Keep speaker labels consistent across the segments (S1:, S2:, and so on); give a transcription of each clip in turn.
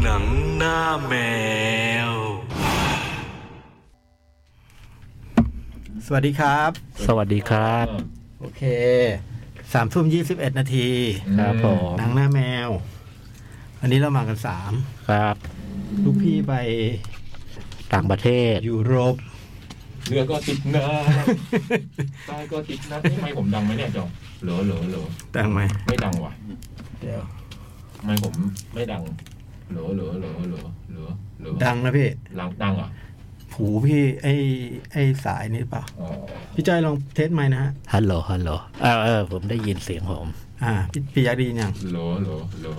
S1: หนังหน้าแมว
S2: สวัสดีครับ
S3: สวัสดีครับ
S2: โอเคสามทุ่มยี่สิบเอ็ดนาที
S3: ครับผม
S2: หนังหน้าแมว วันนี้เรามากันสาม
S3: ครับ
S2: ลูกพี่ไป
S3: ต่างประเทศ
S2: ยุโรป
S4: เรือก็ติดนะใต้ก็ติดนะทำไมผมดังไหมเนี่ยจอมเหลอเหลอเหลอ
S2: แต่งไหม
S4: ไม่ดังว่ะ
S2: เดี๋ยว
S4: ทำไมผมไม่ดังเหลอเหลอเหลอเหลอเหลอเหลอ
S2: ดังนะพี่
S4: ดังดังเหรอ่ะ
S2: หูพี่ไอ้ไอ้สายนี่เปล่า
S4: อ๋อ
S2: พี่จ้อยลองเทสไหมค์นะฮะ
S3: ฮัลโหลฮัลโหลเออเออผมได้ยินเสียงผม
S2: อ่า พี่พี่ยักษ์ไดียัง
S4: เหลอเหลอเหลอ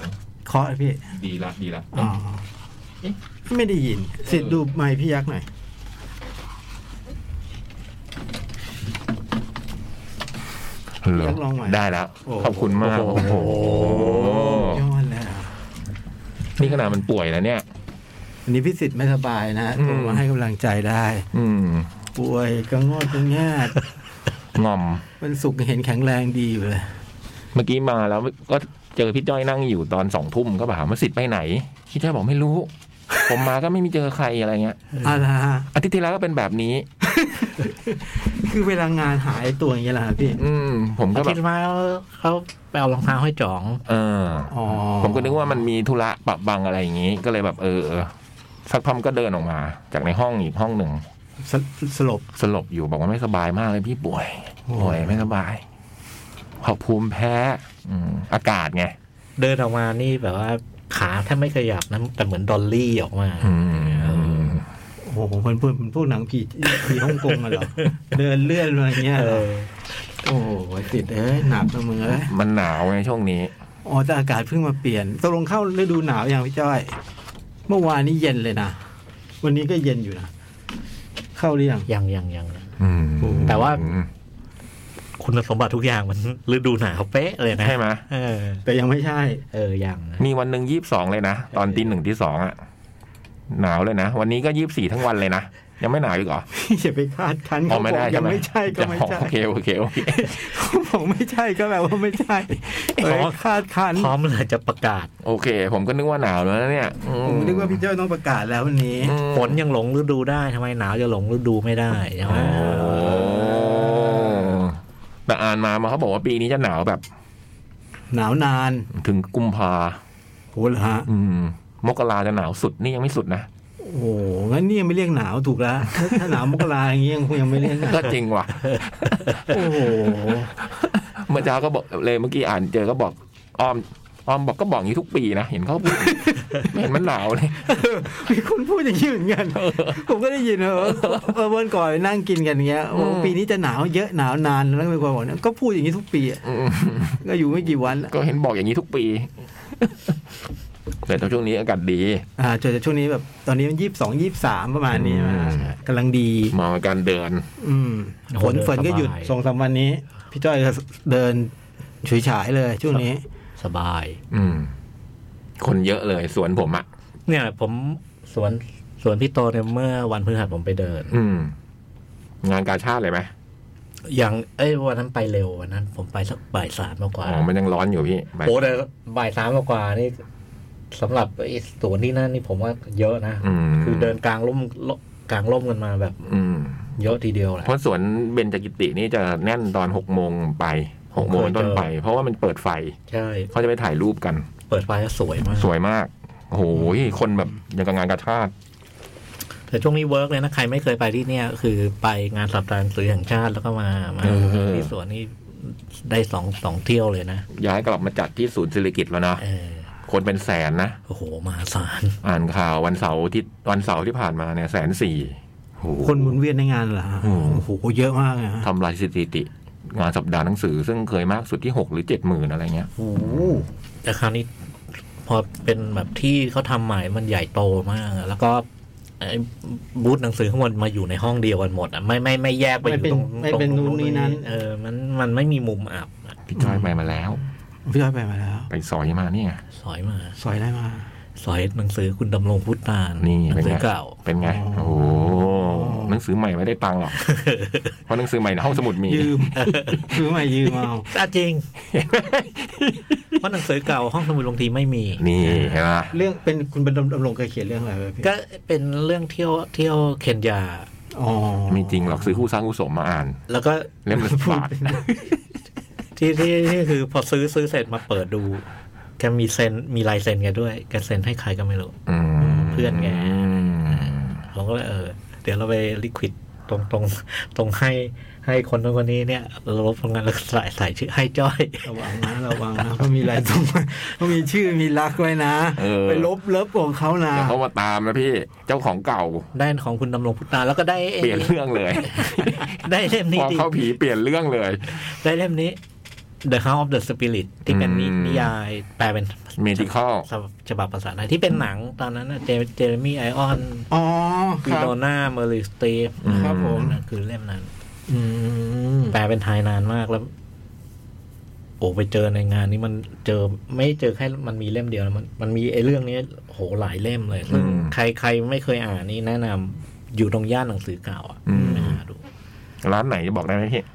S2: เคาะเลยพี่
S4: ดีละดีละ
S2: อ๋อ ไม่ได้ยินสิทธิ์ดูไมค์พี่ยักษ์หน่อย
S4: เหลอ
S2: ลองใหม่
S4: ได้แล้ว
S2: โอ้
S4: ขอบคุณมาก
S3: โอ้
S4: โอ้
S3: โห
S4: โห
S2: ยอดแล้ว
S4: นี่ขนาดมันป่วยนะเนี่ย
S2: วันนี้พี่สิทธิ์ไม่สบายนะ
S4: อืม
S2: โทรมาให้กำลังใจได้
S4: อืม
S2: ป่วยกระงอดกระแงาด
S4: งอม
S2: มันสุกร์เห็นแข็งแรงดีอยู่เลย
S4: เมื่อกี้มาแล้วก็เจอพี่จ้อยนั่งอยู่ตอนสองทุ่มก็ถามว่าสิทธิ์ไปไหนพี่จ้อยบอกไม่รู้ ผมมาก็ไม่มีเจอใครอะไรเงี้ย
S2: อะนะฮะ
S4: อาทิตย์ที่แล้วก็เป็นแบบนี้
S2: คือเวลางานหายตัวอย่างเงี้ยล่ะพี่
S4: อืม ผมก็
S3: อา
S4: แบ
S3: ทิ
S4: บ
S3: ตย์มาเขาไปเอารองเท้าให้จ๋อง
S4: เออ
S2: อ๋อ
S4: ผมก็นึกว่ามันมีธุระปะบังอะไรอย่างนี้ ก็เลยแบบเออ สักพักมันก็เดินออกมา จากในห้องอีกห้องหนึ่ง
S2: สสลบ
S4: สลบอยู่บอกว่าไม่สบายมากเลยพี่ป่วย
S2: โอ้ย
S4: ป่วยไม่สบายขอบภูมิแพ้ อืมอากาศไง
S3: เดินออกมานี่แบบว่าขาแทบไม่ขยับนะแต่เหมือนดอลลี่ออกมา
S4: อืม
S2: โอ้โหมันพูดมันพูดหนังผีผีฮ่องกงอะเห รอ เดินเลื่อนมาอย่างเงี้ย
S3: เอ
S2: เหรอ
S3: อ
S2: โอ้โหติดเอ้ยหนักนะมึงเอ้ย
S4: มันหนาวไงช่วงนี้
S2: อ๋อแต่อากาศเพิ่งมาเปลี่ยนตกลงเข้าฤดูหนาวอย่างพี่จ้อย เมื่อวานนี้เย็นเลยนะ วันนี้ก็เย็นอยู่นะ เข้าหรือยัง
S3: ยังยังยัง
S4: อืม
S3: แต่ว่า คุณสมบัติทุกอย่างมัน ฤดูหนาวเป๊ะเลยนะ
S4: ใช่ไหม
S3: เออ
S2: แต่ยังไม่ใช่
S3: เออยังนะ
S4: มีวันหนึ่งยี่บสองเลยนะ ตอนตีหนึ่งที่สองอะหนาวเลยนะ วันนี้ก็ยี่บสี่ทั้งวันเลยนะ ยังไม่หนาวอีกเหรอ
S2: อย่าไปคาดคั้น
S4: อ๋
S2: เขา
S4: อไม่
S2: บอ
S4: ได้
S2: กยั
S4: ใช่
S2: ง
S4: ไหม
S2: ไม่ใช่ก็ไม่ใช่
S4: โอเคโอเคโอเค
S2: เขาบอกไม่ใช่ก็แปลว่าไม่ใช่เอ้ยคาดคั้น
S3: พร้อมเลยจะประกาศ
S4: โอเค ผมก็นึกว่าหนาวแล้วนะเนี่ยอื
S2: ผมนึกว่าพี่เจ้าต้องประกาศแล้ววันนี้
S4: อืม
S3: ฝนยังหลงฤดูได้ทำไมหนาวจะหลงฤดูไม่ได้ใช่ไหม
S4: โอ้แต่อ่านมามาเขาบอกว่าปีนี้จะหนาวแบบ
S2: หนาวนาน
S4: ถึงกุมภา
S2: โหเหรอฮะ
S4: อืม มกราจะหนาวสุดนี่ยังไม่สุดนะ
S2: โอ้โหงั้นนี่ยังไม่เรียกหนาวถูกแล้ว ถ้าถ้าหนาวมกราอย่างงี้ยังคงยังไม่เรียกหนาว
S4: ก็จริงว่ะ
S2: โอ้โห
S4: เมื่อเช้าก็บอกเลยเมื่อกี้อ่านเจอก็บอกอ้อมอ้อมบอกก็บอกอย่างนี้ทุกปีนะเห็นเขาพูด ไม่เห็นมันหนาวเลย
S2: มีคนพูดอย่างนี้เหมือนกัน ผมก็ได้ยินนะว่าเออวันก่อนนั่งกินกันเงี้ยบอกว่า
S4: อืม
S2: ปีนี้จะหนาวเยอะหนาวนานแล้วก็มีคนบอกเนี่ยก็พูดอย่างนี้ทุกปีอะ
S4: อืม
S2: ก็อยู่ไม่กี่วันอะ
S4: ก็เห็นบอกอย่างนี้ทุกปี แต่ตอนช่วงนี้อากาศดี
S2: อ่าจนจะช่วงนี้แบบตอนนี้มันยี่สิบสองยี่สิบสามประมาณนี้
S4: อืม
S2: กำลังดี
S4: เหมาะกับการเดิน
S2: อืมฝน
S3: โอ้โหเดิน
S2: ฝนก็หยุด
S3: สบาย
S2: สองสามวันนี้ พี่จ้อยก็เดินฉุยฉายเลยช่วงนี้
S3: สบาย
S4: อืม คนเยอะเลยสวนผมอะ่ะ
S3: เนี่ยผมสวนสวนพี่โตเนี่ยเมื่อวันพฤหัสผมไปเดิน
S4: อืม งานกาชาติเลยไหม
S3: อย่างเอ้ยวันนั้นไปเร็ววันนั้น ผมไปสักบ่ายสามมากกว่า
S4: อ๋อ มันยังร้อนอยู่พี่ไป
S3: โอ้แต่บ่ายสามมากกว่านี่สำหรับไอ้สวนที่นั่นนี่ผมว่าเยอะนะ
S4: อืม
S3: คือเดินกลางร่มลกลางร่มกันมาแบบ
S4: อืม
S3: เยอะทีเดียวแหละ
S4: เพราะสวนเบญจกิตินี่จะแน่นตอนหกโมงไปหกโมงเป็นต้นไป เพราะว่ามันเปิดไฟ
S3: ใช่
S4: เขาจะไปถ่ายรูปกัน
S3: เปิดไฟแล้วสวยมาก
S4: สวยมาก โอ้โหคนแบบยังกับงานกาชาติ
S3: แต่ช่วงนี้เวิร์กเลยนะใครไม่เคยไปที่เนี่ย คือไปงานสัปดาห์หนังสือแห่งชาติแล้วก็มามาที่สวนนี่ได้สองสองเที่ยวเลยนะ
S4: ย้ายกลับมาจัดที่ศูนย์ศิริกิตแล้วนะ
S3: เออ
S4: คนเป็นแสนนะ
S3: โอ้โหมหาศาล
S4: อ่านข่าววันเสาร์ที่วันเสาร์ที่ผ่านมาเนี่ยแสนสี่โห
S2: คนหมุนเวียนในงานเหรอฮะ
S4: อืม
S2: โอ้โหเยอะมากนะฮะ
S4: ทำลายสถิติ งานสัปดาห์หนังสือ ซึ่งเคยมากสุดที่หกหรือเจ็ดหมื่นอะไรเงี้ย
S2: โอ้โห
S3: แต่คราวนี้พอเป็นแบบที่เขาทำใหม่มันใหญ่โตมากอะแล้วก็ไอ้บูธหนังสือข้างบนมาอยู่ในห้องเดียวกันหมดอะไม่ไม่ไม่แยกไป
S2: ไม่
S3: อยู่
S2: เป็น
S3: ตรง
S2: ไม่
S3: ตรง
S2: เป็นนู่นนี่นั้น
S3: เออมันมันไม่มีมุมอับอะ
S4: พี่จ้อยไปมาแล้ว
S2: พี่จ้อยไปมาแล้ว
S4: ไปสอยมานี่ไง
S3: สอยมา
S2: สอยได้มา
S3: สอยหนังสือคุณดำรงพุทธาน
S4: นี่
S3: หนั
S4: เป็น
S3: งสื
S4: ไง
S3: อเก่า
S4: เป็นไง โอ้โหหนังสือใหม่ไม่ได้ตังค์หรอก เพ ราะหนังสือใหม่ในห้องสมุดมี
S2: ยืม ซื้อมายืมเอา
S3: อ่ะจริง เพราะหนังสือเก่าห้องสมุดบางทีไม่มี
S4: นี่เห็นไหม
S2: เรื่องเป็นคุณบรรดำรงเคยเขียนเรื่องอะไรไว้พี่
S3: ก็เป็นเรื่องเที่ยวเที่ยวเคนยา
S2: อ๋อ
S4: มีจริงหรอกซื้อคู่สร้างคู่สมมาอ่าน
S3: แล้วก็
S4: เล่มละสิบบาท
S3: ที่ที่ที่คือพอซื้อซื้อเสร็จมาเปิดดูแกมีเซ็นมีลายเซ็นแกด้วยแกเซ็นให้ใครก็ไม่รู้
S4: อืม
S3: เพื่อนไง
S4: อืม
S3: ผมก็เลยเออ เดี๋ยวเราไปลิควิดตรงตรงตรงให้ให้คนนู้นคนนี้เนี่ยเราลบตรงนั้นแล้วใส่ใส่ชื่อให้จ้อย
S2: ระวังนะระวังนะเขามีลายตรงเขามีชื่อมีลักษณ์ไว้นะ
S4: เออ
S2: ไปลบเลิฟของเขานะ
S4: เดี๋ยวเขามาตามนะพี่เจ้าของเก่า
S3: ได้ของคุณดำรงพุทธาแล้วก็ได้ไอ้
S4: เปลี่ยนเรื่องเลย
S3: ได้เล่มนี้
S4: พอ
S3: ดี
S4: เข้าผีเปลี่ยนเรื่องเลย
S3: ได้เล่มนี้ The House of the Spirit ที่เป็นนิ
S4: อืม
S3: นิยายแปลเป็น
S4: medical
S3: ฉบับภาษาไทยที่เป็นหนังตอนนั้นนะเจเจเรมี่ไอออน
S2: อ๋อค
S3: วิ
S2: รับ
S3: โดน่าเมอริสตีฟ
S4: อืม
S2: ครับผม
S3: นั่นคือเล่มนั้น
S2: อืม
S3: แปลเป็นไทยนานมากแล้ว โอ้ไปเจอในงานนี้มันเจอไม่เจอแค่มันมีเล่มเดียวนะมันมันมีไอ้เรื่องนี้โหหลายเล่มเลยซึ่ง
S4: อืม
S3: ใครใครไม่เคยอ่านนี่แนะนำอยู่ตรงย่านหนังสือเก่าอ่ะไปหาดู
S4: ร้านไหนจะบอกได้ไหมพี่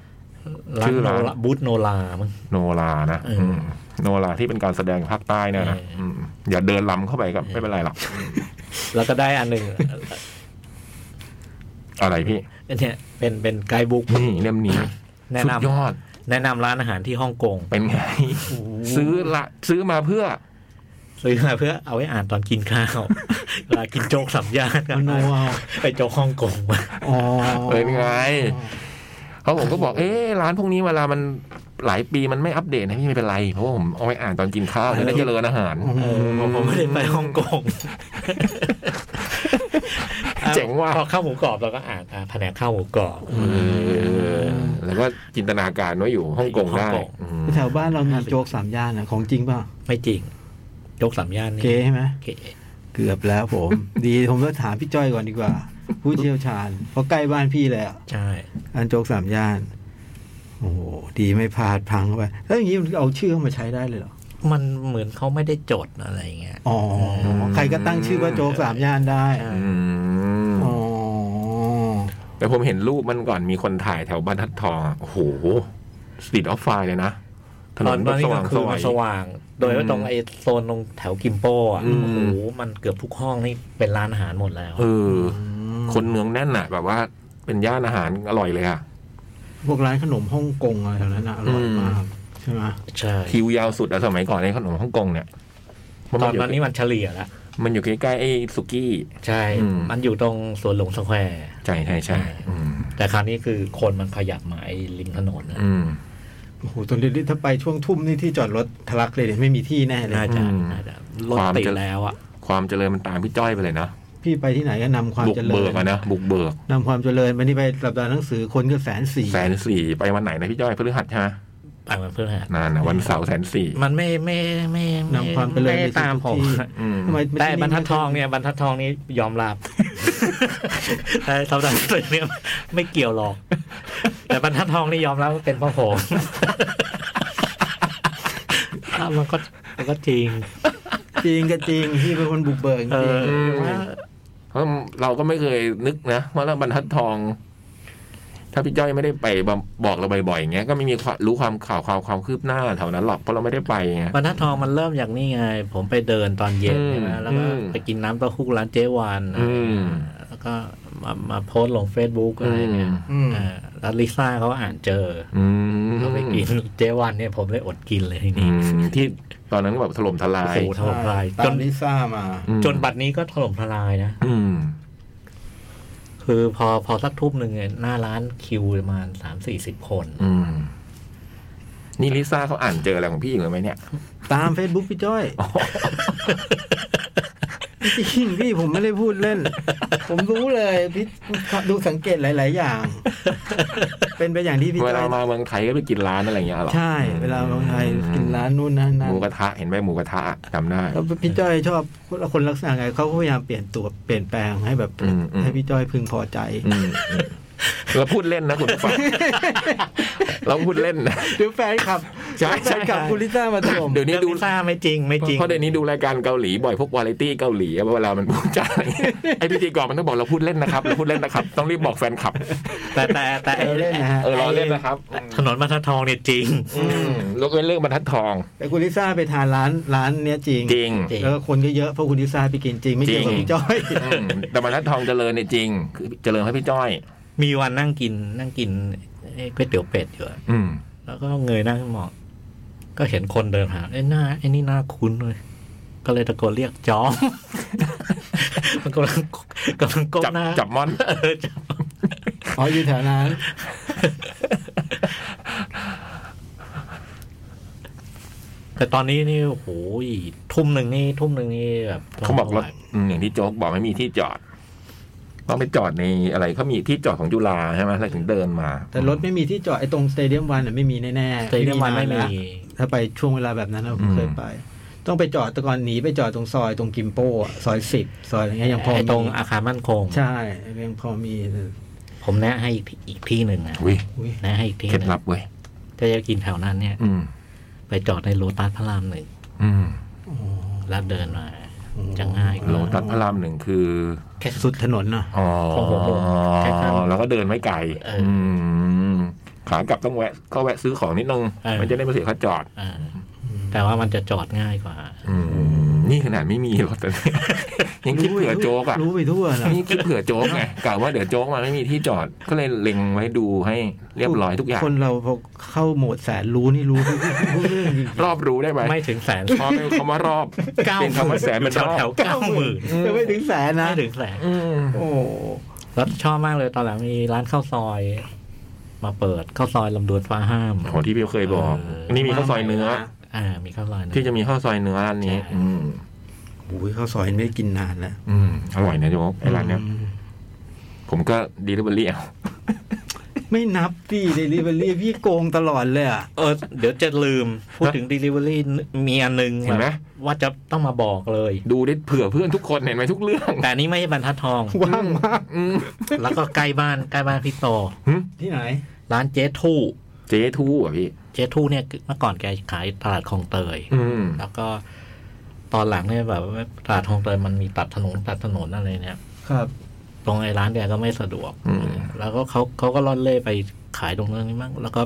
S3: ร้าน
S4: ชื่อ
S3: โน
S4: ร้าน
S3: ราบูธโนรามั้ง
S4: โนรานะ
S3: เอออื
S4: มโนราที่เป็นการแสดงภาคใต้เนยนะ
S3: เอออื
S4: มอย่าเดินล้ำเข้าไปก็ไม่เป็นไรหรอก
S3: แล้วก็ได้อันหนึ่ง
S4: อะไรพี่
S3: อันเนี่ยเป็นเป็นไกด์บุ๊ก
S4: นี่เล่มนี้
S3: แนะ
S4: สุ
S3: นำ
S4: ดยอด
S3: แนะนำร้านอาหารที่ฮ่องกง
S4: เป็นไง ซื้อละซื้อมาเพื่อ
S3: ซื้อมาเพื่อเอาไว้อ่านตอนกินข้าว เวลากินโจ๊กสามย่านกั
S2: มโนเอา
S3: ไปโจ๊กฮ่องกงมา
S2: อ๋อ
S4: เป็นไง เขาผมก็บอกเอ๊ะร้านพวกนี้เวลามันหลายปีมันไม่อัปเดตนะพี่ไม่เป็นไรเพราะว่าผมเอาไว้อ่านตอนกินข้าวจะได้เจริญอาหาร
S3: เออผมผมไม่ได้ไปฮ่องกง
S4: เจ๋งว่ะ
S3: พอข้าวหมูกรอบเราก็อ่านอ่าแผนกข้าวหมูกรอบ
S4: เออแล้วก็จินตนาการว่าอยู่ฮ่องกงได้
S3: ฮ่องกง
S4: อืม
S2: แถวบ้านเรามีโจ๊กสามย่านนะของจริงเปล่ะ
S3: ไม่จริงยกสามย่านนี่
S2: เก๋ใช่ไหม
S3: เก๋
S2: เกือบแล้วผม ดีผมต้องถามพี่จ้อยก่อนดีกว่า ผู้เชี่ยวชาญ เพราะใกล้บ้านพี่เลยอะ
S3: ใช่
S2: อันโจกสามย่าน โอ้โหดีไม่พลาดพลังเข้าไปแล้วอย่างนี้มันเอาชื่อเข้ามาใช้ได้เลยเหรอ
S3: มันเหมือนเขาไม่ได้จดอะไรอย่างเงี้ย
S2: อ๋อใครก็ตั้งชื่อว่าโจกสามย่านได้
S3: ใช่
S4: อืม
S2: อ๋อ
S4: แต่ผมเห็นรูปมันก่อนมีคนถ่ายแถวบ้านทัดทองอะโอ้โหสตรีทออฟไฟเลยนะถน
S3: ตอน น
S4: แบบ
S3: นี้
S4: ส
S3: ก
S4: ว่า
S3: ลาง งคื
S4: ส
S3: น
S4: ว
S3: มั
S4: ย
S3: นสว่าง โดยว่าตรงไอ้โซนตรงแถวกิมโป้อะ
S4: อื
S3: โอ้
S4: ม
S3: โหมันเกือบทุกห้องนี่เป็นร้านอาหารหมดแล้ว
S4: เออ คนเนืองแน่นอะแบบว่าเป็นย่านอาหารอร่อยเลยอะ
S2: พวกร้านขนมฮ่องกงอะไรแถวนั้นนะอร่อยมากใช่ไหม
S3: ใช่
S4: คิวยาวสุดอะสมัยก่อนในขนมฮ่องกงเนี่ยมั
S3: ตอน
S4: ยู่
S3: ตอนนี้มันเฉลี่ยแล้ว
S4: มันอยู่ใกล้ๆไอ้สุกี้
S3: ใช่
S4: อืม
S3: มันอยู่ตรงสวนหลวงสแควร์
S4: ใช่ใช่ใช่อืม
S3: แต่คราวนี้คือคนมันขยับมาไอ้ริมถนนนะ
S4: อืม
S2: โอ้โหตอนนี้ถ้าไปช่วงทุ่มนี่ที่จอดรถทะลักเลยเนี่ยไม่มีที่แน่เลย
S3: น่าจะ
S4: อืม
S3: น่าจะรถ
S4: ความ
S3: ติด
S4: จะ
S3: แล้วอ่ะ
S4: ความเจริญมันตามพี่จ้อยไปเลยนะ
S2: พี่ไปที่ไหนก็นำความ
S4: บุก
S2: เจริ
S4: เบิ
S2: ญ
S4: กอะนะบุกเบิก
S2: นำความเจริญไปนี่ไปสัปดาห์หนังสือคนก็แสนสี่
S4: แสนสี่ไปวันไหนนะพี่จ้อยพฤหัสใช่ไหม
S3: ไปมันเพื่อหา
S4: นานนะวันเสาร์แสนสี่
S3: มันไม่ไม่ไม่ไม่
S2: นำความเจริญไป
S3: ไม่
S2: สู่
S3: ตามผม
S2: ที่
S4: อืม
S2: ทำไม
S3: แต่บรรทัดทองเนี่ยบรรทัดทองนี้ยอมรับ แต่สำหรับสื่อเนี่ยไม่เกี่ยวหรอก แต่บรรทัดทองนี่ยอมรับว่าเป็นเพ่อผมอ่ะมันก็มันก็จริง
S2: จริงก็จริงพี่เป็นคนบุกเบิกจ
S3: เอ
S2: ริง
S3: อว่า
S4: เพราะเราก็ไม่เคยนึกนะว่าเรื่องบรรทัดทอง ถ้าพี่จ้อยไม่ได้ไปบอกเราบ่อยๆอย่างเงี้ยก็ไม่มีความรู้ความข่าวความความคืบหน้าแถวนั้นหรอกเพราะเราไม่ได้ไปไง
S3: บรรทัดทองมันเริ่มอย่างนี่ไง ผมไปเดินตอนเย็นใช่ไหม
S4: อืม
S3: แล้วก็
S4: อืม
S3: ไปกินน้ำเต้าหู้ร้านเจ๊วัน
S4: อืม
S3: แล้วก็มามาโพสต์ลงเฟซบุ๊กอะไรเงี้ย
S2: อืม
S3: อ่าแล้วลิซ่าเขาอ่านเจอ
S4: อืม
S3: เขาไปกินเจวันเนี่ยผมเลยอดกินเลยที
S4: อื
S3: นี้
S4: มที่ตอนนั้นแบบถล่มทลา
S3: โอ้
S4: ย
S3: โหถล่มทลาย
S2: ตา
S3: จ
S2: ม
S3: น
S2: ลิซ่ามา
S4: อืม
S3: จนบัดนี้ก็ถล่มทลายนะ
S4: อืม
S3: คือพอพอสักทุ่มหนึ่งเนี่ยหน้าร้านคิวประมาณสามสี่สิบคน
S4: อืม นี่ลิซ่าเขาอ่านเจออะไรของพี่อีกหรือไหมเนี่ย
S2: ตาม Facebook พี่จ้อยจริงพี่ผมไม่ได้พูดเล่น ผมรู้เลยพี่ดูสังเกตหลาย ๆ อย่าง เป็นไปอย่างที่พี่
S4: เว
S2: จ้
S4: ลา
S2: อย
S4: มาเมืองไทยก็ไปกินร้านอะไรอย่างเงี้ยหรอ
S2: ใช่ เวลาเมืองไทยกินร้านนู่นนะนั่น
S4: หมูกระทะเห็นไหมหมูกระทะอะจำได้
S2: แล้วพี่จ้อยชอบคนลักษณะไงเขาก็พยายามเปลี่ยนตัวเปลี่ยนแปลงให้แบบ
S4: อืมอืม
S2: ให้พี่จ้อยพึงพอใจ
S4: อืมอืม เราพูดเล่นนะคุณ ผู้ฟัง เราพูดเล่นนะ
S2: เดี๋ยวแฟนคลับ
S4: ใช่
S2: แฟนคลับ
S4: ใช่
S2: คุณลิซ่ามาถล่ม
S4: เดี๋ยวนี้
S3: เรื่อง
S4: ดู
S3: ลิซ่าไม่จริงไม่จริง
S4: เพราะเดี๋ยวนี้ดูรายการเกาหลีบ่อยพวกวาไรตี้เกาหลีอะเวลามันพูดจาอะไรเงี้ยไอพิธีกรมันต้องบอกเราพูดเล่นนะครับเราพูดเล่นนะครับ ต้องรีบบอกแฟนคลับ
S3: แต่แต่แต่
S2: เออเล่นนะฮะ
S4: เออรอเล่นนะครับอืม
S3: ถนนบรรทัดทองเนี่ยจริง
S4: อืมยกเว้นเรื่องบรรทัดทอง
S2: แต่คุณลิซ่าไปทานร้านร้านเนี้ยจริง
S4: จริง
S3: จริง
S2: แล้วคนก็เยอะเพราะคุณลิซ่าไปกินจริงไม่เกี่ยวกับ
S4: จริง
S2: พี่จ้ อย
S4: อืมแต่บรรทัดทองเจริญเนี่ยจริงคือเจริญให้พี่จ้อย
S3: มีวันนั่งกินนั่งกินไอ้ก๋วยเตี๋ยวเป็ดอยู่อะ
S4: อืม
S3: แล้วก็เงยหน้าขึ้นมองก็เห็นคนเดินผ่านไอ้ยหน้าไอ้นี่หน้าคุ้นเลยก็เลยตะโกนเรียกจอม มันกำลังกำลังก้ม
S4: จับ
S3: หน้า
S4: จับม่อน
S3: เออจับ
S2: อ๋ออยู่แถวนั้น
S3: แต่ตอนนี้นี่โอ้โหทุ่มหนึ่งนี่ทุ่มหนึ่งนี่แบบ
S4: เขาบอกรถอืมอย่างที่โจ๊กบอกไม่มีที่จอดต้องไปจอดในอะไรเขามีที่จอดของจุฬาใช่ไหมแล้วถึงเดินมา
S2: แต่รถไม่มีที่จอดไอ้ตรงสเตเดียมวันน่ะไม่มีแน่ๆ
S3: เตยเดวันไม่มี
S2: าะถ้าไปช่วงเวลาแบบนั้นนะผมเคยไป ต้องไปจอดแตะกอนหนีไปจอดตรงซอยตรงกิมโป้อะซอยสิบซอยอะไรเงี้ยยังพอ
S3: ไอ้
S2: มี
S3: ตรงอาคารมั่นคง
S2: ใช่ยังพอมี
S3: ผมแนะให้อีกที่อีกที่หนึ่งนะ
S4: อุ้ย
S2: อุ๊ย
S3: แนะให้อีกที่ห
S4: เคล็ด
S3: นึ่ง
S4: ลับเว้ย
S3: ถ้าจะกินแถวนั้นเนี่ย
S4: อืม
S3: ไปจอดในโลตัสพระรามหนึ่ง
S4: อืม
S3: แล้วเดินมาจะง่ายกว่า
S4: โลตัสพระรามหนึ่งคือ
S2: สุดถนนเนาะ
S4: อ๋อ
S3: ของผมผมแค่ข้าม
S4: แล้วก็เดินไม่ไกล
S3: เอออื
S4: มขากลับต้องแวะก็แวะซื้อของนิดนึง
S3: เออ
S4: มันจะได้ไม่เสียค่าจอด
S3: อ่าแต่ว่ามันจะจอดง่ายกว่า
S4: อืม นี่ขนาดไม่มีรถแต่เนี่ย ยังคิดเผื่อโจ๊กอ่ะ
S2: รู้ไปทั่วแล้ว
S4: นี่คิดเผื่อโจ๊กไงกะว่าเดี๋ยวโจ๊กมาไม่มีที่จอด ก็เลยเล็งไว้ดูให้เรียบร้อยทุกอย่าง
S2: คนเราพอเข้าโหมดแสนรู้ นี่รู้ทุกทุกเรื่องจริง
S4: รอบรู้ได้ไหม
S3: ไม่ถึงแสน
S4: พอเป็นคำว่ารอบ
S3: เก้า
S4: เป็น
S3: ห
S4: คำ
S3: มื่
S4: ว่าน แสน
S3: อ
S4: เป็
S3: ยู่
S4: น
S3: แถ
S4: ร
S3: ว
S4: อ
S3: แถว
S4: บ
S3: เก้าหมื่น
S2: ๆจะไม่ถึงแสนนะ
S3: ไม่ถึงแสน
S4: อืม
S2: โอ้
S3: แล้วชอบมากเลยตอนหลังมีร้านข้าวซอย มาเปิดข้าวซอยลำดวนฟ้าห้าม
S4: โหที่พี่เคยบอก
S3: เออ
S4: นี่มีข้าวซอยเนื้อ
S3: อ่า มีข้าวซอยนะ
S4: ที่จะมีข้าวซอยเนื้อร้านนี้
S3: ใช่
S4: อืม
S2: โอ้ยข้าวซอยไม่ได้กินนานแล้ว
S4: อืมอร่อยนะโจ๊กไอ้ร้านเนี้ย ผมก็ดีลิเวอรี่เอา
S2: ไม่นับพี่เดลิเวอรี่พี่โกงตลอดเลยอ่ะ
S3: เออเดี๋ยวจะลืม พูดถึง Delivery มีอันหนึง
S4: เห็นไหม
S3: ว่าจะต้องมาบอกเลย
S4: ดูได้เผื่อเพื่อนทุกคนเห็นไหมทุกเรื่อง
S3: แต่อันนี้ไม่ใช่บรรทัดทอง
S2: ว่างมาก
S4: อืม
S3: แล้วก็ใกล้บ้านใกล้บ้านพี่โต
S2: ที่ไหน
S3: ร้านเจ๊ทู่
S4: เจ๊ทู่อ่ะพี่
S3: เจ๊ทู่เนี่ยเมื่อก่อนแกขายตลาดคลองเตย
S4: อืม
S3: แล้วก็ตอนหลังเนี่ยแบบว่าตลาดคลองเตยมันมีตัดถนนตัดถนนอะไรเนี่ย
S2: ครับ
S3: ตรงไอ้ร้านแกก็ไม่สะดวก
S4: อืม
S3: แล้วก็เขาเขาก็ล่อนเล่ไปขายตรงนั้นนี้มั้งแล้วก็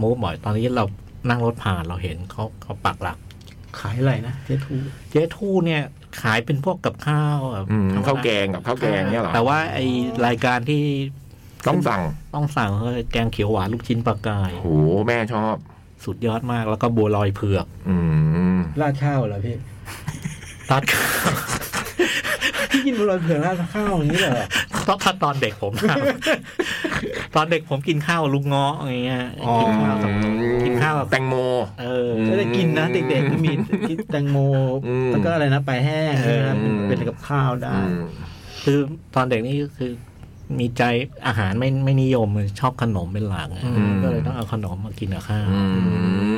S3: มูฟบ่อยตอนนี้เรานั่งรถผ่านเราเห็นเขาเขาปักหลัก
S2: ขายอะไรนะเจ๊ทู
S3: เจ๊ทู่เนี่ยขายเป็นพวกกับข้าวแบบ
S4: อืม
S3: ธรรมด
S4: ข้าวแกงกับข้าวแกงเนี่ยเหรอ
S3: แต่ว่าไอรายการที่
S4: ต้องสั่ง
S3: ต้องสั่งคือแกงเขียวหวานลูกชิ้นปลากาย
S4: โหแม่ชอบ
S3: สุดยอดมากแล้วก็บัวลอยเผือก
S4: อืม
S2: ราดข้าวเหรอพี่
S3: ตัด
S2: พี่กินบุหรี่เผือกราดข้าวอย่างนี้เหรอ
S3: ตอนตอนเด็กผม ทำ ตอนเด็กผมกินข้าวกับลุงเงาะอย่างเงี้ยกินข้าวกับกินข้าวกับ
S4: แตงโม
S3: เออ
S4: ม
S2: จะได้กินนะเด็กๆก็มีกินแตงโม
S4: อืม
S2: แล้วก็อะไรนะไปลาแห้ง
S3: เออ
S2: นะครับเป็น
S4: อืม
S2: เป็นกับข้าวได้
S4: อืม
S3: คือตอนเด็กนี่ก็คือ มีใจอาหารไม่ไม่นิยมชอบขนมเป็นหลักอะก็เลยต้องเอาขนมมากินกับข้าว
S4: อื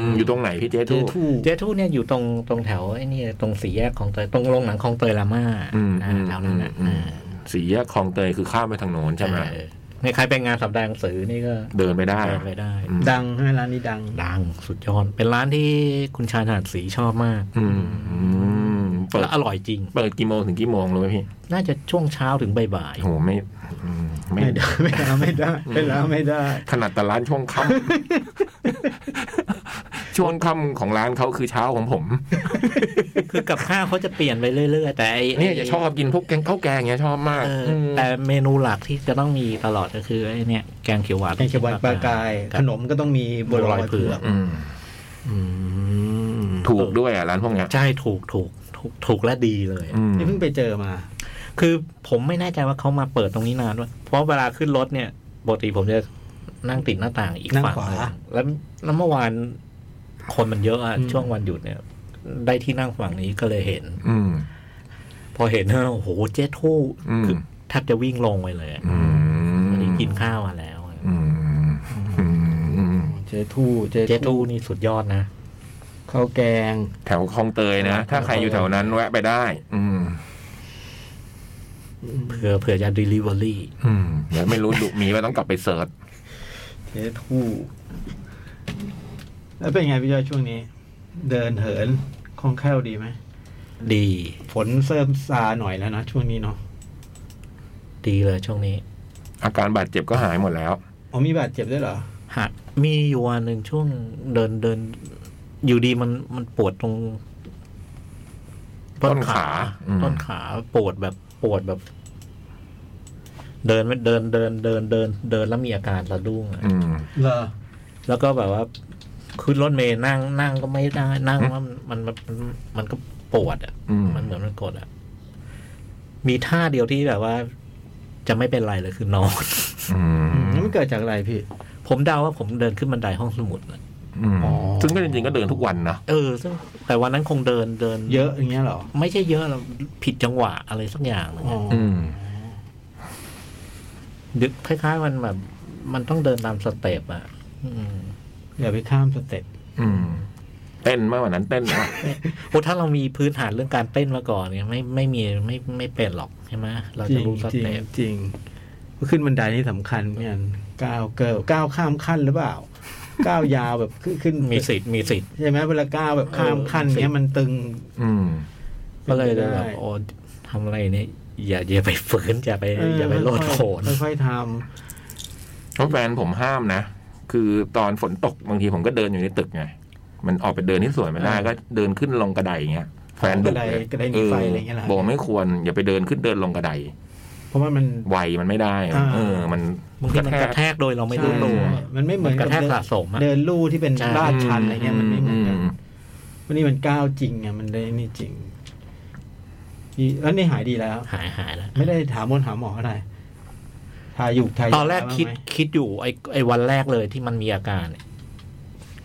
S4: มอยู่ตรงไหนพี่เจ๊
S2: เจ๊
S4: ทู่
S2: ทู
S3: เจ๊ทูเนี่ยอยู่ตรงตรงแถวไอ้นี่ตรงสี่แยกของเตยตรงโรงหนังของเตยลาม่า
S4: อืม
S3: อ่าแถวนั้นนะ
S4: อืม สีแยกคลองเตยคือข้ามไปทางโน้นใช่ไหม
S3: เออในใครไปงานสัปดาห์หนังสือนี่ก็
S4: เดินไปได้
S3: เดินไปได้
S4: อืม
S2: ดังใช่ไหมร้านนี้ดัง
S3: ดังสุดยอดเป็นร้านที่คุณชายถนัดสีชอบมาก
S4: อืมเปิด
S3: แล้วอร่อยจริง
S4: เปิดกี่โมงถึงกี่โมงรู้ไหมพี่
S3: น่าจะช่วงเช้าถึงบ่าย
S4: โหไม่อืมไม่
S2: ไม่ได้ไม่ได้ไม่ได้ไม่ได้ไม่ได้
S4: ขนาดแต่ร้านช่วงค่ ำ ช่วงค่ำของร้านเขาคือเช้าของผม
S3: ๆ คือกับข้าวเขาจะเปลี่ยนไปเรื่อย ๆ แต่ไอ้
S4: เนี่ยจะชอบกินพวกแกงข้าวแกงเนี้ยชอบมาก
S3: เออ
S4: ม
S3: แต่เมนูหลักที่จะต้องมีตลอดก็คือไอ้เนี่ยแกงเขียวหวาน
S2: แกงเขียวหวานปลากาย
S3: ครับ
S2: ขนมก็ต้องมีบัวลอยเผือก
S4: อืมถูกด้วยอ่ะร้านพวกเนี้ย
S3: ใช่ถูกถูกถูกถูกและดีเลย
S4: อืม
S2: นี่เพิ่งไปเจอมา
S3: คือผมไม่แน่ใจว่าเขามาเปิดตรงนี้นานด้วยเพราะเวลาขึ้นรถเนี่ยปกติผมจะนั่งติดหน้าต่างอีก
S2: นั่ง
S3: ฝั่ง
S2: ขวา
S3: หนึ่งแล้วแล้วเมื่อวานคนมันเยอะอะ
S2: อืม
S3: ช่วงวันหยุดเนี่ย ได้ที่นั่งฝั่งนี้ก็เลยเห็น
S4: อืม
S3: พอเห็นเนี่ยโอ้โหเจ๊ทู่
S4: อืม
S3: คือแทบจะวิ่งลงไปเลยอะ
S4: อืม
S3: วันนี้กินข้าวมาแล้ว
S4: อืมอืม
S2: เจทูเจ
S3: เจทู
S2: ทู
S3: นี่สุดยอดนะ
S2: ข้าวแกง
S4: แถวคลองเตยนะ ถ้าใครอยู่แถวนั้นแวะไปได้ อืม
S3: เผื่อเผื่อจะ delivery
S4: อืมเดี๋ยวไม่รู้ดุมีว่าต้องกลับไปเสิร์ช
S3: เททู
S2: แล้วเป็นไงพี่จ้อยช่วงนี้ เดินเหินคล่องแคล่วดีไหม
S3: ดี
S2: ฝนเริ่มซาหน่อยแล้วนะช่วงนี้เนาะ
S3: ดีเลยช่วงนี้
S4: อาการบาดเจ็บก็หายหมดแล้ว
S2: อ๋อมีบาดเจ็บด้วยเหรอ
S3: หากมีอยู่วันหนึ่งช่วงเดินเดิน อยู่ดีมันมันปวดตรง
S4: ต้นขาอืม
S3: ต้นขาปวดแบบปวดแบบ เดินไม่เดินเดินเดินเดิน เดินแล้วมีอาการสะดุ้งอะ
S4: อืม
S2: เหรอ
S3: แล้วก็แบบว่าขึ้นรถเมย์นั่งนั่งก็ไม่ได้นั่งว่ามันมันมันมันก็ปวดอ่ะ
S4: อืม
S3: มันเหมือนมันกดอ่ะ มีท่าเดียวที่แบบว่า จะไม่เป็นไรเลยคือนอน
S4: อืม
S2: แล้วมันเกิดจากอะไรพี่
S3: ผมเดาว่าผมเดินขึ้นบันไดห้องสมุดนะ
S4: อืม
S2: อ๋อ
S4: ซึ่งก็จริงๆก็เดินทุกวันนะ
S3: เออซึ่งแต่วันนั้นคงเดินเดิน
S2: เยอะอย่างเงี้ยเหรอ
S3: ไม่ใช่เยอะหรอกผิดจังหวะอะไรสักอย่างหนึ่ง
S2: อ๋อ
S3: อะ
S2: อ
S4: ม
S3: ดึกคล้ายๆมันแบบ มันต้องเดินตามสเต็ปอ่ะอืม
S2: อย่าไปข้ามสเต็ป
S4: อืมเต้นมากกว่านั้นเต้นมาก
S3: โอ้ถ้าเรามีพื้นฐานเรื่องการเต้นมาก่อนเนี่ยไม่ไม่มีไม่ไม่เป็นหรอกใช่ไหมเรา
S2: จริ
S3: จะ
S2: ง
S3: รู้ส
S2: จริง
S3: เต็ป
S2: จริงขึ้นบันไดนี่สำคัญเหมือนกันก้าวเกิลก้าวข้ามขั้นหรือเปล่า ก้าวยาวแบบขึ้นขึ้น
S3: มีสิทธิ์มีสิทธิ์
S2: ใช่ไหมเวลาก้าวแบบข้ามขั้นเงี้ยมันตึง
S4: อืม
S3: ก็เลย
S2: ได้
S3: แบบโอ้ทำอะไรเนี่ยอย่าอย่าไปฝืนอย่าไป
S2: เ
S3: อย่าไปโลด
S2: ค่ยๆ
S3: โผน
S2: ค่อยๆท
S4: เพราะแฟนผมห้ามนะ คือตอนฝนตกบางทีผมก็เดินอยู่ในตึกไง มันออกไปเดินที่สวนไม่ได้ก็เดินขึ้นลงกระไดอย่างเงี้ย
S2: ำ
S4: แฟน
S2: ก
S4: ดุ
S2: ระได
S4: เลย
S2: กระไดห
S4: เอ
S2: นี
S4: อ
S2: ไฟอะไรเงี้ยเหรอ
S4: บอกไม่ควรอย่าไปเดินขึ้นเดินลงกระได
S2: เพราะว่ามัน
S4: ไวมันไม่ได้
S2: อ่า
S4: เออ มัน
S3: บางทีมันกระแทกโดยเราไม่รู้ตัว
S2: ใช่มันไม่เหมือน
S3: มันก
S2: กับ
S3: ระแทก
S2: เดิน
S3: สะสมอะ
S2: เดินลู่ที่เป็น
S3: ใช่
S2: ลาดชันอะไรเงี้ยมันไม่เหมือนกัน
S4: อื
S2: วันนี้มันก้าวจริงไงมันได้นี่จริงนี่แล้วนี่หายดีแล้ว
S3: หายหายแล้ว
S2: ไม่ได้ถามมนหาหมออะไรทายุกทายา
S3: ตอนแรกคิด
S2: บ้างไหม
S3: คิดอยู่ไอ้ไอ้วันแรกเลยที่มันมีอาการเนี่ย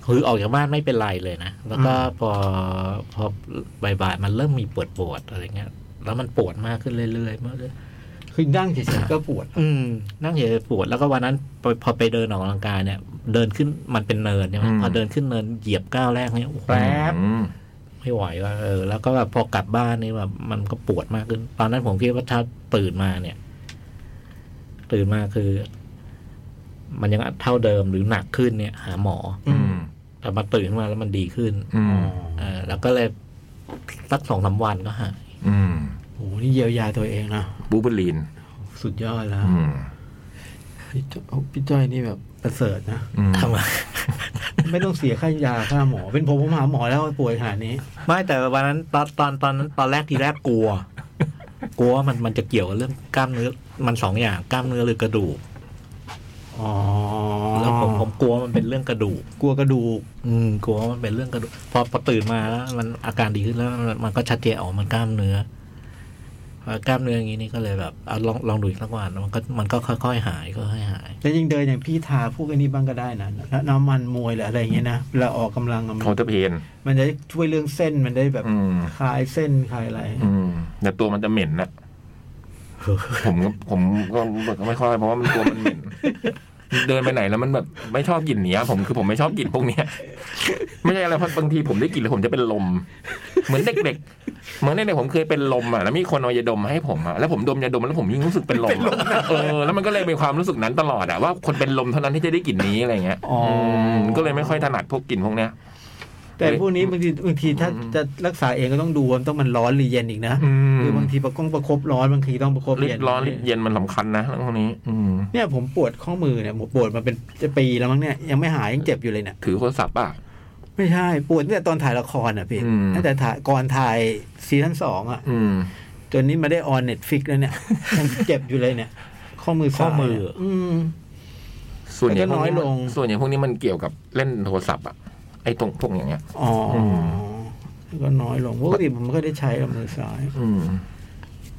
S3: คือออกจากบ้านไม่เป็นไรเลยนะ แล้วก็พอพอบ่ายๆมันเริ่มมีปวดปวดๆอะไรเงี้ย แล้วมันปวดมากขึ้นเรื่อยๆมากเลย
S2: คือนั่งเฉยๆก็ปวด
S3: อืม นั่งเฉยๆปวดแล้วก็วันนั้นพอพอไปเดินออกกำลังกายเนี่ย เดินขึ้นมันเป็นเนินใช่ไหมพอเดินขึ้นเนินเหยียบก้าวแรกเนี่ยโอ้โห
S4: อืม
S3: ไม่ไหวว่าเออแล้วก็แบบพอกลับบ้านนี่แบบมันก็ปวดมากขึ้น ตอนนั้นผมคิดว่าถ้าตื่นมาเนี่ย ตื่นมาคือ มันยังเท่าเดิมหรือหนักขึ้นเนี่ย หาหมอ
S4: อืม
S3: แต่มาตื่นขึ้นมาแล้วมันดีขึ้น
S4: อืม
S3: เออแล้วก็เลยสักสองสามวันก็หาย
S4: อืม
S2: โอ้โหนี่เยียวยาตัวเองนะ
S4: บูเบอรีน
S2: สุดยอดแล้ว
S4: อืม
S2: พี่จ้อยพี่จ้อยนี่แบบประเสริฐนะ
S4: อืม
S3: ทำไม
S2: ไม่ต้องเสียค่ายาค่าหมอ เป็นผมผมหาหมอแล้วป่วยขนาดนี้
S3: ไม่แต่วันนั้นตอนตอนตอนนั้นตอนแรกทีแรกกลัว กลัวว่ามันมันจะเกี่ยวกับเรื่องกล้ามเนื้อมันสองอย่างกล้ามเนื้อหรือกระดูก
S2: อ๋อ
S3: แล้วผมผมกลัวมันเป็นเรื่องกระดูก
S2: กลัวกระดูก
S3: อืมกลัวว่ามันเป็นเรื่องกระดูกพอพอตื่นมาแล้ว มันอาการดีขึ้นแล้วมันมันก็ชัดเจนออกมันกล้ามเนื้อพอกล้ามเนื้ออย่างนี้นี่ก็เลยแบบเอาลองลองดูอีกสักวันมันก็มันก็ค่อยๆหายก็ค่อยๆหาย
S2: แต่ยิงเดินอย่างพี่ทาพวกอันนี้บ้างก็ได้นะนน้ำมันมวยหรืออะไรอย่างเงี้ยนะเวลาออกกำลังอะมัน
S4: โทเทเพน
S2: มันจะช่วยเรื่องเส้นมันได้แบบ
S4: อืม
S2: คลายเส้นคลายอะไร
S4: อืมแต่ตัวมันจะเหม็น นะ ผมก็ผมก็ไม่ค่อยเพราะว่ามันตัวมัน เหม็น เดินไปไหนแล้วมันแบบไม่ชอบกลิ่นเนี้ย ผมคือผมไม่ชอบกลิ่นพวกเนี้ ย ไม่ใช่อะไรเพราะบางทีผมได้กลิ่นแล้วผมจะเป็นลม เหมือนเด็กๆเหมือนเด็กๆผมเคยเป็นลมอ่ะแล้วมีคนเอายาดมมาให้ผมอ่ะแล้วผมดมยาดมแล้วผมยิ่งรู้สึกเป็นลมอะเออแล้วมันก็เลยมีความรู้สึกนั้นตลอดอ่ะว่าคนเป็นลมเท่านั้นที่จะได้กลิ่นนี้อะไรเงี้ย
S2: อ๋ออื
S4: มก็เลยไม่ค่อยถนัดพวกกลิ่นพวกเนี้ย
S2: แต่
S4: เฮ้ย
S2: พวกนี้บางทีบางทีถ้า
S4: อืม
S2: จะรักษาเองก็ต้องดูว่ามันต้องมันร้อนหรือเย็นอีกนะ
S4: อืม
S2: คือบางทีประกงประคบร้อนบางทีต้องประคบ
S4: รี
S2: เย็
S4: บ
S2: น
S4: ร้อนรีบเย็นมันสำคัญนะเรื่องพวกนี้ อืม
S2: เนี่ยผมปวดข้อมือเนี่ยผมปวดมาเป็นจะปีแล้วมั้งเนี่ยยังไม่หายยังเจ็บอยู่เลยเนี่ย
S4: ถือโทรศัพท์ป่ะ
S2: ไม่ใช่ปวดตั้งแต่ตอนถ่ายละครอ่ะพี่
S4: อืม
S2: ตั้งแต่ถ่ายก่อนถ่ายซีซั่นสองอ่ะ
S4: อืม
S2: จนนี้มาได้ออนเน็ตฟิกแล้วเนี่ย ยังเจ็บอยู่เลยเนี่ย ข้อมือซ้าย
S3: ข้อมือ
S2: อืม
S4: ส่วนใหญ่พวกนี้
S2: มันก็น้อยล
S4: มัน
S2: ง
S4: ส่วนใหญ่พวกนี้มันเกี่ยวกับเล่นโทรศัพท์อะไอ้ตรงพวกอย่างเงี้ย
S2: อ๋ออ
S4: ม
S2: แล้วก็น้อยลงปกติผมไม่ค่อยได้ใช้กับมือซ้าย
S4: อืม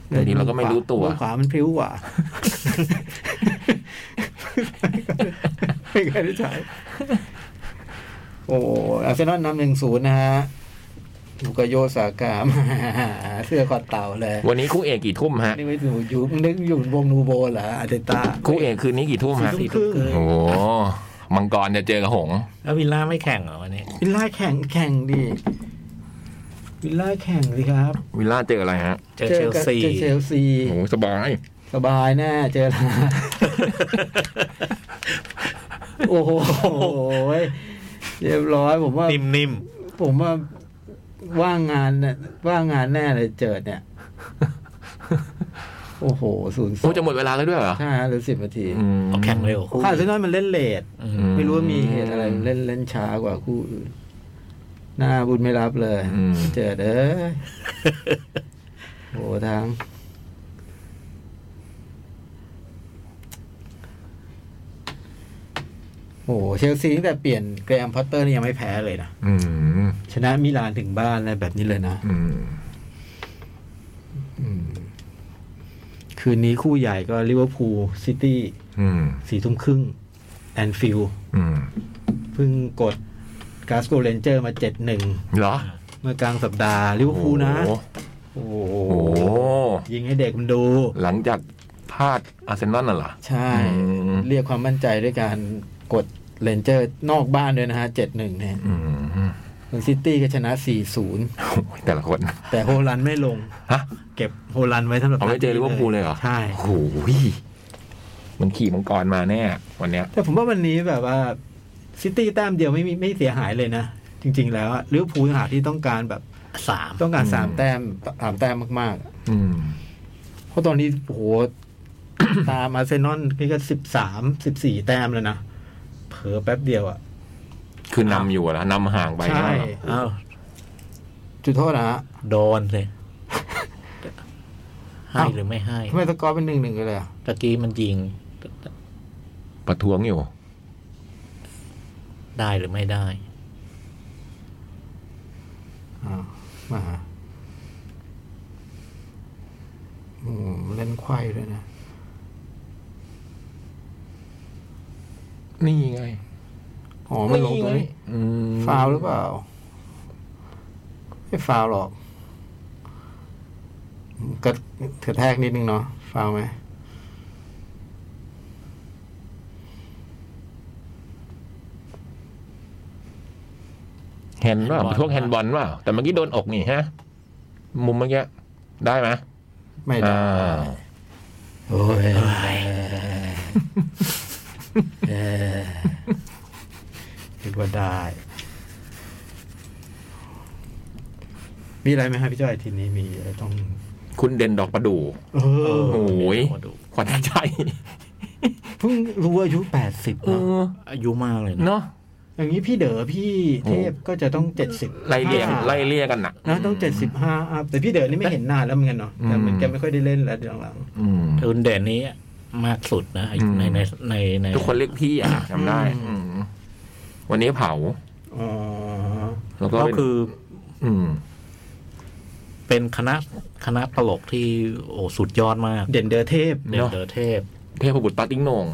S4: เดี๋ยวนี้เราก็ไม่รู้ตัว
S2: มือขวามันพริ้วกว่า ไม่เคยได้ใช้ โอ้อาร์เซนอลนำหนึ่งศูนย์นะฮะบุกโยสากาม เสื้อคอเต่าเลย
S4: วันนี้คู่เอกกี่ทุ่มฮะ
S2: นี่ไม่ถูกอยู่นึกอยู่วงนูโบเหรออาร์เตต้า
S4: คู่เอกคืนนี้กี่ทุ่มฮะ
S2: สี่ทุ่มครึ่ง
S4: โอ้โหมังกรจะเจอกับหงส์
S3: แล้ววิลล่าไม่แข่งเหรอวันนี้
S2: วิลล่าแข่งแข่งดี วิลล่าแข่งสิครับ
S4: วิลล่าเจออะไรฮะ
S3: เจอเชลซี
S2: เจอเชลซี
S4: โอ้โหสบาย
S2: สบายแน่เจอแล้ว นะโอ้โหเรียบร้อยผมว่า
S3: นิ่มนิ่ม
S2: ผมว่าว่างงานเนี่ยว่างงานแน่เลยเจิดเนี่ย โอ้โหศูนย์ส
S4: โอ้
S2: อง
S4: จะหมดเวลาแล้วด้วยเหรอ
S2: ใช่ฮะหรือสิบนาที
S4: ม
S3: ๆเอาแข่งเร็วคู่
S2: ข้าวเซนน้อยมันเล่นเลท
S3: อื
S4: อื
S3: ม
S2: ไม่รู้ว่ามีเหตุอะไรเล่นเล่นช้ากว่าคู่อื่นหน้าบุญไม่รับเลย
S4: อืม
S2: เจิดเอ้ยโอ้ทาง โอ้โหเชลซีตั้งแต่เปลี่ยนแกรมพอตเตอร์นี่ยังไม่แพ้เลยนะ
S4: อืม
S2: ชนะมิลานถึงบ้านอะไรแบบนี้เลยนะ
S4: อืม
S2: คืนนี้คู่ใหญ่ก็ลิเวอร์พูลซิตี้
S4: อืม
S2: สี่ทุ่มครึ่งแอนฟิลด์
S4: อืม
S2: เพิ่งกดกาสโกเ r นเจอร์มาเจ็ดหนึ่ง
S4: เหรอ
S2: เมื่อกลางสัปดาห์ลิเวอร์พูลนะ
S4: โอ้
S2: โอ้โห
S4: โห
S2: ยิงให้เด็กมันดู
S4: หลังจากพลาดอาร์เซนอลน่ะเหรอ
S2: ใช่
S4: อืม
S2: เรียกความมั่นใจด้วยการกดเ a นเจอร์นอกบ้านด้วยนะฮะเจ็ดหนึ่งเนี่ย
S4: อืม
S2: ส่วนซิตี้ก็ชนะสี่ศูนย์
S4: โอ้ยแต่ละคน
S2: แต่โฮลันด์ไม่ลง
S4: ฮะ
S2: เก็บโฮลันด์ไว้สำหรับ
S4: เอาไว้เจอลิเวอร์พูลเลยเหรอ
S2: ใช่
S4: โอ้โหมันขี่มังกรมาแน่วันเนี้ย
S2: แต่ผมว่าวันนี้แบบว่าซิตี้แต้มเดียวไม่มีไม่เสียหายเลยนะ จริง ๆ แล้วอะลิเวอร์พูลต่างหากที่ต้องการแบบ
S3: สาม
S2: ต้องการ
S4: อืม
S2: สามแต้มสามแต้มมาก
S4: อืม
S2: ๆ เพราะตอนนี้โอ้โห ตามอาร์เซนอลนี่ก็สิบสามสิบสี่แต้มแล้วนะ เผลอแป๊บเดียวอ่ะ
S4: คือนำอยู่แล้วนำห่างไป
S2: ใช่
S4: ได้เหรอ
S3: อ้าว
S2: จุดโทษนะฮะ
S3: โดนเลยให้หรือไม่ให้
S2: ทำไมสกอร์เป็นหนึ่งหนึ่งกันเลยอะ
S3: ตะกี้มันยิง
S4: ประท้วงอยู่
S3: ได้หรือไม่ได้
S2: อ่ามาหาอืมเล่นไขว้ด้วยนะ
S4: นี่ไง
S2: อ๋อ มันลงตรงนี้
S4: อืม
S2: ฟาวล์หรือเปล่า ไม่ฟาวล์หรอกกระกระแทกนิดนึงเนาะฟาวล์ไหม
S4: แฮนด์เปล่าประท้วงแฮนด์บอลเปล่าแต่เมื่อกี้โดนอกนี่ฮะ มุมเมื่อกี้ได้ไหม
S2: ไม่ได้
S4: อ่า
S2: โอ้ยเออคิดว่าได้ มีอะไรไหมครับพี่จ้อยทีนี้มีอะไรต้อง
S4: คุณเด่นดอกประดู
S2: เออ
S4: โอ้ย
S3: เด่นดอกประดู่
S4: ขวัญใจ
S2: เพิ่งรู้อายุแปดสิบ
S4: เออ
S3: อายุมากเลยนะ
S4: เนาะ
S2: อย่างนี้พี่เด๋อพี่เทพก็จะต้องเจ็ดสิบ
S4: ไล่เลี่ยงไล่เลี่ยกันน่ะ
S2: นะต้องเจ็ดสิบห้าแต่พี่เด๋อนี่ไม่เห็นนานแล้วเหมือนกันเนาะแต่เหมือนแกไม่ค่อยได้เล่นแล้วเดี๋ยวหลัง
S4: อืม
S3: ทุนเด่นนี้มากสุดนะ
S4: อืม
S3: ในในในใน
S4: ทุกคนเรียกพี่อ่ะจำได้อืมวันนี้เผา
S2: ๆอ๋อ
S4: แล้วก็
S3: ก็
S4: เป็น
S3: คือ
S4: อืม
S3: เป็นคณะคณะตลกที่โอ้สุดยอดมาก
S2: เด่นเด๋อเทพ
S3: เด่น
S4: เนอะ
S3: เดอะเทพ
S4: เทพบุตรปาติ้งโหนง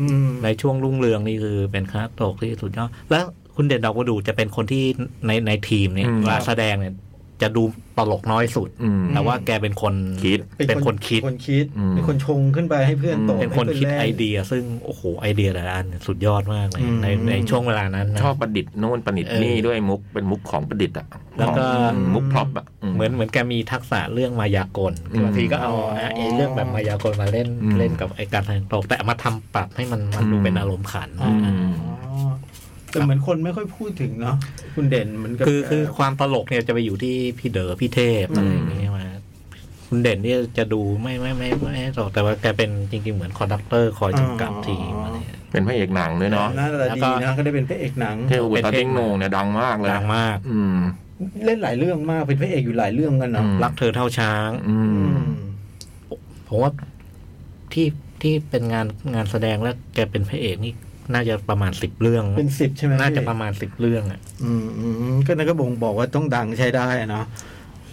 S2: อืม
S3: ในช่วงรุ่งเรืองนี่คือเป็นคณะตลกที่สุดยอด แล้วคุณเด่นดอกประดูจะเป็นคนที่ในในทีมเนี่ย
S4: อืม
S3: เวลาแสดงเนี่ย จะดูตลกน้อยสุด
S4: อืม
S3: แต่ว่าแกเป็นคน
S4: คิด
S3: เป็นคนคิด
S2: เป็นคนคิด
S4: อืม
S2: เป็นคนชงขึ้นไปให้เพื่อนโต
S3: เป็นคน
S2: ให้พื่
S3: คิด
S2: ล่
S3: ไอเดีย ซึ่งโอ้โหไอเดียแต่ละอันเนี่ยสุดยอดมากเลย
S2: อืม
S3: ในในช่วงเวลานั้นนะ
S4: ชอบประดิษฐ์โน่นประดิษฐ์
S3: เออ
S4: นี่ด้วยมุกเป็นมุกของประดิษฐ์อ่ะ
S3: แล้วก็
S4: ของมุกพร็อพอ่ะ
S3: เหมือนเหมือนแกมีทักษะเรื่องมายากล
S4: อืม
S3: บางทีก็เอาไอ้เรื่องแบบมายากลมาเล่น
S4: อืม
S3: เล่นกับไอ้การแสดงตลกแต่เอามาทำปรับให้มันมันดู
S4: อืม
S3: เป็นอารมณ์ขัน
S2: อ๋อ
S4: อืม
S2: แต่เหมือนคนไม่ค่อยพูดถึงเนาะคุณเด่นเหมือนกับ
S3: คือคือความตลกเนี่ยจะไปอยู่ที่พี่เดอ๋อพี่เทพอะไรอย่างเงี้ยมาคุณเด่นเนี่ยจะดูไม่ไม่ไม่ไม่ไม่ตลกแต่ว่าแกเป็นจริง ๆ เหมือนคอนดักเตอร์คอยกำกับทีมอะไรอย่างเงี้ย
S4: เป็นพระเอกหนังด้วยเนาะ
S2: หน้าตาดี
S3: แล้วก็
S2: นะก็ได้เป็นพระเอกหนัง
S4: เทพบุต
S3: เป็
S4: ร
S3: น
S4: ปา
S3: เทพ
S4: ติ้งโหนงเนี่ยดังมากเลย
S3: ดังมาก
S4: อืม
S2: เล่นหลายเรื่องมากเป็นพระเอกอยู่หลายเรื่องกันเนาะ
S4: อืม
S3: รักเธอเท่าช้าง
S4: อื
S2: อื
S4: ม
S2: ม
S3: ผมว่าที่ที่เป็นงานงานแสดงแล้วแกเป็นพระเอกนี่น่าจะประมาณสิบเรื่อง
S2: เป็นสิบใช่ไหม
S3: น่าจะ
S2: พี่
S3: ประมาณสิบเรื่องอะ
S2: อืมอืมก็นั่นก็บ่งบอกว่าต้องดังใช้ได้อะเนาะ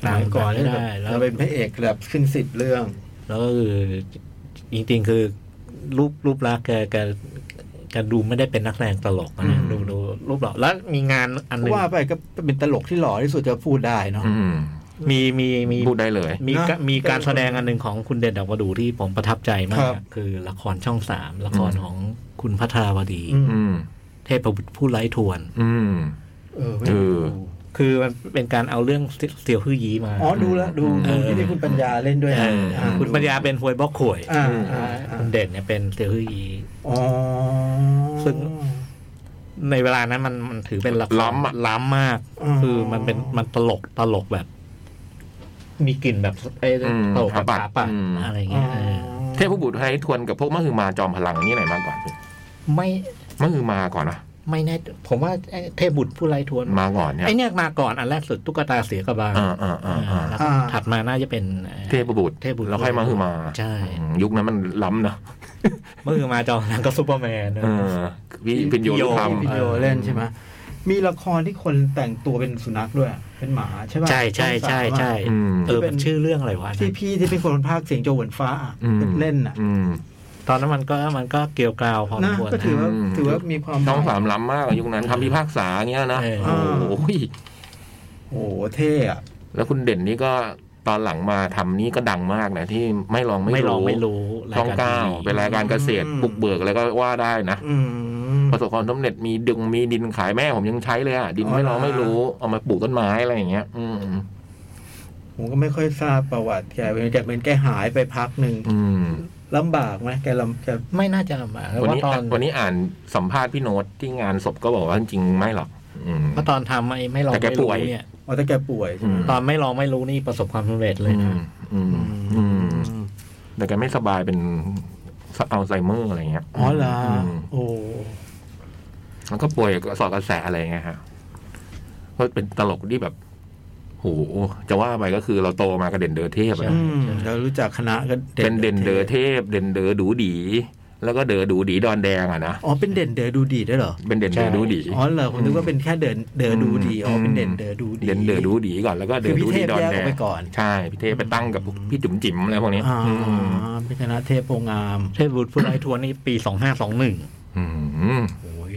S3: ดัง
S2: สมัยก่อน
S3: ใช้ได้แล้ว
S2: เราเป็นพระเอกแบบขึ้นสิบเรื่อง
S3: แล้วก็คือจริงๆคือรูปรูปลักษณ์แกแกแกดูไม่ได้เป็นนักแสดงตลก
S4: อื
S3: นะ
S4: ม
S3: ดูดูรูปหล่อแล้วมีงานอันหนึง
S2: ว่าไปก็เป็นตลกที่หล่อที่สุดจะพูดได้เนาะ
S4: อืม
S3: มีมีมี
S4: พูดได้เลย
S3: มี
S2: นะ
S3: กะมีการแสดงอันหนึ่งของคุณเด่นดอกประดูที่ผมประทับใจมา
S2: ครั
S3: ก
S2: บ
S3: คือละครช่องสามละครของคุณพัทราวดี
S2: อืม
S4: อืม
S3: เทพบุตรผู้ไร้ทวน
S4: อืม
S2: เออไม่
S4: เอ
S2: รู้
S4: อ
S3: คือมันเป็นการเอาเรื่องเสี่ยวฮื้อยีมา
S2: อ๋อดูแล้วดูดูที่นี่คุณปัญญาเล่นด้วยนะ
S4: เอออ่
S2: า
S3: คุณปัญญาเป็นหวยบอกข่วย
S2: อ่าอ่าอ่า
S3: คุณเด่นเนี่ยเป็นเสี่ยวฮื้อยี
S2: อ๋อ
S3: ซึ่ง ในเวลานั้นมันมันถือเป็นละคร
S4: ล้ำอะ
S3: ล้ำมาก คือมันเป็นมันตลกตลกแบบ มีกลิ่นแบบไอ้
S4: อืม
S3: ตลกแบบ
S4: ปะปะ
S3: ปะปะ
S4: อืม
S3: อะไร
S2: อ๋อ
S3: เงี้ยเออ
S4: เทพบุตรไทยทวนกับพวกมะฮือมาจอมพลังนี่ไหนมาก่อนพี่
S3: ไม่
S4: มะฮือมาก่อนนะ
S3: ไม่แน่ผมว่าไอ้เทพบุตรผู้ไร้ทวน
S4: มาก่อนเนี่ย
S3: ไอ้เนี่ยมาก่อนอันแรกสุดตุ๊กตาเสียกระบาล
S4: อ่าอ่าอ่าอ่า
S3: แล้วก็ถัดมาน่าจะเป็นอ่อ
S4: เทพบุตร
S3: เทพบุตร
S4: แล้วค่อยมะฮือมา
S3: ใช่
S4: อืมยุคนั้นมันล้ำเนอะ
S3: มือมาจอมหนังก็ซูเปอร์แมนนะ
S4: เออพี่พินโย
S3: พินโย
S4: ลูกค
S2: วิดีโอเล่นใช่ไหมมีละครที่คนแต่งตัวเป็นสุนัขด้วย เป็นหมาใช่ป่ะ
S3: ใช่ใช่ใช่ใช่
S4: ำอืม
S3: เออมันชื่อเรื่องอะไรวะ
S2: ที่พี่ที่เป็นคนพากย์เสียงโจหวนฟ้าอะ
S4: อืม
S2: เล่นอ่ะ
S4: อืม
S3: ตอนนั้นมันก็มันก็เกรี่ยวกราวพอสม
S2: นะ
S3: ควร
S2: ก็ถือ
S3: นะ
S2: ว่า
S4: อืม
S2: ถือว่ามีความ
S4: ช่องสามล้ำมากอะยุคนั้นคำพิพากษาเงี้ยนะ
S3: เออ
S4: โอ้โห
S2: โอ้โหเท่อะ
S4: แล้วคุณเด่นนี่ก็ตอนหลังมาทำนี่ก็ดังมากนะที่ไม่ลองไม่
S3: ไม่ลอง
S4: รู้
S3: ไม่รู้
S4: ช่อง
S3: รยร
S4: เก้า
S3: ทีวี
S4: เป็นรายการเกษตรบุกเบิกอะไรก็ว่าได้นะ
S2: อืม
S4: ประสบความสำเร็จมีดึงมีดินขายแม่ผมยังใช้เลยอ่ะ ดิน
S2: อ๋อ
S4: ไม่
S2: เหร
S4: ร
S2: อ
S4: อไม่รู้ เอามาปลูกต้นไม้อะไรอย่างเงี้ย อืม
S2: ผมก็ไม่ค่อยทราบประวัติแกเป็นแกเป็นแกหายไปพักหนึ่ง
S4: อืม
S2: ลำบากไหมแกลำแก
S3: ไม่น่าจะลำบากเพราะ
S4: วัน
S3: ว่า
S4: นี้
S3: ตอ
S4: อ่ะ
S3: น
S4: วันนี้อ่านสัมภาษณ์พี่โน้ตที่งานศพก็บอกว่าจริงๆไม่หรอก อืม
S3: เพราะตอนทำไม่ไม่ลอง
S4: แต่แก
S3: ไม่
S4: ป่
S3: รู้
S4: วย
S3: เนี่ย
S2: อ๋อแต่แกป่วยใช่ไหม
S3: ตอนไม่ลองไม่รู้นี่ประสบความสำเร็จเลย
S4: อื
S3: นะ
S4: มอืมอืม
S2: อืม
S4: แต่แกไม่สบายเป็นอัลไซเมอร์อะไรเงี้ย
S2: อ๋อเหรอ
S4: ม
S2: โอ้
S4: แล้วก็ป่วยสอดกระแสอะไรเงี้ยฮะเพราะเป็นตลกที่แบบโหจะว่าไปก็คือเราโตมากระเด่นเดอเทพอะ
S2: อืมเรารู้จักคณะก็
S4: เป็นเด่นเดอเทพ เด่นเดอดูดี แล้วก็เดอดูดีดอนแดงอะนะ
S2: อ๋อเป็นเด่นเดอดูดีด้วยเหรอ
S4: เป็นเด่นเดอดูดี
S2: อ๋อเหรอผมนึกว่าเป็นแค่เดินเดอดูดีอ๋อเป็นเด่นเดอดูดี
S4: เด่นเดอดูดีก่อนแล้วก็เดอดูดีดอนแด
S2: คือพี่เทพแยกอง อกไปก่อน
S4: ใช่พี่เทพไปตั้งกับพวกพี่จุ๋มจิ๋มอะไรพวกนี้
S2: อ่า
S4: อืม
S2: เป็นคณะเทพโพงาม
S3: เทพบุตรผู้ไร้ทวนนี่ปีสองห้าสองหนึ่ง
S4: อืม
S2: โอ้ย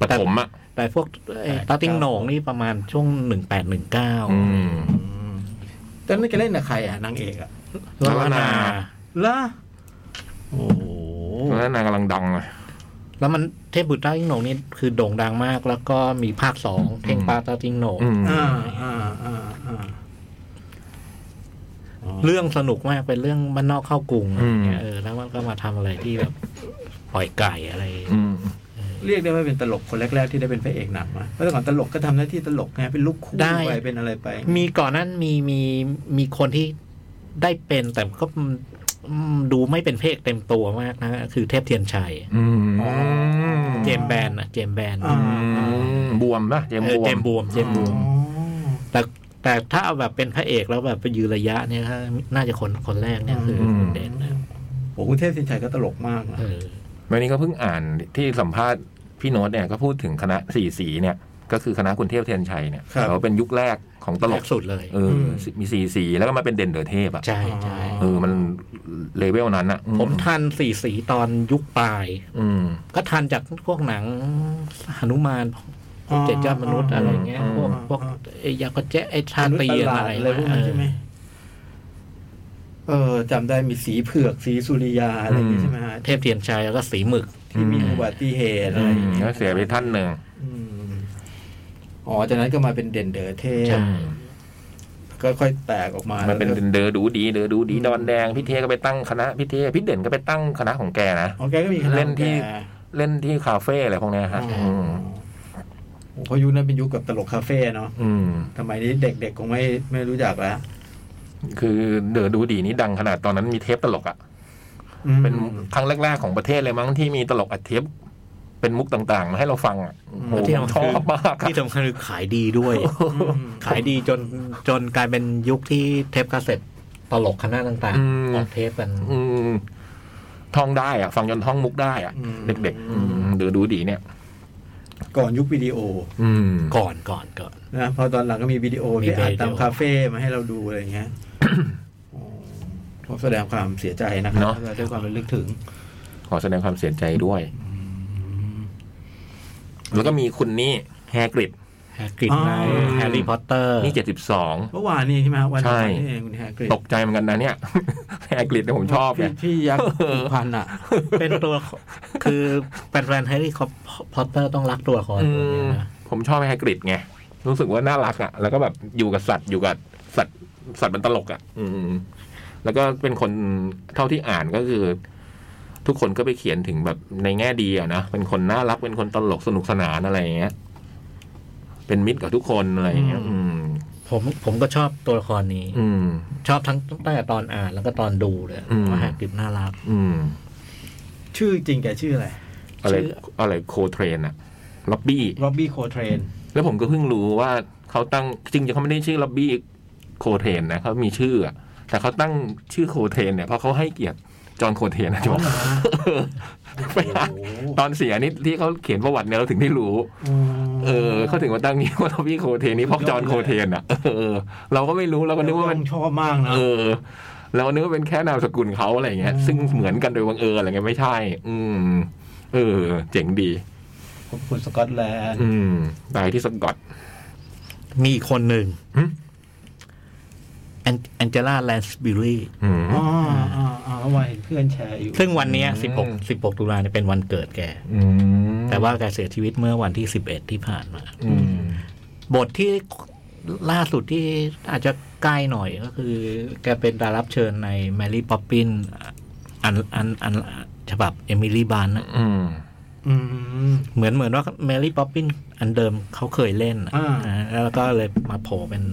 S4: ปฐมอะ
S3: แต่พวกไอ้ตาติ้งโหนงนี่ประมาณช่วงหนึ่งแปดหนึ่งเก้า
S4: อืม
S2: ตอนนั้นแกเล่นกับใครอ่ะนางเอกอ่ะ
S3: แล้วก็
S4: แล้วก็
S3: นา
S4: นา
S2: ล่ะโอ้โห
S4: แล้วนางกำลังดังอะ
S3: แล้วมันเทพบุตรตาติ้งโหนงนี่คือโด่งดังมาก แล้วก็มีภาคสองเท่งปลาตาติ้งโหนง
S4: อืม
S2: อ่าอ่าอ่าอ่า
S3: เรื่องสนุกมากเป็นเรื่องบ้านนอกเข้ากรุงอะไรเงี้ย
S4: อืม
S3: เออแล้วมันก็มาทำอะไรที่แบบปล่อยไก่อะไร
S4: อืม
S2: เรียกได้ว่าเป็นตลกคนแรกๆที่ได้เป็นพระเอกหนังมาเพราะแต่ก่อนตลกก็ทำหน้าที่ตลกไงเป็นลูกคู่
S3: ได้
S2: ไปเป็นอะไรไป
S3: มีก่อนนั้นมีมีมีคนที่ได้เป็นแต่ก็อืมดูไม่เป็นเพศเต็มตัวมากนะ คือเทพเทียนชัย
S4: อืม
S2: อ๋อ
S3: เจมส์แบนนะเจมส์แบน
S2: อ่า
S4: อืมบวมป่ะเจม
S3: เออเจมส์
S4: บ
S3: บู
S4: วม
S3: มเจมส์
S2: อ๋
S3: บู
S2: อ
S3: มแต่แต่ถ้าเอาแบบเป็นพระเอกแล้วแบบไปยืนระยะเนี่ยถ้าน่าจะคนคนแรกเนี่ยคืออ
S4: ม
S3: คุณเด่นนะ
S2: โอ้โหคุณเทพสินชัยก็ตลกมากนะ
S3: เออ
S4: วันนี้ก็เพิ่งอ่านที่สัมภาษณ์พี่โน้ตเนี่ยก็พูดถึงคณะสี่สีเนี่ย ก็คือคณะคุณเทพเทียนชัยเนี่ยเขาเป็นยุคแรกของตล
S3: แร
S4: ก
S3: สุดเลย
S4: เออมีสีสีแล้วก็มาเป็นเด่นเดอะเทพอ่ะ
S3: ใช่ใช่
S4: เออมันเลเวลนั้นอ่ะอื
S3: ผมทันสีสีตอนยุคปลาย
S4: อืม
S3: ก็ทันจากพวกหนังหนุมานพวกเจ็ดยอดมนุษย์อะไรเงี้ย
S4: อืม
S3: พวกพวกไอ้ยากษ์กระเจ๊ะไอ้ชา
S2: ทาน
S3: ตรี
S2: ตีอะ
S3: อะไร
S2: ไรพวกนั้นใช่ไหมเออจำได้มีสีเผือกสีสุริยาอะไรอย่างงี้ใช่ไหมฮะ
S3: เทพเทียนชัยแล้วก็สีหมึก
S2: ที่มีอุบัติเหตุอะไรอย่างเงี้ย
S4: ก็เสียไปท่านหนึ่ง
S2: อืมอ๋อ จากนั้นก็มาเป็นเด่นเดอเทพ
S3: ใช่
S2: ก็ค่อยแตกออกมา
S4: มันเป็น
S2: แล้วก็
S4: เดอดูดีเดอดูดีดอนแดงพี่เทก็ไปตั้งคณะพี่เทพี่เด่นก็ไปตั้งคณะของแกนะ
S2: อ๋อแกก็มีคณะ
S4: เล่น
S2: ของแก
S4: ที่ เล่นที่คาเฟ่อะไรพวกเนี้ยฮะ
S2: อ๋อ
S4: อืม
S2: โอ้เพราะยุคนั้นเป็นยุคกับตลกคาเฟ่เนาะ
S4: อืม
S2: ทำไมยนี้เด็กๆคงไม่ไม่รู้จักแล้ว
S4: คือเดอดูดีนี่ดังขนาดตอนนั้นมีเทปตลกอ่ะ
S2: อืม
S4: เป็นครั้งแรกๆของประเทศเลยมั้งที่มีตลกอัดเทปเป็นมุกต่างๆ มาให้เราฟังอ่ะโอ้โห
S3: แล้วที่
S4: ผม
S3: สำ
S4: ช
S3: คั
S4: อ
S3: ญ
S4: บมากอะ
S3: ที่สำคัญคือขายดีด้วย ขายดีจนจนกลายเป็นยุคที่เทปคาสเซ็ตตลกคณะต่าง
S4: อืม
S3: ๆออกเทปกัน
S4: อืมท่องได้อะฟังจนท่องมุกได้อะ
S2: อืม
S4: เด็กๆอืมเดี๋ยวดูดีเนี่ย
S2: ก่อนยุควิดีโอ
S4: อืม
S3: ก่อนก่อนก่อน
S2: นะพอตอนหลังก็มีวิดีโอ
S3: มี
S2: ที่อัด
S3: วิดีโอ
S2: ตามคาเฟ่มาให้เราดูอะไร อย่างเงี้ยโอ้ผมแสดงความเสียใจนะครับด้วยความระลึกถึง
S4: ขอแสดงความเสียใจด้วย แล้วก็มีคุณนี่แฮกริด
S3: แฮร์กริด
S2: อ๋อ
S3: ไนแฮร์รี่พอตเตอร์
S4: นี่เจ็ดสิบสอง
S2: เมื่อวานนี้ใช่ไหมฮะวัน
S4: ใช่
S2: นี้เองคุณแฮกริด
S4: ตกใจเหมือนกันนะเนี่ย แฮกริดเนี่ยผมชอบ
S2: พี่
S4: เนี่ย
S2: พี่ยักษ์ผูกพัน อ่ะ
S3: เป็นตัวคือแฟนแฟนแฮร์รี่พอตเตอร์ต้องรักตัวละคร
S4: อื
S3: ตัวนี้
S4: ม
S3: นะ
S4: ผมชอบแฮกริดไง รู้สึกว่าน่ารักอ่ะ แล้วก็แบบอยู่กับสัตว์อยู่กับสัตว์สัตว์มันตลกอ่ะ อืม แล้วก็เป็นคนเท่าที่อ่านก็คือ ทุกคนก็ไปเขียนถึงแบบในแง่ดีอ่ะนะเป็นคนน่ารักเป็นคนตลกสนุกสนานอะไรอย่างเงี้ย เป็นมิตรกับทุกคนอะไรอย่างเงี้ย อืม
S3: ผมผมก็ชอบตัวละครนี้
S4: อืม
S3: ชอบทั้งตั้งแต่ตอนอ่านแล้วก็ตอนดูเลย
S4: อืม
S3: ว่าหากริบน่ารัก
S4: อืม
S2: ชื่อจริงแกชื่ออะไร
S4: อะไร
S3: ชื่อ
S4: อะไรโคเทรนอะล็อบบี้
S2: ร็อบบี้โคเทรน
S4: แล้วผมก็เพิ่งรู้ว่าเขาตั้งจริงๆเขาไม่ได้ชื่อล็อบบี้โคเทนนะเขามีชื่ออะแต่เขาตั้งชื่อโคเทนเนี่ยเพราะเขาให้เกียรติจอห์นโคเทนนะจอห์นไปอ่านตอนเสียนี่ที่เขาเขียนประวัติเนี่ยเราถึงได้รู้ เออเขาถึงมาตั้งนี้ว่าล็อบบี้โคเทนนี่เพราะจอห์นโคเทนอ่ะเออ เราก็ไม่รู้เราก็นึกว่ามัน
S2: ผมชอบมากนะ
S4: เออ เรานึกว่าเป็นแค่นามสกุลเขาอะไรเงี้ย
S2: อืม
S4: ซึ่งเหมือนกันโดยบังเอิญอะไรเงี้ยไม่ใช่ อืม เออ เจ๋งดี
S2: ขอบคุณสกอตแลนด์
S4: อืมตายที่สกอต
S3: มีอีกคนหนึ่ง
S4: หึ
S3: แอนแอนเจล่าแลนส์บิลลี่
S4: อืม
S2: อ๋ออ๋ออ๋อเมื่อวานเห็นเพื่อนแชร์อยู่
S3: ซึ่งวันเนี้ย
S4: อืม
S3: 16 16 ตุลาเนี่ยเป็นวันเกิดแก
S4: อืม
S3: แต่ว่าแกเสียชีวิตเมื่อวันที่ 11 ที่ผ่านมา
S4: อืม
S3: บทที่ล่าสุดที่อาจจะใกล้หน่อยก็คือ แกเป็นดารับเชิญในแมรี่ป๊อปปินอันอันอันฉบับเอมิลี่บานนะ
S4: อืม
S2: อืม
S3: เหมือนเหมือนว่าแมรี่ป๊อปปินอันเดิมเขาเคยเล่นนะ
S2: อ่า
S3: อ่าแล้วก็เลยมาโผล่เป็น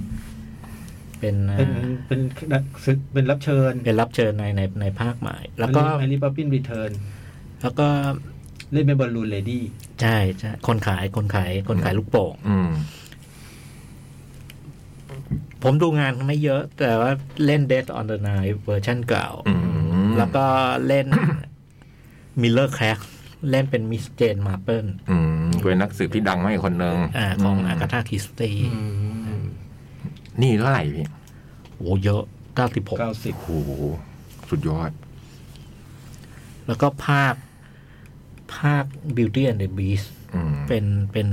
S3: เป็นอ่า
S2: เป็นเป็นเป็นรับเชิญ
S3: เป็นรับเชิญในในในภาคใหม่ แล้วก็
S2: แมรี่ป๊อปปินรีเทิร์น
S3: แล้วก็
S2: เล่นเป็นบอลลูนเลดี้
S3: ใช่ใช่คนขายคนขายคนขายลูกโป่ง
S4: อืม
S3: ผมดูงานไม่เยอะ แต่ว่าเล่น Dead on the Night เวอร์ชันเก่า
S4: อืม
S3: แล้วก็เล่น Miller c r a c k เล่นเป็นมิสเจนมาเปิล
S4: อืมเป็นนักสืบที่ดังมากอีกคนนึง
S3: ของอาม กาธาคิสตี
S4: นี่เท่าไหร่พี่
S3: โอ้เยอะ 96
S2: เก้าสิบ
S4: โอ้โหสุดยอด
S3: แล้วก็ภาค ภาค Beauty and the Beast
S4: อืม
S3: เป็นเป็น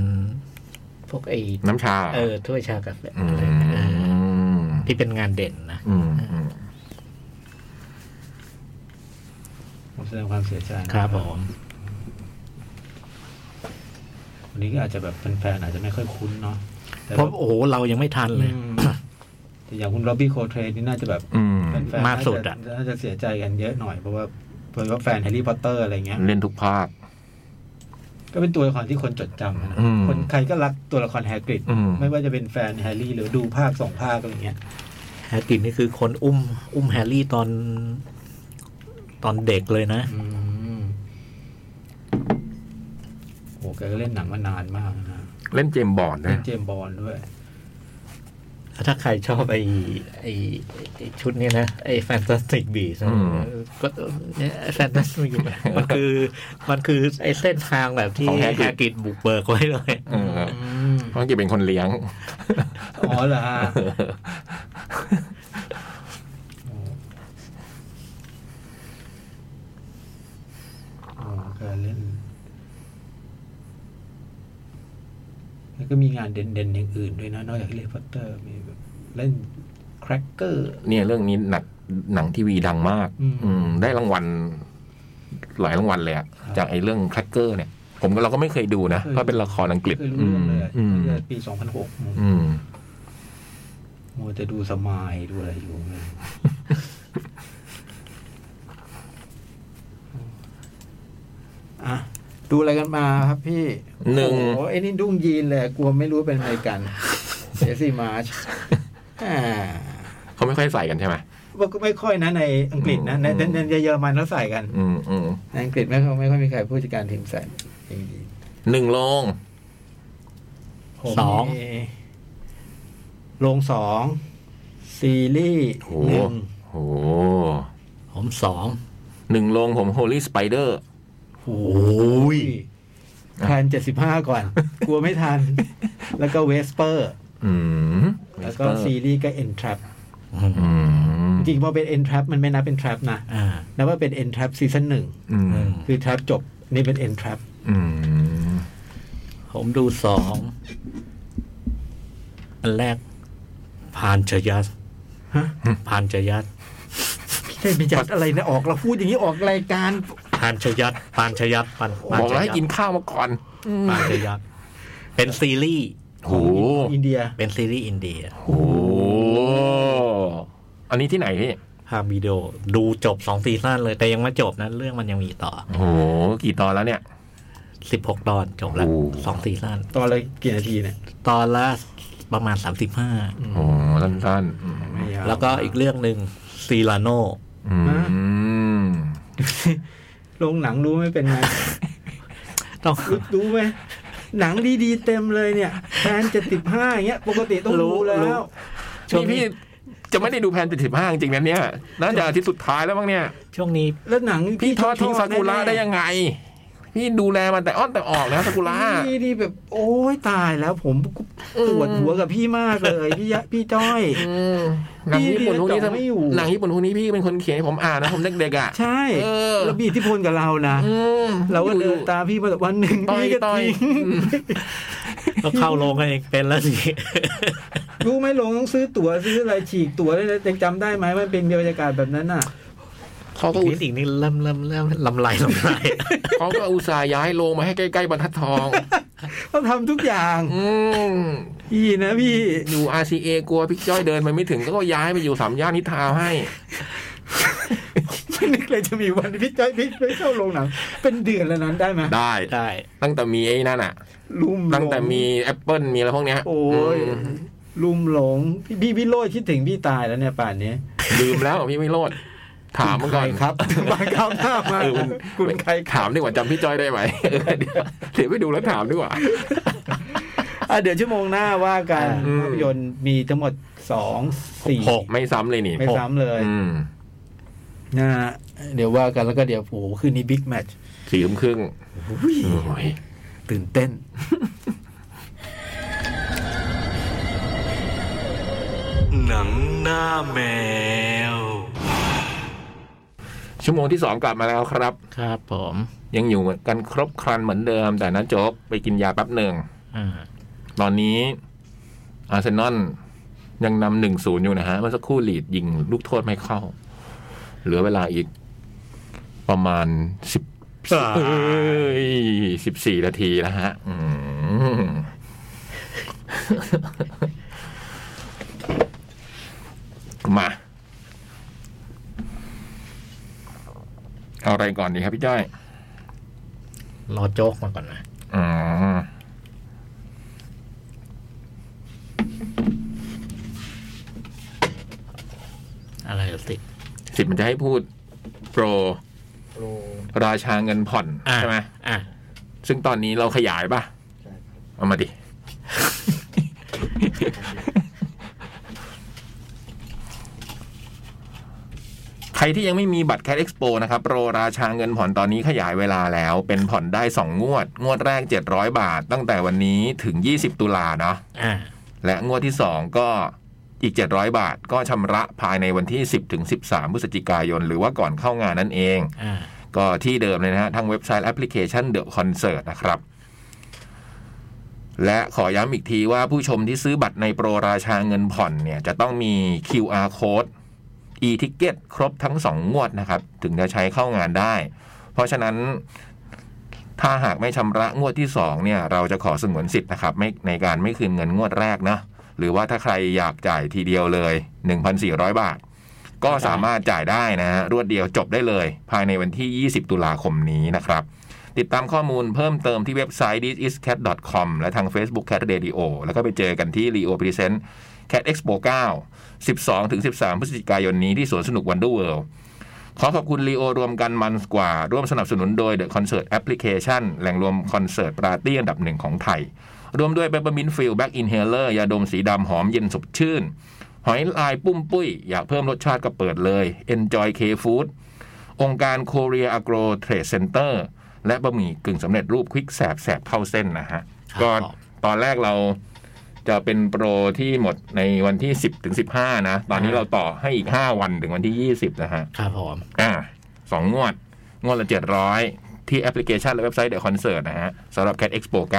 S3: พวกไอ
S4: น้ำชา
S3: เออถ้วยชากาแฟ
S4: อื
S3: อะไรเงี้ยเออ
S4: ม
S3: ที่เป็นงานเด่นนะ
S4: อืมอืม
S2: ผมแสดงความเสียใจนะครับ
S3: ผม
S2: วันนี้ก็อาจจะแบบแฟนๆอาจจะไม่ค่อยคุ้นเนาะแต่
S3: เพราะโอ้โห เรายังไม่ทัน
S2: อื
S3: เลย
S2: มแต่อย่างคุณ r อบบี้โคเทรนนี่น่าจะแบบ
S4: อืม
S2: แฟนๆ
S3: มากสุดอะ
S2: น่าจน่าจะเสียใจกันเยอะหน่อยเพราะว่าเพราะว่าแฟนแฮร์รี่พอตเตอร์อะไรเงี้ย
S4: เล่นทุกภาค
S2: ก็เป็นตัวละครที่คนจดจำนะ
S4: อืม
S2: คนใครก็รักตัวละครแฮกริด
S4: อืม
S2: ไม่ว่าจะเป็นแฟนแฮร์รี่หรือดูภาคสองภาคอะไรเงี้ย
S3: แฮร์รี่นี่คือคนอุ้ม อุ้มแฮร์รี่ตอนตอนเด็กเลยนะ
S2: อืมโอ้แกก็เล่นหนังมานานมากนะ
S4: เล่นเจมส์บอล
S2: เล่
S4: นะ
S2: นเจมส์บอลด้วย
S3: ถ้าใครชอบไอ้ไอ้ไอ้ชุดนี้นะ ไอ้แฟนตาสติกบีก็แฟนตาสติกมันคือ มันคือไอ้เส้นทางแบบที่แฮร์กิตบุกเบิกไว้เลย
S4: เออ
S2: อืม
S4: เพราะจะเป็นคนเลี้ยง
S2: อ๋อเหรอฮะโอ้โอ้แกเล่น แล้วก็มีงานเด่นๆอย่างอื่นด้วยนะ นอกจากแฮร์รี่พอตเตอร์ มีแบบเล่นแครกเกอร์
S4: เนี่ยเรื่องนี้หนักหนังทีวีดังมาก
S2: อืม
S4: อืม ได้รางวัล หลายรางวัลเลยอะ
S2: ครับ
S4: จากไอ้เรื่องแครกเกอร์เนี่ย ผมก็เราก็ไม่เคยดูนะ
S2: ไม่เคย
S4: เพราะเป็นละครอังกฤษ
S2: เคยรู้เรื่องเลยอะ
S4: อืม
S2: เกิดปีสองพันหก
S4: อืม
S2: มัวแต่ดูสมายดูอะไรอยู่เลย อ่ะดูอะไรกันมาครับพี่
S4: หนึ่
S2: โ
S4: ง
S2: อ้โไอ้นี่ดุ้งยีนเลยกลัวไม่รู้เป็นอะไรกัน เสียสิมาร์ช
S4: เขาไม่ค่อยใส่กันใช่ไหม
S2: ว่าก็ไม่ค่อยนะในอังกฤษนะ ใน
S4: อืม
S2: ในในเยอรมันเขาใส่กัน
S4: อืมอืม
S2: ในอังกฤษไม่ค่อยไม่ค่อยมีใครผู้จัดการทีมใส่จริงยีน
S4: หนึ่งลง
S2: ผม
S3: สอง
S2: มีโรงสองซีรีส์ห
S4: โอ้โห
S2: นึ่ง
S4: โอ้
S3: ผมสอง
S4: หนึ่งลงผม Holy Spider
S3: โอ้ย
S2: พันเจ็ดสิบห้า ก่อน กลัวไม่ทัน แล้วก็เวสเปอร์
S4: อืม
S2: แล้วก็
S4: Whisper
S2: ซีรีส์ก็เอ็นทรัพ
S4: อืม
S2: จริงๆพอเป็นเอ็นทรัพมันไม่นับเป็นทรัพนะ
S3: อ่า
S2: นับว่าเป็นเอ็นทรัพซีซั่นหนึ่ง
S4: อืม
S2: คือทรัพจบ นี่เป็นเอ็นทรัพ
S4: อืม
S3: ผมดูสองอันแรกพานชยัส
S2: ฮะ
S3: พานชยัส
S2: พี่ได้มีจัดอะไรนะออกเราพูดอย่างนี้ออกรายการ
S3: พานชยัสพานชยัสพาน
S4: บอกแล้วให้กินข้าวมาก่อน
S3: พานชยัสเป็นซีรีส์
S4: โห
S2: ของอินเดีย
S3: เป็นซีรีส์อินเดีย
S4: โอ้โหอันนี้ที่ไหนพี่
S3: พามวิดีโอดูจบสองซีซั่นเลยแต่ยังไม่จบนะเรื่องมันยังมีต่อ
S4: โอ้โห กี่ตอนแล้วเนี่ย
S3: สิบหกตอนจบแล้ว
S4: โอ้
S3: สองซีซั่น
S2: ตอนละกี่นาทีเนี่ย
S3: ตอนละประมาณสามสิบห้า
S4: โอ้โหสั้นๆอืม
S2: ไม่ยา
S3: แล้วก็อีกเรื่องหนึ่งซีลาโน
S4: อืม
S2: โรงหนังรู้ไม่เป็นไง
S3: ต้อง
S2: รู้รู้ไหมหนังดีๆเต็มเลยเนี่ยแพนเจ็ดสิบห้าอย่างเงี้ย ปกติต้องรู้แล้ว
S3: ช่วง
S4: นี่
S3: นี้
S4: พี่จะไม่ได้ดูแพนเจ็ดสิบห้าจริงๆนะเนี่ยน่าจะอาทิตย์สุดท้ายแล้วมั้งเนี่ย
S3: ช่วงนี้
S2: แล้วหนัง
S4: พี่ทอดทิ้งซากุระ
S2: แน่ๆ
S4: ได้ยังไง พี่ดูแลมันแต่อ้อนแต่ออกนะซากุระ
S2: นี่นี่แบบ โอ้ยตายแล้วผมปวดหัวกับพี่มากเลยพี่ยะพี่จ้อย
S4: อืมหนังญี่ปุ่นพวกนี้
S2: พี่เรียนจบไม่อยู่
S4: หนังญี่ปุ่นพวกนี้พี่เป็นคนเขียนให้ผมอ่านนะผมเด็กๆอ่ะ
S2: ใช่
S4: เออ
S2: แล้วมีอิทธิพลกับเรานะ
S4: อืม
S2: เราก็
S4: อ
S2: เดิ
S4: ยู่
S2: น
S4: ๆ
S2: ตามพี่มาแต่วันหนึ่ง
S4: ต่อย
S2: พี่ก็
S4: ต่อย
S2: ทิ้ง
S3: ก็เข้าโรงกันเองเป็นแล้วสิ
S2: รู้ไหมลงต้องซื้อตั๋วซื้ออะไรฉีกตั๋วเลยนะยังจำได้ไหมมันเป็นบรรยากาศแบบนั้นน่ะ
S4: เขาก็
S3: อีก
S4: อุ
S3: นิ
S4: ต
S3: ดอีกนิดเริ่มเริ่มเริ่มลำลายลำล าย
S4: เขาก็อุตส่าห์ย้ายโลงมาให้ใกล้ๆบรรทัดทอง
S2: เขาทำทุกอย่าง
S4: อืม
S2: พี่นะพี่
S4: อยู่ RCA กลัวพี่จ้อยเดินไปไม่ถึงก็ย้ายไปอยู่สามย่านนิทาวให้
S2: ไม่นึกเลยจะมีวันที่พี่จ้อยพี่ไปเข้าโรงหนังเป็นเดือนแล้วนั้นได้ไหม
S4: ได้
S3: ได้
S4: ตั้งแต่มีไอ้นั่นอ่ะ
S2: ลุ่มหล
S4: ตั้งแต่มีแอปเปิลมีอะไรพวกเนี้ย
S2: โอ้ย
S4: อืม
S2: ลุ่มหลงพี่พี่วิโรจน์คิดถึงพี่ตายแล้วเนี่ยป่านนี้
S4: ลืมแล้วพี่ไม่โลด ถามมันก่อน
S2: ครับ มาก้าวหน้ามา
S4: เออมัน
S2: คุณใคร
S4: ถามดีกว่าจำพี่จ้อยได้ไหม เออเดี๋ยวเดี๋ยวไปดูแล้วถามดีกว่า
S2: อ่ะเดี๋ยวชั่วโมงหน้าว่ากัน
S4: อืม
S2: ภาพยนตร์มีทั้งหมดสองสี่
S3: หก
S4: ไม่ซ้ำเลยนี่
S2: ไม่ซ้ำเลย
S4: อืม
S2: นะฮะเดี๋ยวว่ากันแล้วก็เดี๋ยวโอ้โหคืนนี้บิ๊กแมตช์
S4: สี่ทุ่มครึ่งโอ้ย
S2: ตื่นเต้น
S1: หนังหน้าแมว
S4: ชั่วโมงที่สองกลับมาแล้วครับ
S3: ครับผม
S4: ยังอยู่กันครบครันเหมือนเดิม แต่นะโจ๊กไปกินยาแป๊บหนึ่ง
S3: อ่า
S4: ตอนนี้อาร์เซนอลยังนำหนึ่งศูนย์อยู่นะฮะ เมื่อสักครู่ลีดยิงลูกโทษไม่เข้า เหลือเวลาอีกประมาณสิบสิบสี่นาทีแล้วฮะ อืม มา เอาอะไรก่อนดีครับพี่จ้อย
S3: รอโจ๊กมาก่อนนะ
S4: อืม
S3: อะไรสิ
S4: สิบมันจะให้พูดโปร
S3: โร
S4: ราชาเงินผ่อน ใช่ไหม
S3: อ่ะ
S4: ซึ่งตอนนี้เราขยายป่ะ เอามาดิ ใครที่ยังไม่มีบัตรแค t เอ็กซ์โปนะครับ โปรราชาเงินผ่อนตอนนี้ขยายเวลาแล้ว เป็นผ่อนได้ 2 งวด งวดแรก 700 บาท ตั้งแต่วันนี้ถึง 20 ตุลาเนาะ
S3: อ่ะ
S4: และงวดที่ 2 ก็อีก 700 บาท ก็ชำระภายในวันที่ 10ถึง13พฤศจิกายน หรือว่าก่อนเข้างานนั่นเอง
S3: อ่ะ
S4: ก็ที่เดิมเลยนะฮะ ทั้งเว็บไซต์แอปพลิเคชันเดอะคอนเสิร์ตนะครับ และขอย้ำอีกทีว่าผู้ชมที่ซื้อบัตรในโปรราชาเงินผ่อนเนี่ย จะต้องมี QR code e-ticket ครบทั้ง 2 งวดนะครับ ถึงจะใช้เข้างานได้ เพราะฉะนั้นถ้าหากไม่ชำระงวดที่ 2 เนี่ย เราจะขอสงวนสิทธิ์นะครับไม่ในการไม่คืนเงินงวดแรกนะ หรือว่าถ้าใครอยากจ่ายทีเดียวเลย 1,400 บาท ก็สามารถจ่ายได้นะฮะรวดเดียวจบได้เลย ภายในวันที่ 20 ตุลาคมนี้นะครับ ติดตามข้อมูลเพิ่มเติมที่เว็บไซต์ thisiscat.com และทาง Facebook Cat Radio แล้วก็ไปเจอกันที่ Leo Present Cat Expo 9 12ถึง13 พฤศจิกายนนี้ที่สวนสนุก Wonder World ขอขอบคุณ Leo รวมกันมันกว่า ร่วมสนับสนุนโดย The Concert Application แหล่งรวมคอนเสิร์ตปาร์ตี้อันดับหนึ่งของไทย รวมด้วย Peppermint f i e l Back Inhaler ยาดมสีดำหอมเย็นสดชื่น หอยลายปุ้มปุ้ย อยากเพิ่มรสชาติก็เปิดเลย Enjoy K Food องค์การ Korea Agro Trade Center และบะหมี่กึ่งสำเร็จรูปควิกแสบแสบเข้าเส้นนะฮะ ก็ตอนแรกเราจะเป็นโปรที่หมดในวันที่ 10ถึง15 นะ ตอนนี้เราต่อให้อีก 5 วันถึงวันที่ 20 นะฮะ
S3: ครับผม
S4: อ่าสองงวด งวดละเจ็ดร้อยที่แอปพลิเคชันและเว็บไซต์เดอะคอนเสิร์ตนะฮะสำหรับ Cat Expo 9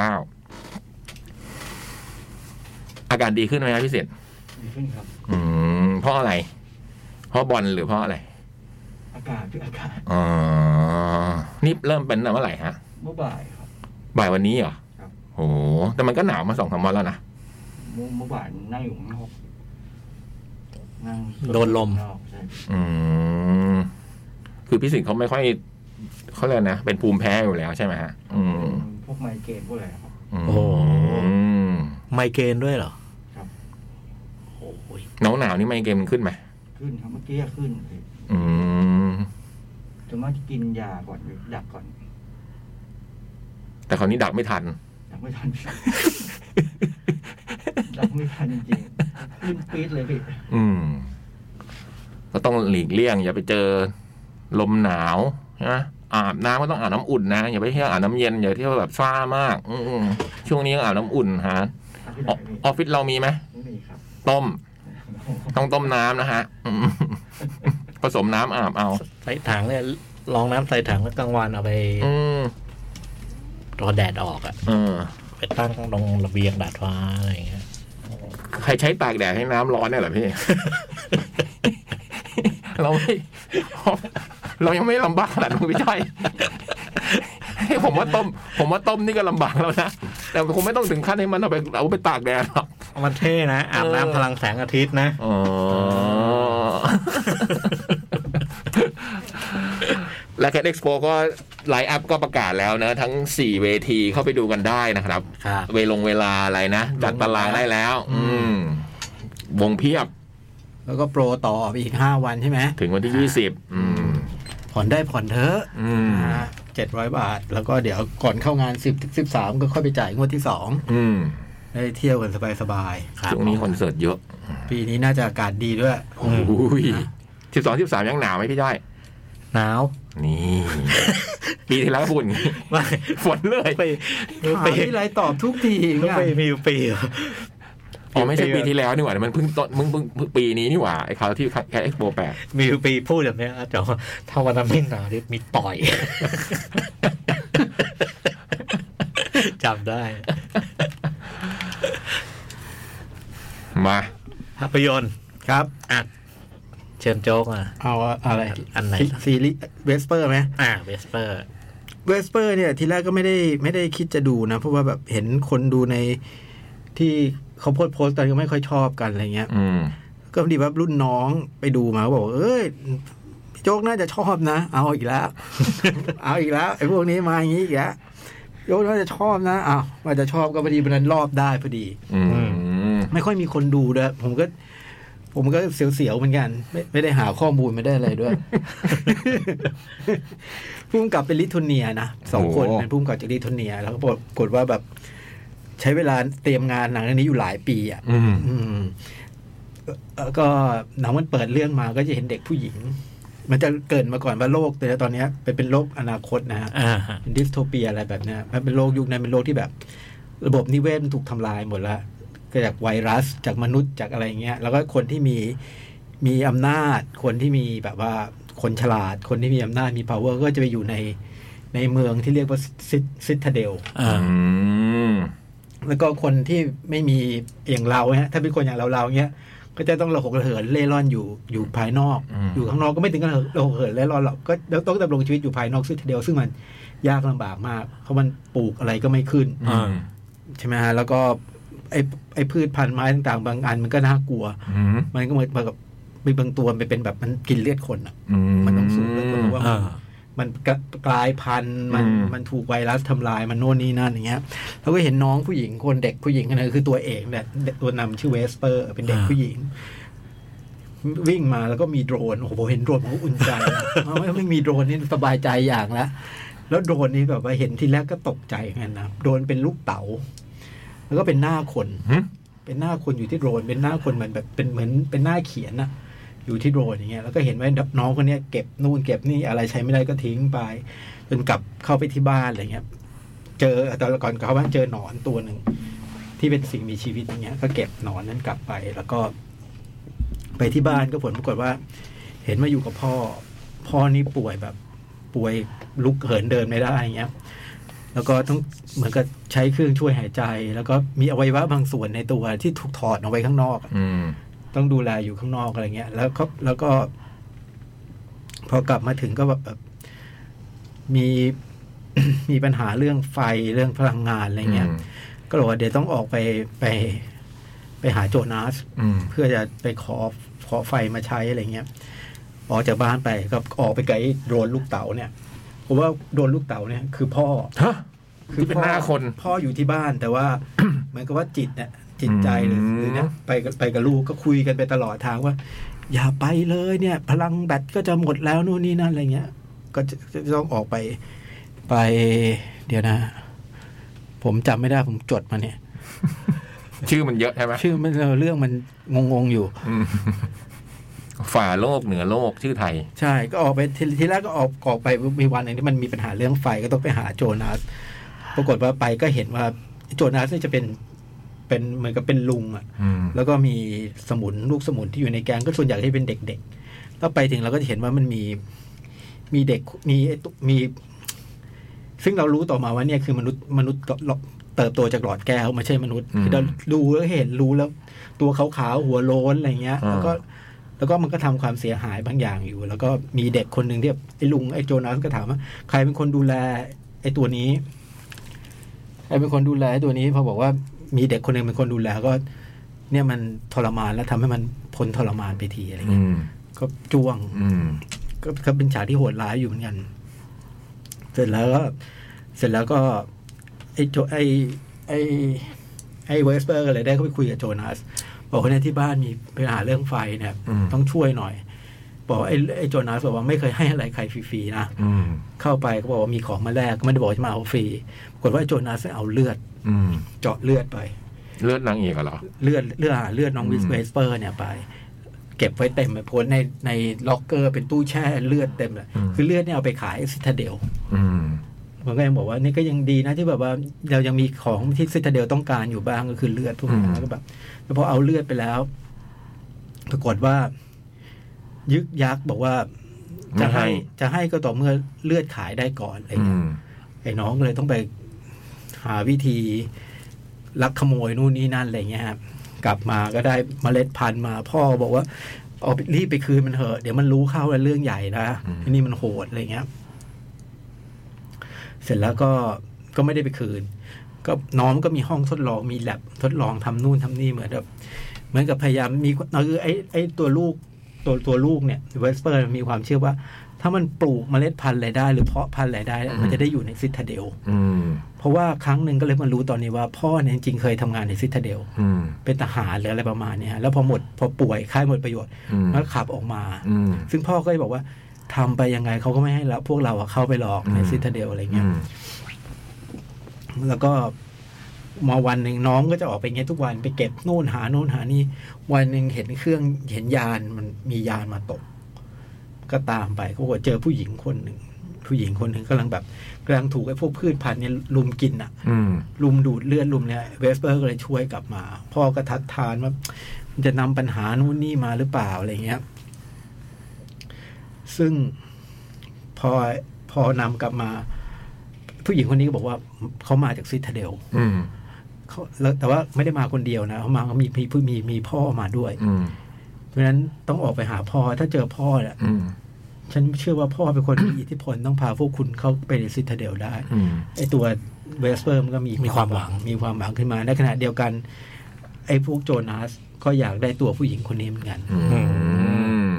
S4: อาการดีขึ้นไหมครับพี่เศษดีขึ้นครับ อืมเพราะอะไร เพราะบอลหรือเพราะอะไร
S2: อากาศคืออากาศ
S4: อ๋อ นี่เริ่มเป็นตั้งแต่เมื่อไหร่ฮะ
S2: เมื่อบ่ายครับ
S4: บ่ายวันนี้เหรอ
S2: ครับ
S4: โอ้โหแต่มันก็หนาวมาสองสามวันแล้วนะ
S5: เมื่อเมื่อวานนั่งอยู่ข้างนอกนั่ง
S3: โดนลม
S5: ข้างอกใช่
S4: อืมคือพี่สิทธิ์เขาไม่ค่อยเขาเลยกนะ เป็นภูมิแพ้อยู่แล้วใช่ไหมฮะ อืม
S5: พวกไมเกรนพวกอะไรครับ
S4: ม
S3: โอ้โห ไมเกรนด้วยเหรอ
S5: ครับ
S3: โอ้ย
S4: หนาวหนาวๆนี่ไมเกรนมันขึ้นไหม
S5: ขึ้นครับเมื่อกี้ขึ้น
S4: อืม
S5: ส่วนมากจะกินยาก่อนหรือดักก่อน
S4: แต่คราวนี้ดักไม่ทัน
S5: ดักไม่ทัน ดักไม่ทันจริงๆขึ้นปี๊ดเลยพี่
S4: อืม ก็ต้องหลีกเลี่ยง อย่าไปเจอลมหนาวนะอาบน้ำก็ต้องอาบน้ำอุ่นนะอย่าไปเที่ยวอาบน้ำเย็นอย่าเที่ยวแบบซ่ามาก อืมช่วงนี้ต้องอาบน้ำอุ่นฮะ
S5: เอาที่ไหนพี่
S4: ออออฟฟิศเรามีไหม
S5: ไม่มีครับ
S4: ต้ม ต้องต้มน้ำนะฮะอืม ผสมน้ำอาบเอา
S3: ใส่ถังเนี่ยลองน้ำใส่ถังแล้วกลางวันเอาไป
S4: อืม
S3: รอแดดออกอะ
S4: เออ
S3: ไปตั้งตรงระเบียงดาดฟ้าอะไรอย่างเงี้ย
S4: ใครใช้ตากแดดให้น้ำร้อนเนี่ยเหรอพี่ เราไม่เรายังไม่ลำบากขนาดนั้นพี่จ้อย ให้ผมว่าต้ม ผมว่าต้มนี่ก็ลำบากแล้วนะ แต่คงไม่ต้องถึงขั้นให้มันเอาไปเอาไปตากแดดหรอก
S3: มันเท่นะอาบน้ำพลังแสงอาทิตย์นะ
S4: อ๋อ และแคดเอ็กซ์โปก็ไลน์อัพก็ประกาศแล้วนะ ทั้ง 4 เวทีเข้าไปดูกันได้นะครับ
S3: ครับ
S4: เวลงเวลาอะไรนะ จัดตารางได้แล้ว อืม วงเพียบ
S2: แล้วก็โปรต่อไปอีกห้าวันใช่ไหม
S4: ถึงวันที่ยี่สิบอืม
S2: ผ่อนได้ผ่อนเถอะ
S4: อืม
S2: เจ็ดร้อยบาท แล้วก็เดี๋ยวก่อนเข้างานสิบสิบสามก็ค่อยไปจ่ายงวดที่สอง
S4: อืม
S2: ได้เที่ยวกันสบายๆ
S4: ช่วงนี้คอนเสิร์ตเยอะ
S2: ปีนี้น่าจะอากาศดีด้วย
S4: อุ้ยสิบสองสิบสามยังหนาวไหมพี่จ้อย
S3: หนาว
S4: นี่ ปีที่แล้วก็ฝุ่น
S3: ไม่
S4: ฝนเลย
S3: ไป
S2: ถาม
S3: ไป
S2: ที่ไรตอบทุกทีไง
S3: ไปมีปีเหรอ
S4: อ๋อไม่ใช่ปีที่แล้วนี่หว่ามันเพิ่งต้นมึงเพิ่งเพิ่งปีนี้นี่หว่าไอ้คราวที่แคดเอ็กซ์โปแปด
S3: มีปีพูดแบบเนี้ยนะแต่ว่าถ้าวันนั้นไม่หนาวเนี่ยมีต่อย จำได้
S4: มา
S3: ภาพยนตร์
S2: ครับ
S3: อัดเชิญโจ๊กอ่ะ
S2: เอาอะไร
S3: อันไหน
S2: ซีซีรีส์เวสเปอร์ไหม
S3: อ่าเวสเปอร์
S2: เวสเปอร์เนี่ยทีแรกก็ไม่ได้ไม่ได้คิดจะดูนะ เพราะว่าแบบเห็นคนดูในที่เขาโพสต์โพสต์กันก็ไม่ค่อยชอบกันอะไรเงี้ย
S4: อืม
S2: ก็พอดีว่ารุ่นน้องไปดูมาเขาบอกว่าเอ้ยพี่โจ๊กน่าจะชอบนะ เอาอีกแล้ว เอาอีกแล้วไอ้พวกนี้มาอย่างนี้อีกแล้วโจ๊กน่าจะชอบนะอ้าวว่าจะชอบก็พอดีวันนั้นรอบได้พอดี
S4: อืม
S2: ไม่ค่อยมีคนดูด้วยผมก็ ผมก็เสียวๆเหมือนกัน ไม่ไม่ได้หาข้อมูลไม่ได้อะไรด้วย พุ่มกับเป็นลิทัวเนียนะสองคน
S4: โอ้
S2: เป็นพุ่มกับจากลิทัวเนีย แล้วก็ปรากฏว่าแบบ ใช้เวลาเตรียมงานหนังเรื่องนี้อยู่หลายปีอ่ะ
S4: อืม
S2: อืมเอ่อก็หนังมันเปิดเรื่องมาก็จะเห็นเด็กผู้หญิง มันจะเกริดมาก่อนว่าโลกแต่ตอนเนี้ยเป็นเป็นโลกอนาคตนะฮะ
S3: อ่าฮะ
S2: ดิสโทเปียอะไรแบบเนี้ยมันเป็นโลกยุคนั้นเป็นโลกที่แบบ ระบบนิเวศมันถูกทำลายหมดละเกิดจากไวรัสจากมนุษย์จากอะไรอย่างเงี้ย แล้วก็คนที่มีมีอำนาจ คนที่มีแบบว่าคนฉลาด คนที่มีอำนาจมี power ก็จะไปอยู่ในในเมืองที่เรียกว่าซิต a เดล
S3: อ่า
S4: อืม
S2: แล้วก็คนที่ไม่มีอย่างเราฮะถ้าเป็นคนอย่างเราเราเนี้ย ก็จะต้องระหกระเหินเล่ร่อนอยู่อยู่ภายนอก
S4: อืม
S2: อยู่ข้างนอกก็ไม่ถึงกับระหกระเหินเล่ร่อนหรอกก็ต้องดำรงชีวิตอยู่ภายนอกซึ่งเดียวซึ่งมันยากลำบากมาก เพราะมันปลูกอะไรก็ไม่ขึ้น
S4: อืม
S2: ใช่ไหมฮะแล้วก็ไอ้ไอ้พืชพันธุ์ไม้ต่างๆ บางอันมันก็น่ากลัว
S4: อืม
S2: มันก็เหมือนกับมีบางตัวมันเป็นแบบมันกินเลือดคนอ่ะ
S4: อืม
S2: มันต้องสูงเลือดคนเพราะว่า
S3: อ่า
S2: มันกระกลายพันธุ์มัน
S4: อืม
S2: มันถูกไวรัสทำลายมันโน่นนี่นั่นอย่างเงี้ยแล้วก็เห็นน้องผู้หญิงคนเด็กผู้หญิงคนนั้นคือตัวเอกเนี่ยเด็กตัวนำชื่อเวสเปอร์ เป็นเด็กผู้หญิง วิ่งมาแล้วก็มีโดรนโอ้โหเห็นโดรนผมก็อุ่นใจนะ เอาไม่ไม่มีโดรนนี่สบายใจอย่างละแล้วโดรนนี่แบบว่าเห็นทีแรกก็ตกใจเหมือนกันนะโดรนเป็นลูกเต๋าแล้วก็เป็นหน้าคน
S4: หึ
S2: เป็นหน้าคนอยู่ที่โดรนเป็นหน้าคนเหมือนแบบเป็นเหมือนเป็นหน้าเขียนนะอยู่ที่โดรนอย่างเงี้ยแล้วก็เห็นว่าน้องคนเนี้ยเก็บนู่นเก็บนี่อะไรใช้ไม่ได้ก็ทิ้งไป จนกลับเข้าไปที่บ้านอะไรเงี้ย เจอตอนก่อนเขาบ้านเจอหนอนตัวหนึ่งที่เป็นสิ่งมีชีวิตอย่างเงี้ย ก็เก็บหนอนนั้นกลับไป แล้วก็ ไปที่บ้านก็ผลปรากฏว่า เห็นว่าอยู่กับพ่อ พ่อนี่ป่วยแบบ ป่วยลุกเหินเดินไม่ได้อย่างเงี้ย แล้วก็ต้องเหมือนกับใช้เครื่องช่วยหายใจ แล้วก็มีอวัยวะบางส่วนในตัวที่ถูกถอดออกไปข้างนอกอะ
S4: อืม
S2: ต้องดูแลอยู่ข้างนอกอะไรเงี้ย แล้วก็แล้วก็ พอกลับมาถึงก็แบบแบบมี มีปัญหาเรื่องไฟเรื่องพลังงานอะไรเงี้ย ก็เลยบอกว่าเดี๋ยวต้องออกไปไป ไปหาโจนาส
S4: อืม
S2: เพื่อจะไปขอขอไฟมาใช้อะไรเงี้ย ออกจากบ้านไปก็ออกไปไกลโดรนลูกเต๋าเนี่ยผมว่าโดรนลูกเต๋าเนี่ยคือพ่อ
S4: ฮะ
S2: คือ
S4: ที่เป็นหน้าคน
S2: พ่ออยู่ที่บ้านแต่ว่า เหมือนกับว่าจิตเนี่ยจิตใจหรือหรือเนี่ยไปกับไปกับลูกก็คุยกันไปตลอดทางว่า อย่าไปเลยเนี่ย พลังแบตก็จะหมดแล้วนู่นนี่นั่นอะไรเงี้ย ก็จะจะต้องออกไปไป เดี๋ยวนะ ผมจำไม่ได้ผมจดมาเนี่ย
S4: ชื่อมันเยอะใช่ไหม
S2: ชื่อมันเรื่องมันงงๆอยู่
S4: อืมฝ่าโลกเหนือโลกชื่อไทย
S2: ใช่ก็ออกไปทีทีแรกก็ออกออกไปมีวันหนึ่งที่มันมีปัญหาเรื่องไฟก็ต้องไปหาโจนาส ปรากฏว่าไปก็เห็นว่าโจนาสเนี่ยจะเป็นเป็นเหมือนกับเป็นลุงอะ
S4: อืม
S2: แล้วก็มีสมุนลูกสมุนที่อยู่ในแก๊งก็ส่วนใหญ่ที่เป็นเด็กๆแล้วไปถึงเราก็จะเห็นว่ามันมีมีเด็กมีไอ้ตุ๊มี ซึ่งเรารู้ต่อมาว่าเนี่ยคือมนุษย์มนุษย์เติบโตจากหลอดแก้วไม่ใช่มนุษย์
S4: อืม
S2: คือเราดูแล้วเห็นรู้แล้ว ตัวขาวๆหัวโล้นอะไรเงี้ย
S4: อ่า
S2: แล้วก็ แล้วก็มันก็ทำความเสียหายบางอย่างอยู่ แล้วก็มีเด็กคนหนึ่งที่แบบไอ้ลุงไอ้โจนาสก็ถามว่าใครเป็นคนดูแล ไอ้ตัวนี้ใครเป็นคนดูแลไอ้ตัวนี้พอบอกว่ามีเด็กคนหนึ่งเป็นคนดูแลก็ เนี่ยมันทรมานแล้วทำให้มันพ้นทรมานไปทีอะไร
S4: อื
S2: เงี้ย
S4: ม
S2: ก็จ้วง
S4: อืม
S2: ก็ก็เป็นฉากที่โหดร้ายอยู่เหมือนกัน เสร็จแล้วก็เสร็จแล้วก็ไอ้โจไอ้ไอ้ไอ้เวสเปอร์ก็เลยได้เข้าไปคุยกับโจนาสบอกว่าเนี่ยที่บ้านมีปัญหาเรื่องไฟเนี่ย
S4: อืม
S2: ต้องช่วยหน่อย บอกว่าไอ้ไอ้โจนาสบอกว่าไม่เคยให้อะไรใครฟรีๆนะ
S4: อืม
S2: เข้าไปก็บอกว่ามีของมาแลกก็ไม่ได้บอกจะมาเอาฟรีปรากฏว่าไอ้โจนาสเอาเลือด
S4: อืม
S2: เจาะเลือดไป
S4: เลือดนางเอกเหรอ
S2: เลือดเลือดอ่าเลือดน้อง
S4: อืม
S2: วิสเวสเปอร์เนี่ยไป เก็บไว้เต็มไปโพสในในล็อกเกอร์เป็นตู้แช่เลือดเต็มเลย คือเลือดเนี่ยเอาไปขายซิตาเดล
S4: อืม
S2: ผมก็ยังบอกว่านี่ก็ยังดีนะที่แบบว่าเรายังมีของที่ซิตาเดลต้องการอยู่บ้างก็คือเลือดพวกนี้
S4: อืม
S2: แล้วก็แบบแล้วพอเอาเลือดไปแล้ว ปรากฏว่า ยึกยักษ์บอกว่าจะ
S4: ไม่ให้
S2: จะให้ก็ต่อเมื่อเลือดขายได้ก่อนอะไร
S4: อื
S2: เงี้ย
S4: ม
S2: ไอ้น้องก็เลยต้องไปหาวิธีลักขโมยนู่นนี่นั่นอะไรเงี้ยครับกลับมาก็ได้เมล็ดพันธุ์มา พ่อบอกว่าเอาไปรีบไปคืนมันเถอะเดี๋ยวมันรู้เข้าแล้วเรื่องใหญ่นะ
S4: อืม
S2: อันนี่มันโหดอะไรเงี้ย เสร็จแล้วก็ก็ไม่ได้ไปคืน ก็น้องมันก็มีห้องทดลองมีแลบทดลองทำนู่นทำนี่เหมือนแบบเหมือนกับพยายามมีคือไอ้ไอ้ตัวลูกตัวตัวลูกเนี่ยเวสเปอร์มีความเชื่อว่า ถ้ามันปลูกเมล็ดพันธุ์อะไรได้ หรือเพาะพันธุ์อะไรได้
S4: อืม
S2: มันจะได้อยู่ในซิตาเดล
S4: อืม
S2: เพราะว่าครั้งหนึ่งก็เลยมารู้ตอนนี้ว่าพ่อเนี่ยจริงๆเคยทำงานในซิตาเดล
S4: อืม
S2: เป็นทหารหรืออะไรประมาณเนี้ยแล้วพอหมดพอป่วยค่ายหมดประโยชน์
S4: อืม
S2: มันก็ขับออกมา
S4: อืม
S2: ซึ่งพ่อก็เลยบอกว่าทำไปยังไงเขาก็ไม่ให้เราพวกเราอะเข้าไปหรอกใน
S4: อืม
S2: ซิตาเดลอะไร
S4: อื
S2: เงี้ย
S4: ม
S2: แล้วก็มาวันหนึ่งน้องก็จะออกไปเงี้ยทุกวันไปเก็บนู่นหานู่นหานี่ วันหนึ่งเห็นเครื่องเห็นยานมันมียานมาตก ก็ตามไปก็บอกว่าเจอผู้หญิงคนหนึ่งผู้หญิงคนหนึ่งกำลังแบบกำลังถูกไอ้พวกพืชพันธุ์เนี่ยลุมกินอะ
S4: อืม
S2: ลุมดูดเลือดลุมเนี่ยเวสเปอร์ก็เลยช่วยกลับมา พ่อก็ทัดทานว่ามันจะนำปัญหานู่นนี่มาหรือเปล่าอะไรเงี้ย ซึ่งพอพอนำกลับมา ผู้หญิงคนนี้ก็บอกว่าเขามาจากซิตาเดล
S4: อืม
S2: เขาแล้วแต่ว่าไม่ได้มาคนเดียวนะเขามาเขามีมีมีมีมีพ่อมาด้วย
S4: อืม
S2: เพราะฉะนั้นต้องออกไปหาพ่อถ้าเจอพ่อเนี่ย
S4: อืม
S2: ฉันเชื่อว่าพ่อเป็นคนมีอิทธิพลต้องพาพวกคุณเข้าไปในซิตาเดลได้
S4: อืม
S2: ไอตัวเวสเปอร์มันก็มี
S3: มีความหวัง
S2: มีความหวังขึ้นมาในขณะเดียวกัน ไอพวกโจนาสก็อยากได้ตัวผู้หญิงคนนี้เหมือนกัน
S4: อืม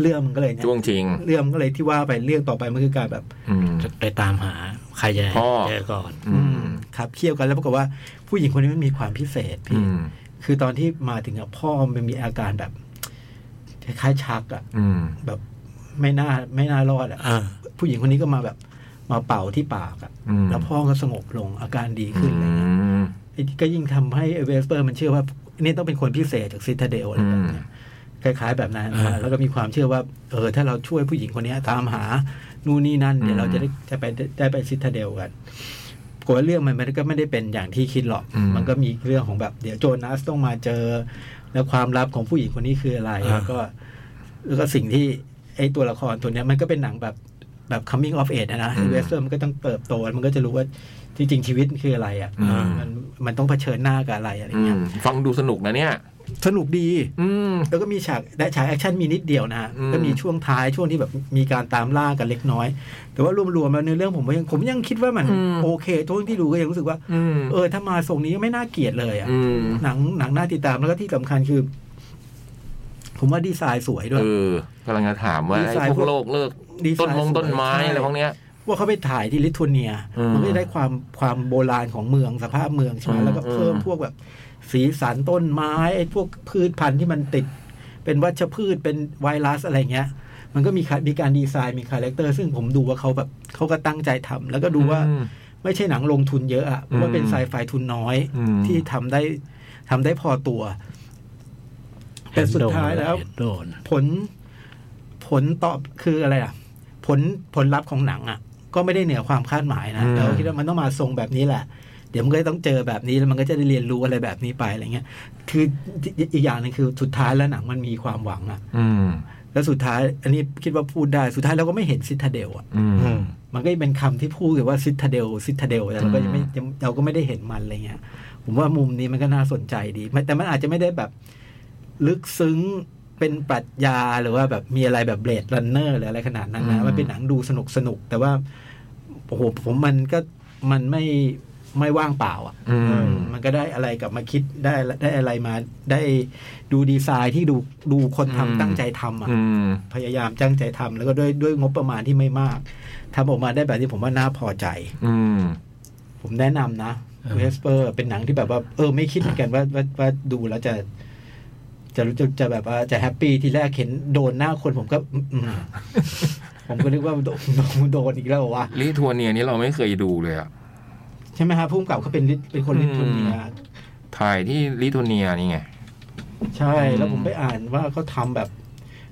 S2: เรื่องมันก็เลยเนี่ย
S4: จ้วงจริง
S2: เรื่องมันก็เลยที่ว่าไปเรื่องต่อไปมันคือการแบบ
S4: อืม
S3: จะไปตามหาใครจะ
S4: พ่อ
S3: เจอก่อน
S4: อืม
S2: ครับเคี่ยวกันแล้วปรากฏว่าผู้หญิงคนนี้มันมีความพิเศษ
S4: อื
S2: พี่
S4: ม
S2: คือตอนที่มาถึงอะพ่อมันมีอาการแบบคล้ายๆชักอะ
S4: อืม
S2: แบบไม่น่าไม่น่ารอดอะ
S3: เออ
S2: ผู้หญิงคนนี้ก็มาแบบมาเป่าที่ปากอะ
S4: อืม
S2: แล้วพ่อก็สงบลงอาการดี
S4: อื
S2: ขึ้นอะไรเงี้ย
S4: ม
S2: ไอ้ก็ยิ่งทำให้เวสเปอร์มันเชื่อว่านี่ต้องเป็นคนพิเศษจากซิตาเดลอะไรแบบเนี้ยคล้าย ๆ แบบนั้น
S3: อ่า
S2: แล้วก็มีความเชื่อว่า เออ ถ้าเราช่วยผู้หญิงคนนี้ตามหานู่นนี่นั่นเดี๋ย
S4: อื
S2: ว
S4: ม
S2: เราจะได้จะไปได้ไปซิตาเดลกันกลัวเรื่องมันมันก็ไม่ได้เป็นอย่างที่คิดหรอก
S4: อืม
S2: มันก็มีเรื่องของแบบ เดี๋ยวโจนัสต้องมาเจอ แล้วความลับของผู้หญิงคนนี้คืออะไร
S3: อ่า
S2: แล้วก็แล้วก็สิ่งที่ไอ้ตัวละครตัวเนี้ยมันก็เป็นหนังแบบแบบ coming of age อะนะ
S4: อืม
S2: เวสเซอร์มันก็ต้องเติบโต มันก็จะรู้ว่าจริงๆชีวิตมันคืออะไรอ่ะ
S4: อืม
S2: มันมันต้องเผชิญหน้ากับอะไรอะไร
S4: อื
S2: เงี้
S4: ม
S2: ย
S4: ฟังดูสนุกนะเนี่ย
S2: สนุกดี
S4: อืม
S2: แล้วก็มีฉากและฉากแอคชั่นมีนิดเดียวนะฮะ
S4: อืม
S2: ก็มีช่วงท้ายช่วงที่แบบมีการตามล่ากันเล็กน้อย แต่ว่ารวมๆแล้วในอเรื่องผมก็ยังผมยังคิดว่ามันโอเคทุกที่ดูก็ยังรู้สึกว่า
S4: อืม
S2: เออถ้ามาทรงนี้ไม่น่าเกลียดเลยอ่ะ
S4: อืม
S2: หนังหนังน่าติดตามแล้วก็ที่สำคัญคือ ผมว่าดีไซน์สวยด้วย
S4: เออกำลังจะถามว่า
S2: ดี
S4: ไอ้
S2: ไซน์
S4: พว
S2: พว
S4: ก
S2: ก
S4: โลกเลิก
S2: ดีไซ
S4: ต้น
S2: น์
S4: มง
S2: สวย
S4: ต้นไม้
S2: ใช่
S4: อะไรพวกเนี้ย
S2: ว่าเขาไปถ่ายที่ลิทัวเนีย
S4: อืม
S2: มันก็จะได้ความความโบราณของเมืองสภาพเมืองใช่ไหม
S4: อืม
S2: แล้วก็เพิ่ม
S4: อืม
S2: พวกแบบสีสันต้นไม้ไอ้พวกพืชพันธุ์ที่มันติด เป็นวัชพืชเป็นไวรัสอะไรเงี้ย มันก็มีค่ะมีการดีไซน์มีคาแรคเตอร์ซึ่งผมดูว่าเขาแบบเขาก็ตั้งใจทำแล้วก็ดูว่า
S4: อืม
S2: ไม่ใช่หนังลงทุนเยอะอะเพราะว่าเป็น
S4: อืม
S2: ไซไฟทุนน้อย
S4: อืม
S2: ที่ทำได้ทำได้พอตัว แต่สุดท้ายแล้ว
S3: เห็นโดน
S2: ผลผลตอบคืออะไรอ่ะ ผลผลลัพธ์ของหนังอ่ะ ก็ไม่ได้เหนือความคาดหมายนะ
S4: อืม
S2: เราคิดว่ามันต้องมาทรงแบบนี้แหละ เดี๋ยวมันก็ต้องเจอแบบนี้แล้วมันก็จะได้เรียนรู้อะไรแบบนี้ไปอะไรเงี้ย คืออีกอย่างหนึงคือสุดท้ายแล้วหนังมันมีความหวังอ่ะ
S4: อืม
S2: แล้วสุดท้าย อันนี้คิดว่าพูดได้สุดท้ายเราก็ไม่เห็นซิทาเดลอ่ะ
S4: อืม
S3: อืม
S2: มันก็เป็นคำที่พูดกันว่าซิทาเดลซิทาเดลแต่เราก็ยังไม่
S4: อืม
S2: ยังเราก็ไม่ได้เห็นมันอะไรเงี้ยผมว่ามุมนี้มันก็น่าสนใจดีมันแต่มันอาจจะไม่ได้แบบลึกซึ้งเป็นปรัชญาหรือว่าแบบมีอะไรแบบเบลดรันเนอร์หรืออะไรขนาดนั้นนะมันเป็นหนังดูสนุกสนุก แต่ว่าโอ้โหผมมันก็มันไม่ไม่ว่างเปล่าอ่ะ
S4: อืม
S2: มันก็ได้อะไรกลับมาคิดได้ได้อะไรมาได้ดูดีไซน์ที่ดูดูคนทำ
S4: อืม
S2: ตั้งใจทำอ่ะ
S4: อืม
S2: พยายามจ้างใจทำแล้วก็ด้วยด้วยงบประมาณที่ไม่มากทำออกมาได้แบบที่ผมว่าน่าพอใจ
S4: อืม
S2: ผมแนะนำนะ
S3: เออ
S2: เวสเปอร์เป็นหนังที่แบบว่า เออ ไม่คิดเหมือนกันว่าว่าว่าดูแล้วจะ จะรู้จะจะแบบว่าจะแฮปปี้ทีแรกเห็นโดนหน้าคนผมก็อืมอืมผมก็นึกว่าโดนโดนโดนอีกแล้วเหรอวะ
S4: ลิทัวเนียนี่เราไม่เคยดูเลยอะ
S2: ใช่ไหมฮะพุ่มกับเขาเป็นลิเป็นคนลิทุเนีย
S4: ถ่ายที่ลิทัวเนียนี่ไง
S2: ใช่แล้วผมไปอ่านว่าเขาทำแบบ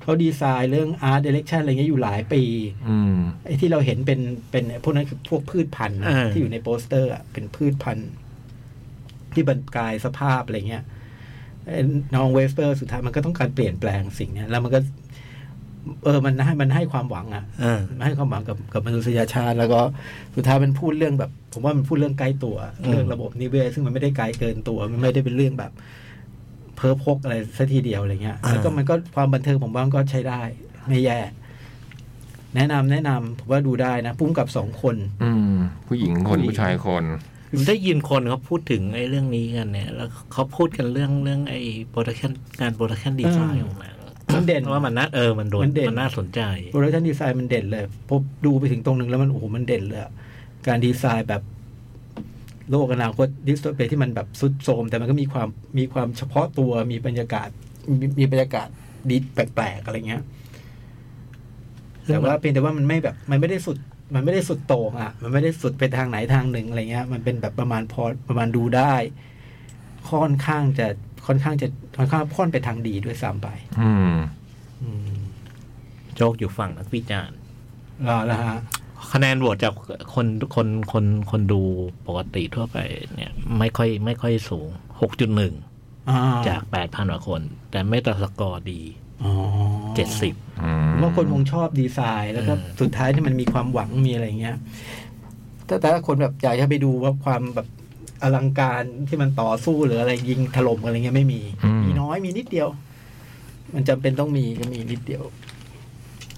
S2: เขาดีไซน์เรื่องอาร์ตเดเรคชั่นอะไรเงี้ยอยู่หลายปี
S4: อืม
S2: ไอ้ที่เราเห็นเป็นเป็นพวกนั้นคือพวกพืชพันธุ์นะ
S3: เออ
S2: ที่อยู่ในโปสเตอร์อะเป็นพืชพันธุ์ที่บรรกายสภาพอะไรเงี้ยไอ้น้องเวสเปอร์สุดท้ายมันก็ต้องการเปลี่ยนแปลงสิ่งเนี้ยแล้วมันก็ เออมันให้มันให้ความหวังอะ
S3: เออ
S2: มันให้ความหวังกับกับมนุษยชาติ แล้วก็สุดท้ายมันพูดเรื่องแบบ ผมว่ามันพูดเรื่องใกล้ตัว
S3: อืม
S2: เรื่องระบบนิเวศซึ่งมันไม่ได้ไกลเกินตัว มันไม่ได้เป็นเรื่องแบบ เพ้อพกอะไรสัทีเดียวอะไรเงี้ย แล้วก็มันก็ความบันเทิงผมว่ามันก็ใช้ได้ ไม่แย่ แนะนำแนะนำผมว่าดูได้นะพุ่มกับสองคน
S4: อืม ผู้หญิงคนผู้ชายคน
S3: ผมได้ยินคนเขาพูดถึงไอ้เรื่องนี้กันเนี่ย แล้วเขาพูดกันเรื่องเรื่องไอ้โปรดักชันการโปรดักชันดีไซน์
S2: เออ
S3: ของหนัง
S2: มันเด่น
S3: ว่ามันน่าเออมันโดน
S2: มันเด่น
S3: มันน่าสนใจ
S2: โปรดักชันดีไซน์มันเด่นเลยพบดูไปถึงตรงนึงแล้วมันโอ้โหมันเด่นเลยอะการดีไซน์แบบโลกอนาคตดิสโทเปียที่มันแบบสุดโทรมแต่มันก็มีความมีความเฉพาะตัวมีบรรยากาศมีมีบรรยากาศดีแปลกๆอะไรเงี้ย แต่ว่าเพียงแต่ว่ามันไม่แบบ มันไม่ได้สุด มันไม่ได้สุดโต่งอ่ะ มันไม่ได้สุดไปทางไหนทางหนึ่งอะไรเงี้ย มันเป็นแบบประมาณพอประมาณดูได้ ค่อนข้างจะค่อนข้างจะค่อนข้างพ่อนไปทางดีด้วยซ้ำไป
S4: อืม
S2: อืม
S3: โจกอยู่ฝั่งนักวิจารณ์
S2: รอแล้วฮะ
S3: คะแนนโหวตจากคนคนคนคนดูปกติทั่วไปเนี่ย ไม่ค่อยไม่ค่อยสูง 6.1
S2: อ่า
S3: จาก 8,000กว่าคน แต่ไม่ตสกอร์ดี
S2: อ๋อ
S3: 70
S4: อืม
S2: ผมว่าคนคงชอบดีไซน์ แล้วก็
S3: เออ
S2: สุดท้ายที่มันมีความหวังมีอะไรเงี้ยแต่แต่ถ้าคนแบบอยากจะไปดูว่าความแบบอลังการที่มันต่อสู้หรืออะไรยิงถล่มอะไรเงี้ยไม่มี มีน้อยมีนิดเดียว มันจำเป็นต้องมีก็มีนิดเดียว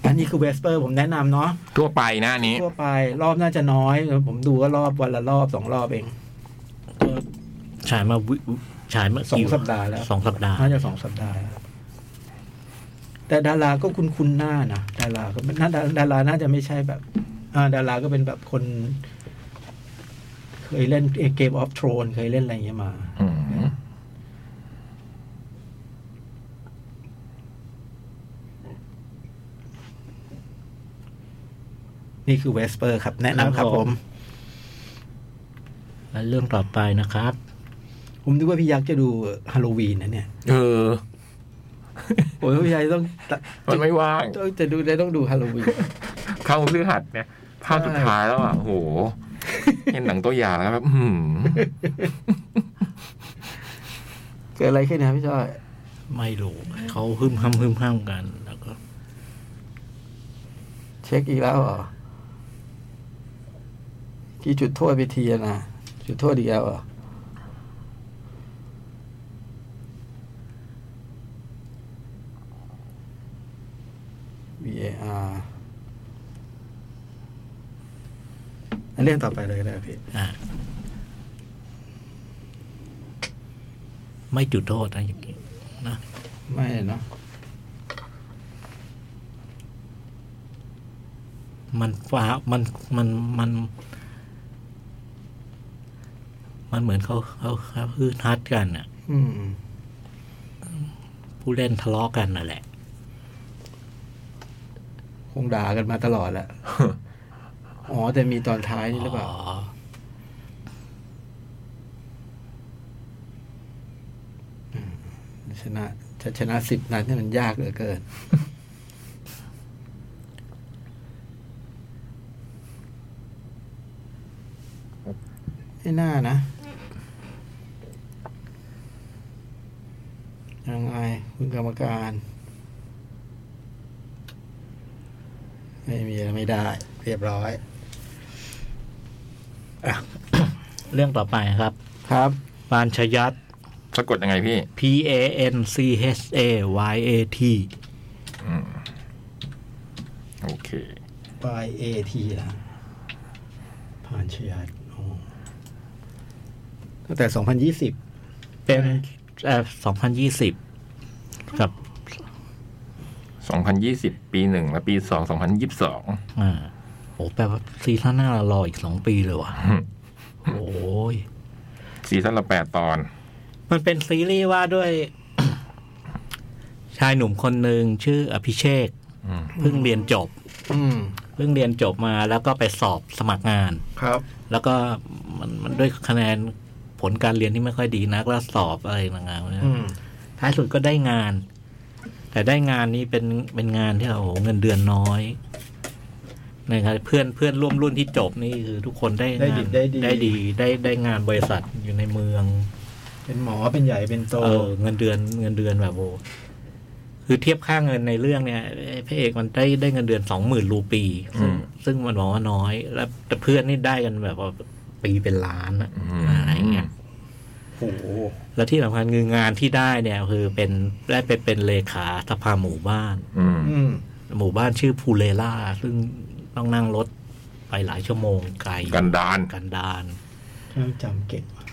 S2: อันนี้คือเวสเปอร์ผมแนะนำเนาะ
S4: ทั่วไปนะอันนี้
S2: ทั่วไปรอบน่าจะน้อย ผมดูก็รอบวันละรอบสองรอบเอง
S3: ก็ฉายมาวิฉายมา
S2: สอง
S3: กี่
S2: สัปดาห์แล้ว
S3: สองสัปดาห์
S2: น่าจะสองสัปดาห์แล้วแต่ดาราก็คุ้นคุ้นหน้านะดาราก็น่าดาดาราน่าจะไม่ใช่แบบ อ่า ดาราก็เป็นแบบคน เคยเล่นเกมออฟทรอนเคยเล่นอะไรอย่างเงี้ยมา
S4: อืม
S2: นี่คือเวสเปอร์ครับ แนะนำครับ
S3: ครับ
S2: ผ
S3: ผม ม และเรื่องต่อไปนะครับ
S2: ผมนึกว่าพี่ยักษ์จะดูฮาโลวีนนะเนี่ย
S4: เออ
S2: โอ้ยพี่ยักษ์จะต้องตะ
S4: มันไม่ว่าง
S2: ต้องจะดูได้ต้องดูฮาโลวีน
S4: เข้าพฤหัสเนี่ยภาคสุดท้ายแล้วอ่ะโห เห็นหนังตัวอย่างแล้วแบบ อืม
S2: เกิดอะไรขึ้นนะพี่จ้อย
S3: ไม่รู้เขาฮึมฮัมฮึมฮัมกัน แล้วก็
S2: เช็คอีกแล้วเหรอกี่จุดโทษไปทีอะนะจุดโทษอีกแล้วเหรอ EAR อันเรื่องต่อไปเลยก็ได้ครับพี่
S3: อ่ะไม่จุดโทษนะอย่างนี้นะ
S2: ไม่เนาะ
S3: มันฟ้ามันมันมัน มันเหมือนเขาเขาเขาฮือทัดกันอ่ะ
S2: อืม
S3: ผู้เล่นทะเลาะกันน่ะแหละ
S2: คงด่ากันมาตลอดแหละ อ๋อ แต่มีตอนท้ายนี่หรือเปล่า
S3: อ๋อ
S2: ชนะจะชนะสิบนัดนี่มันยากเหลือเกิน ไม่น่านะ ยังไง คุณกรรมการ ไม่มีแล้วไม่ได้ เรียบร้อย
S3: เรื่องต่อไปครับ
S2: ครับ
S3: ปานชยัต
S4: สะกดยังไงพี่
S3: P A N C H A Y A T
S4: โอเค
S2: ปลายเอทีนะผ่านชยาตอ๋อตั้งแต่ 2020
S3: เป็นสองพันยี่สิบกับ
S4: 2020 ปีหนึ่งและปีสอง2022
S3: อ่าโอ้แปลว่าซีซั่นหน้าเรารออีกสองปีเลยว่ะ โอ้ย
S4: ซีซั่นละ 8 ตอน
S3: มันเป็นซีรีส์ว่าด้วย ชายหนุ่มคนหนึ่งชื่ออภิเชษ
S4: อืม
S3: เพิ่งเรียนจบ
S2: อืม
S3: เพิ่งเรียนจบมาแล้วก็ไปสอบสมัครงาน
S2: ครับ
S3: แล้วก็มันมันด้วยคะแนนผลการเรียนที่ไม่ค่อยดีนักแล้วสอบอะไรต่างๆเนี่ย
S2: อืม
S3: ท้ายสุดก็ได้งาน แต่ได้งานนี้เป็นเป็นงานที่โอ้โหเงินเดือนน้อยนะครับเพื่อนเพื่อนร่วมรุ่นที่จบนี่คือทุกคนได้
S2: ได้ดี
S3: งาน
S2: ได้ดี
S3: ได้ดีได้ได้งานบริษัทอยู่ในเมือง
S2: เป็นหมอเป็นใหญ่เป็นโต
S3: เออเงินเดือนเงินเดือนแบบโอ้คือเทียบค่าเงินในเรื่องเนี่ยไอ้พระเอกมันได้ได้เงินเดือนสองหมื่นรูปี ซึ่ง
S4: อืม
S3: ซึ่งมันบอกว่าน้อย แล้วแต่เพื่อนนี่ได้กันแบบว่าปีเป็นล้านอะอะไรเงี้ย
S2: โอ้โห
S3: แล้วที่สำคัญคืองานที่ได้เนี่ย คือเป็นได้ไปเป็นเลขาสภาหมู่บ้าน
S4: อืม
S2: อืม
S3: หมู่บ้านชื่อพูเลล่า ซึ่งต้องนั่งรถไปหลายชั่วโมงไกล
S4: กันดาน
S3: กันดาน
S2: จำเก่งว่ะ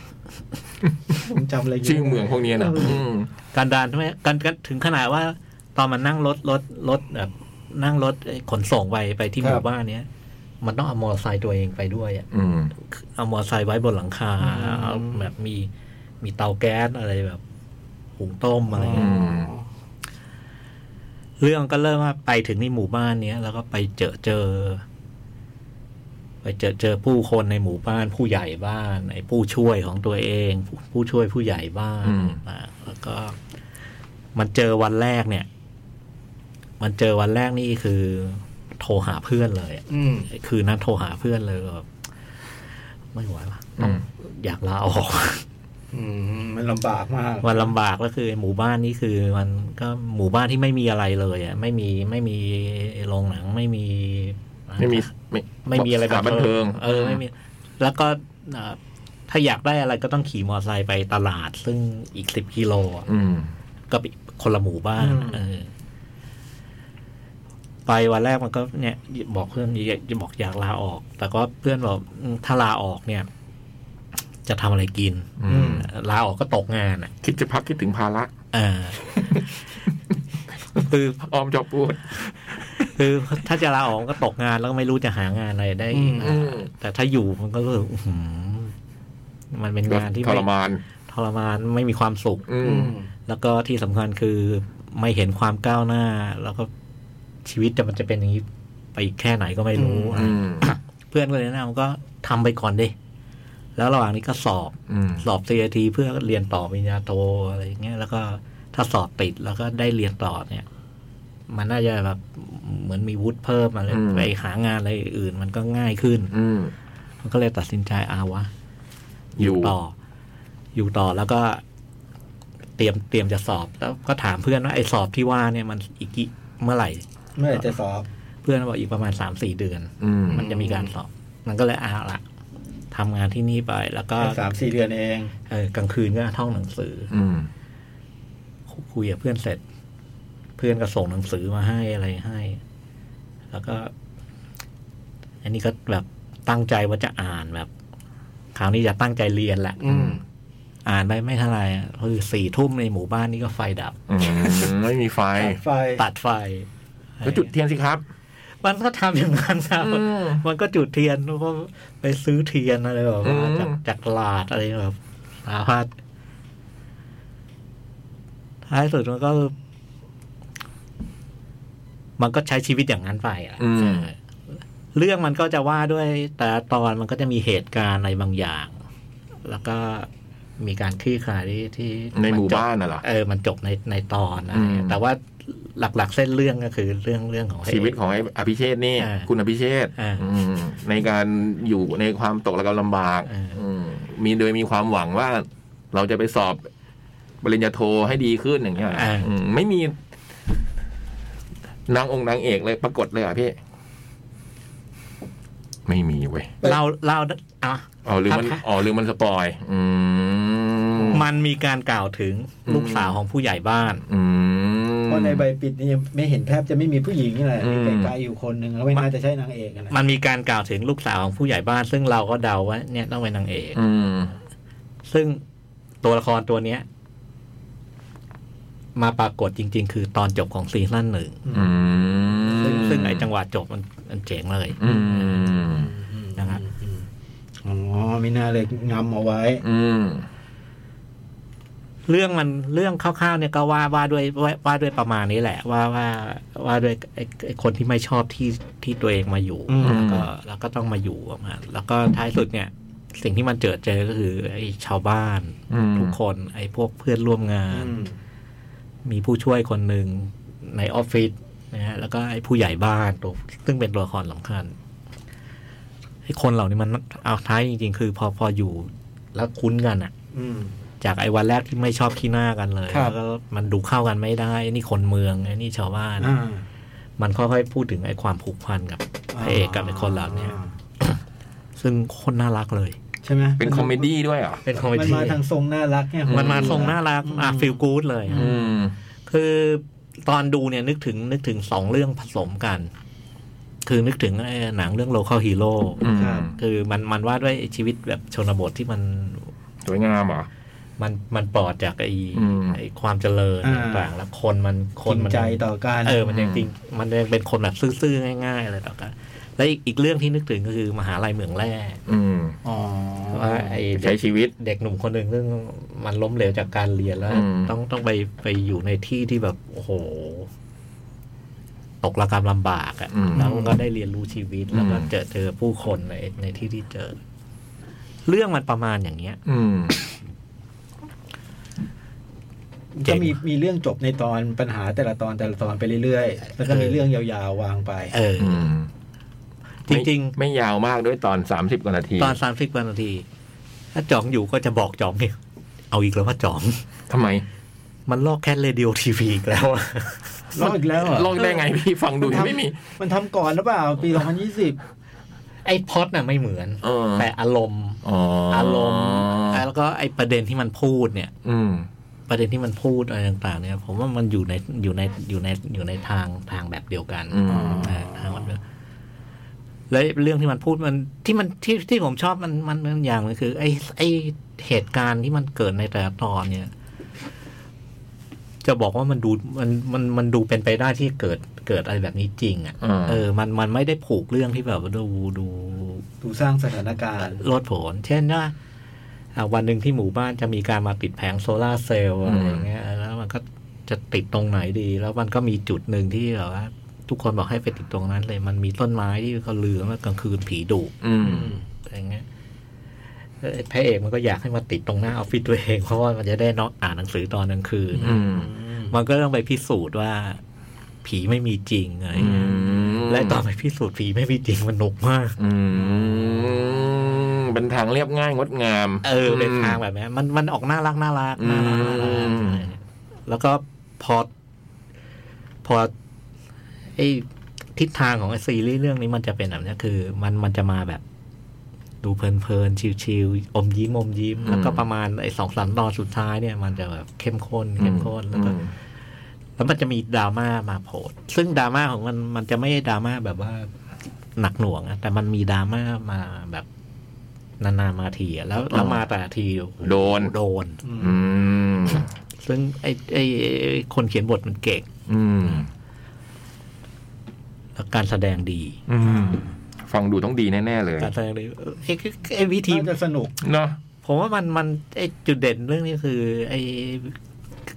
S2: ผมจำอะไร
S4: ชื่อเมืองพวกนี้นะอืม
S3: การดานทำไมการการถึงขนาดว่า ตอนมันนั่งรถรถรถแบบนั่งรถขนส่งไปไปที่หมู่บ้านเนี้ย มันต้องเอามอเตอร์ไซค์ตัวเองไปด้วยอะ
S4: อืม
S3: เอามอเตอร์ไซค์ไว้บนหลังคาเอาแบบมีมีเตาแก๊สอะไรแบบหุงต้มอะไรเงี้ย
S4: ม
S3: เรื่องก็เริ่มว่าไปถึงในหมู่บ้านเนี้ยแล้วก็ไปเจอเจอ ไปเจอเจอผู้คนในหมู่บ้าน ผู้ใหญ่บ้านไอ้ผู้ช่วยของตัวเองผู้ผู้ช่วยผู้ใหญ่บ้าน
S4: อืม
S3: ต่างๆแล้วก็ มันเจอวันแรกเนี่ย มันเจอวันแรกนี่คือ โทรหาเพื่อนเลยอะ
S2: อืม
S3: คือนั้นโทรหาเพื่อนเลยแบบไม่ไหวว่ะต้องอยากลาออก
S2: อืม มันลำบากมาก
S3: มันลำบากก็คือหมู่บ้านนี่คือ มันก็หมู่บ้านที่ไม่มีอะไรเลยอ่ะไม่มีไม่มีโรงหนังไม่มี
S4: ไม่มี
S3: ไม่มีอะไร
S4: สถาบันเทิง
S3: เออไม่มี แล้วก็เอ่อถ้าอยากได้อะไรก็ต้องขี่มอไซค์ไปตลาด ซึ่งอีกสิบกิโลอะ
S4: อืม
S3: ก็ไปคนละหมู่บ้าน
S2: อืม
S3: เออไปวันแรกมันก็เนี่ยบอกเพื่อนอยากบอกอยากลาออก แต่ก็เพื่อนบอกอืมถ้าลาออกเนี่ย จะทำอะไรกิน
S4: อืม
S3: ลาออกก็ตกงานอ่ะ
S4: คิดจะพักคิดถึงภาระ
S3: เออ คือ
S4: ออมจอบพูด
S3: คือถ้าจะลาออกก็ตกงานแล้วก็ไม่รู้จะหางานอะไรได้อีก
S4: อืม
S3: แต่ถ้าอยู่มันก็รู้สึกอื้อหือมันเป็นงานที่
S4: ท
S3: ไม่
S4: รมาน
S3: ทรมานไม่มีความสุข
S4: อื
S2: อื
S4: ม
S2: ม
S3: แล้วก็ที่สำคัญคือไม่เห็นความก้าวหน้า แล้วก็ชีวิตจะมันจะเป็นอย่างนี้ไปอีกแค่ไหนก็ไม่รู้
S2: อื
S4: อืม
S3: เพื่อนก็เลยแนะนำก็ทำไปก่อนดิแล้วระหว่างนี้ก็สอบ
S4: อืม
S3: สอบ CIT เพื่อเรียนต่อปริญญาโทอะไรอย่างเงี้ยแล้วก็ถ้าสอบติดแล้วก็ได้เรียนต่อเนี่ย มันน่าจะแบบเหมือนมีวุฒิเพิ่มอะไร
S4: อืม
S3: ไปหางานอะไรอื่น มันก็ง่ายขึ้น
S4: อืม
S3: มันก็เลยตัดสินใจเอาวะ
S4: อ
S3: อยู่ ยู่ต่อ อยู่ต่อแล้วก็ เตรียมเตรียมจะสอบแล้วก็ถามเพื่อนว่าไอ้สอบที่ว่าเนี่ยมันอีกกี่เมื่อไหร่
S2: เมื่อไหร่จะสอบ
S3: เพื่อนบอกอีกประมาณสามสี่เดือน
S4: อืม
S3: มันจะมีการสอบ มันก็เลยเอาละทำงานที่นี่ไป แล้วก็
S2: สามสี่เดือนเอง
S3: เออกลางคืนก็ท่องหนังสือ
S4: อืม
S3: คุยกับเพื่อนเสร็จ เพื่อนก็ส่งหนังสือมาให้อะไรให้ แล้วก็ อันนี้ก็แบบตั้งใจว่าจะอ่านแบบ คราวนี้จะตั้งใจเรียนแหละ
S2: อืม
S3: อ่านไปไม่เท่าไหร่อะคือสี่ทุ่มในหมู่บ้านนี่ก็ไฟดับ
S4: อืมไม่มีไฟ
S2: ไฟ
S3: ตัดไฟ
S4: แล้วจุดเทียนสิครับ
S3: มันก็ทำอย่างนั้นครับ
S4: อืม
S3: มันก็จุดเทียนแล้วก็ไปซื้อเทียนอะไรแบบ
S4: อื
S3: ว่าม จากจากตลาดอะไรแบบสาพัดท้ายสุดมันก็ มันก็ใช้ชีวิตอย่างนั้นไปอะ
S4: อืม
S3: เรื่องมันก็จะว่าด้วย แต่ละตอนมันก็จะมีเหตุการณ์อะไรบางอย่าง แล้วก็มีการคลี่คลายที่ที่
S4: ในหมู่
S3: มัจ
S4: บ้านน่ะเหรอ
S3: เออ มันจบในในตอนอะไรอย่างเงี้ย
S4: อืม
S3: แต่ว่าหลัก ๆ เส้นเรื่องก็คือเรื่องเรื่องของพระเอก
S4: ชีวิตของไอ้อภิเชษฐ์นี่
S3: อ่า
S4: คุณอภิเชษฐ์
S3: อ่า
S4: อืมในการอยู่ในความตกระกำลำบาก
S3: อ่า
S4: อืมมีโดยมีความหวังว่าเราจะไปสอบปริญญาโทให้ดีขึ้นอย่างเงี้ยอืมไม่มีนางองค์นางเอกเลยปรากฏเลยเหรอ่ะพี่ ไม่มีเว้ย
S3: เล่าเล่าอ่ะ
S4: อ๋อหรือมัน
S3: ครับ
S4: อ๋อหรือมันสปอย อืม
S3: มันมีการกล่าวถึง
S4: อืม
S3: ลูกสาวของผู้ใหญ่บ้าน
S4: อืม
S2: เพราะในใบปิดนี่ยังไม่เห็นแทบจะไม่มีผู้หญิงนี่แหละ
S4: อืม
S2: ไกลๆอยู่คนหนึ่งแล้วไม่น่าจะใช่นางเอกอะนะ
S3: มันมีการกล่าวถึงลูกสาวของผู้ใหญ่บ้าน ซึ่งเราก็เดาว่าเนี่ยต้องเป็นนางเอก
S4: อืม
S3: ซึ่งตัวละครตัวเนี้ย มาปรากฏจริง ๆ คือตอนจบของซีซั่นหนึ่ง
S4: อืม
S3: ซึ่งซึ่งไอจังหวะจบมันมันเจ๋งเลย
S4: อืม
S3: นะครับ
S2: อืมอ๋อไม่น่าเลยงำเอาไว้
S4: อืม
S3: เรื่องมันเรื่องคร่าวๆเนี่ยก็ว่าว่าด้วยว่าว่าด้วยประมาณนี้แหละ ว่าว่าว่าด้วยไอ้ไอ้คนที่ไม่ชอบที่ที่ตัวเองมาอยู่
S2: อืม
S3: แล้วก็แล้วก็ต้องมาอยู่ประมาณแล้วก็ท้ายสุดเนี่ย สิ่งที่มันเจอเจอก็คือ ไอ้ชาวบ้าน
S4: อืม
S3: ทุกคนไอ้พวกเพื่อนร่วมงาน
S2: อืม
S3: มีผู้ช่วยคนหนึ่งในออฟฟิศนะฮะแล้วก็ไอ้ผู้ใหญ่บ้านตัวซึ่งเป็นตัวละครสำคัญไอ้คนเหล่านี้มันเอาท้ายจริง ๆ คือ พอพออยู่แล้วคุ้นกันอะ
S2: อืม
S3: จากไอ้วันแรกที่ไม่ชอบขี้หน้ากันเลย
S2: ครับ
S3: แล้วก็มันดูเข้ากันไม่ได้ไอ้นี่คนเมืองไอ้นี่ชาวบ้าน
S2: อ่า
S3: มันค่อยๆพูดถึงไอ้ความผูกพันกับพระเอกกับไอ้คนเหล่าเนี้ยซึ่งโคนน่ารักเลย
S2: ใช่ไหม
S4: เป็นคอมเมดี้ด้วยเหรอ
S3: เป็นคอมเม
S2: มัน
S3: ดี้
S2: มาทางทรงน่ารักเนี่ย
S3: มันมาทรงน่ารัก
S2: อืม
S3: อ่ะฟีลกู๊ดเลย
S4: อืม
S3: คือตอนดูเนี่ยนึกถึงนึกถึงสองเรื่องผสมกัน คือนึกถึงไอ้หนังเรื่องโลคอลฮีโร่
S4: อืม
S2: ครับ
S3: คือมันมันว่าด้วยชีวิตแบบชนบทที่มัน
S4: สวยงามเหรอ
S3: มันมันปลอดจากไอ้
S4: อืม
S3: ไอ้ความเจริญ
S2: อ่า
S3: ต่างๆแล้วคนมันค
S2: จริ
S3: น
S2: ง
S3: มัน
S2: ใจต่อการ
S3: เออมันยังจริงมันยังเป็นคนแบบซื่อๆง่ายๆอะไรต่อกันและอีกอีกเรื่องที่นึกถึงก็คือมหาลัยเหมืองแร่
S4: อืม
S2: อ๋อ
S3: ว่าไอ้เด็
S4: ใช้
S3: ก
S4: ชีวิต
S3: เด็กหนุ่มคนหนึ่งซึ่งมันล้มเหลวจากการเรียนแล้ว
S4: อืม
S3: ต้องต้องไปไปอยู่ในที่ที่แบบโอ้โห ตกระกำลำบากอะ
S4: อืม
S3: แล้วก็ได้เรียนรู้ชีวิตแล้วก็เจอเจอผู้คนในในที่ที่เจอ เรื่องมันประมาณอย่างเนี้ย
S4: อืม
S3: เจ๋
S2: ก็
S3: ง
S2: มีมีเรื่องจบในตอนปัญหาแต่ละตอนแต่ละตอนไปเรื่อยๆ แล้วก็มีเรื่องยาวๆวางไป
S3: เออ
S4: อืม
S3: จริง ๆ
S4: ไม่ไม่ยาวมากด้วยตอนสามสิบกว่านาที
S3: ตอนสามสิบนาที ถ้าจ่องอยู่ก็จะบอกจ่องเนี่ยเอาอีกแล้วว่าจ่อง
S4: ทำไม
S3: มันลอกแคทเรดิโอทีวีอีกแล้วอะ
S2: รอดอีกแล้วเหรอ
S4: ลอกได้ไงพี่ฟังดูยัง
S2: ทำ
S4: ไม่มี
S2: มันทำก่อนหรือเปล่า ปี
S3: ไอ้พล็อดน่ะไม่เหมือน
S4: เออ
S3: แต่อารมณ์
S4: อ๋ออา
S3: อารมณ์แล้วก็ไอ้ประเด็นที่มันพูดเนี่ย
S4: อืม
S3: ประเด็นที่มันพูดอะไรต่างๆ เนี่ย ผมว่ามันอยู่ในอยู่ในอยู่ในอยู่ในทางทางแบบเดียวกัน
S4: อืม
S3: อ่าทางแบบเดียวแล้วเรื่องที่มันพูดมันที่มันที่ที่ผมชอบมันมันมันอย่างหนึงคือ ไอ้ไอ้เหตุการณ์ที่มันเกิดในแต่ละตอนเนี่ย จะบอกว่ามันดูมันมันมันดูเป็นไปได้ที่เกิดเกิดอะไรแบบนี้จริง อ่ะ
S4: อ่า
S3: เออ มันมันไม่ได้ผูกเรื่องที่แบบว่าดูดู
S2: 2020ถูกสร้างสถานการณ์
S3: ลดผล เช่นว่าอ่าวันหนึ่งที่หมู่บ้านจะมีการมาติดแผงโซลาร์เซลล์อะไรอย่างเงี้ยแล้วมันก็จะติดตรงไหนดี แล้วมันก็มีจุดหนึ่งที่แบบว่า ทุกคนบอกให้ไปติดตรงนั้นเลย มันมีต้นไม้ที่เขาลือว่ากลางคืนผีดุ
S4: อืม
S3: อะไรเงี้ยเอ่อพระเอกมันก็อยากให้มาติดตรงหน้าออฟฟิศตัวเอง เพราะว่ามันจะได้นอนอ่านหนังสือตอนกลางคืน
S4: อืม
S3: มันก็ต้องไปพิสูจน์ว่า ผีไม่มีจริงอะไร
S4: อื
S3: เงี้ย
S4: ม
S3: และตอนไปพิสูจน์ผีไม่มีจริงมันหนุกมาก
S4: อืมเป็นทางเรียบง่ายงดงาม
S3: เออเป็นทางแบบนี้มันมันออกน่ารักน่ารักน่ารักน่ารักอะไรเนี่ยแล้วก็พอ พอไอทิศทางของไอ้ซีรีส์เรื่องนี้มันจะเป็นแบบเนี้ยคือ มันมันจะมาแบบ ดูเพลินๆชิลๆอมยิ้มอมยิ้ม แล้วก็ประมาณไอ้สองสามตอนสุดท้ายเนี่ย มันจะแบบเข้มข้นเข้มข้นแล้วก็ แล้วมันจะมีดราม่ามาโผล่ซึ่งดราม่าของมันมันจะไม่ได้ดราม่าแบบว่าหนักหน่วงอะแต่มันมีดราม่ามาแบบนานๆมาทีอะแล้วแล้วมาแต่ละทีโอ้โห
S4: โดน
S3: โดน
S4: อืม
S3: ซึ่งไอ้ไอ้ไอ้คนเขียนบทมันเก่ง
S4: อืม
S3: แล้วการแสดงดี
S4: อืม ฟังดูต้องดีแน่ ๆ เลย
S3: การแสดงดีเออไอ้คือไอ้วิธี
S2: น่าจะสนุก
S4: เนาะ
S3: ผมว่ามันมันไอ้จุดเด่นเรื่องนี้คือ ไอ้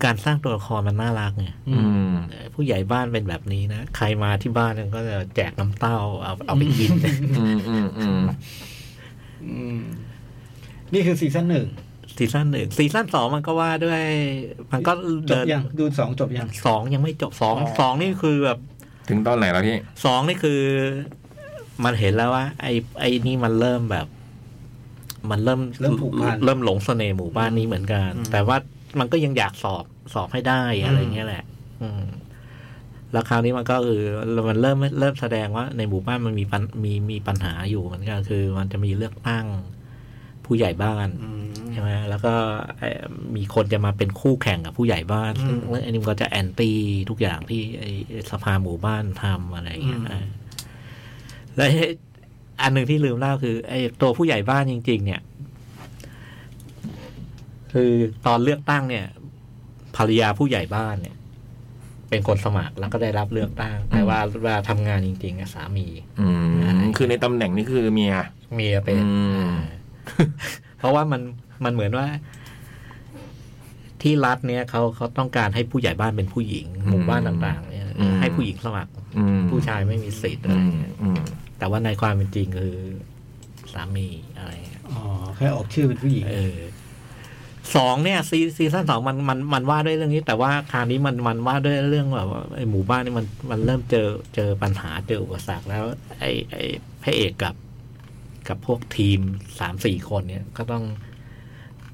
S3: การสร้างตัวละครมันน่ารักไง
S4: อืม
S3: เอ่อผู้ใหญ่บ้านเป็นแบบนี้นะ ใครมาที่บ้านเนี่ยก็จะแจกน้ำเต้าเอาเอาไป กิน
S4: อืมอืมอืม
S2: อืม นี่คือซีซั่นหนึ่ง
S3: ซีซั่นหนึ่งซีซั่นสองมันก็ว่าด้วย มันก็
S2: จ
S3: เดิ
S2: บ
S3: น
S2: ยังดูสองจบยัง
S3: สองยังไม่จบสอง
S2: อ๋อ
S3: สองนี่คือแบบ
S4: ถึงตอนไหนแล้วพี่
S3: สองนี่คือ มันเห็นแล้วว่า ไอ้ไอ้นี่มันเริ่มแบบ มันเริ่ม
S2: เริ่มผูกพัน
S3: เริ่มหลงเสน่ห์หมู่บ้านนี้เหมือนกัน
S2: อืม
S3: แต่ว่ามันก็ยังอยากสอบสอบให้ได้อะไรเงี้ยแหละ อืมแล้วคราวนี้มันก็คือมันเริ่มเริ่มแสดงว่า ในหมู่บ้านมันมีปัญมีมีปัญหาอยู่เหมือนกันคือ มันจะมีเลือกตั้งผู้ใหญ่บ้าน
S2: อืม
S3: ใช่ไหมแล้วก็เอ่อมีคนจะมาเป็นคู่แข่งกับผู้ใหญ่บ้าน
S2: อืม
S3: แล้วอันนี้มันก็จะแอนตี้ทุกอย่างที่ไอ้สภาหมู่บ้านทำอะไรอย่างเงี้ย
S2: อืม
S3: เออและไอ้อันหนึ่งที่ลืมเล่าคือ ไอ้ตัวผู้ใหญ่บ้านจริง ๆ เนี่ย คือตอนเลือกตั้งเนี่ย ภรรยาผู้ใหญ่บ้านเนี่ย เป็นคนสมัครแล้วก็ได้รับเลือกตั้ง แต่ว่าเวลาทำงานจริงๆอะสามี
S4: อืม คือในตำแหน่งนี้คือเมีย
S3: เมียเป็น
S4: อืม
S3: อ่าเพราะว่ามันมันเหมือนว่า ที่รัฐเนี่ยเขาเขาต้องการให้ผู้ใหญ่บ้านเป็นผู้หญิงหมู่บ้านต่างๆเนี่ย
S4: อืม
S3: ให้ผู้หญิงสมัคร
S4: อืม
S3: ผู้ชายไม่มีสิทธิ์อะ
S4: อื
S3: ไร
S4: ม
S3: เงี้ย
S4: อืม
S3: แต่ว่าในความเป็นจริงคือสามีอะไรเงี้ย
S2: อ๋อแค่ออกชื่อเป็นผู้หญิง
S3: เออสองเนี่ยซีซีซั่นสองมันมันมันว่าด้วยเรื่องนี้ แต่ว่าคราวนี้มันมันว่าด้วยเรื่องแบบว่าไอ้หมู่บ้านนี่มันมันเริ่มเจอเจอปัญหาเจออุปสรรคแล้ว ไอ้ไอ้พระเอกกับ กับพวกทีมสามสี่คนเนี่ย ก็ต้อง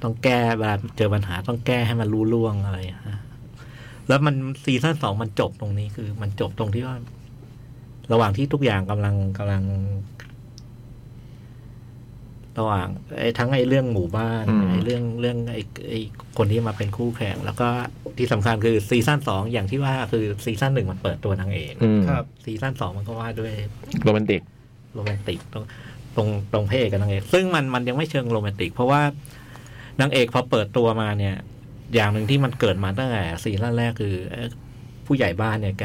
S3: ต้องแก้เวลาเจอปัญหาต้องแก้ให้มันรู้ล่วงอะไรฮะแล้วมันซีซั่นสองมันจบตรงนี้คือ มันจบตรงที่ว่า ระหว่างที่ทุกอย่างกำลังกำลัง ระหว่างไอ้ทั้งไอ้เรื่องหมู่บ้าน
S4: อืม
S3: ไอ้เรื่องเรื่องไอ้ไอ้คนที่มาเป็นคู่แข่งแล้วก็ที่สำคัญคือซีซั่นสองอย่างที่ว่าคือซีซั่นหนึ่งมันเปิดตัวนางเอก
S4: อืม
S2: ครับ
S3: ซีซั่นสองมันก็ว่าด้วย
S4: โรแมนติก
S3: โรแมนติกตรงตรงตรงพระเอกกับนางเอกซึ่งมันมันยังไม่เชิงโรแมนติก เพราะว่านางเอกพอเปิดตัวมาเนี่ย อย่างหนึ่งที่มันเกิดมาตั้งแต่ซีซั่นแรกคือเอ่อผู้ใหญ่บ้านเนี่ยแก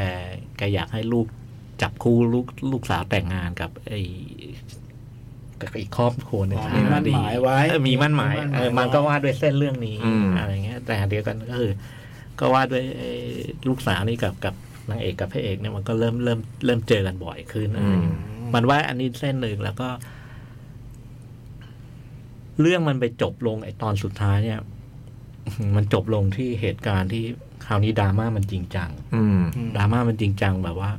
S3: แกอยากให้ลูกจับคู่ลูกลูกสาวแต่งงานกับไอกับอีกครอบครัวหนึ่ง
S2: อ๋อมีมั่นหมายไว้
S3: เออมีมั่นหมายเออมันก็ว่าด้วยเส้นเรื่องนี้
S4: อืม
S3: อะไรเงี้ย แต่เดียวกันก็คือ ก็ว่าด้วยไอ้ลูกสาวนี่กับกับนางเอกกับพระเอกเนี่ยมันก็เริ่มเริ่มเริ่มเจอกันบ่อยขึ้นอะไรเงี้ย มันว่าอันนี้เส้นหนึ่งแล้วก็ เรื่องมันไปจบลงไอ้ตอนสุดท้าย เนี่ย มันจบลงที่เหตุการณ์ที่คราวนี้ดราม่ามันจริงจัง
S4: อืม
S2: อืม
S3: ดราม่ามันจริงจังแบบว่า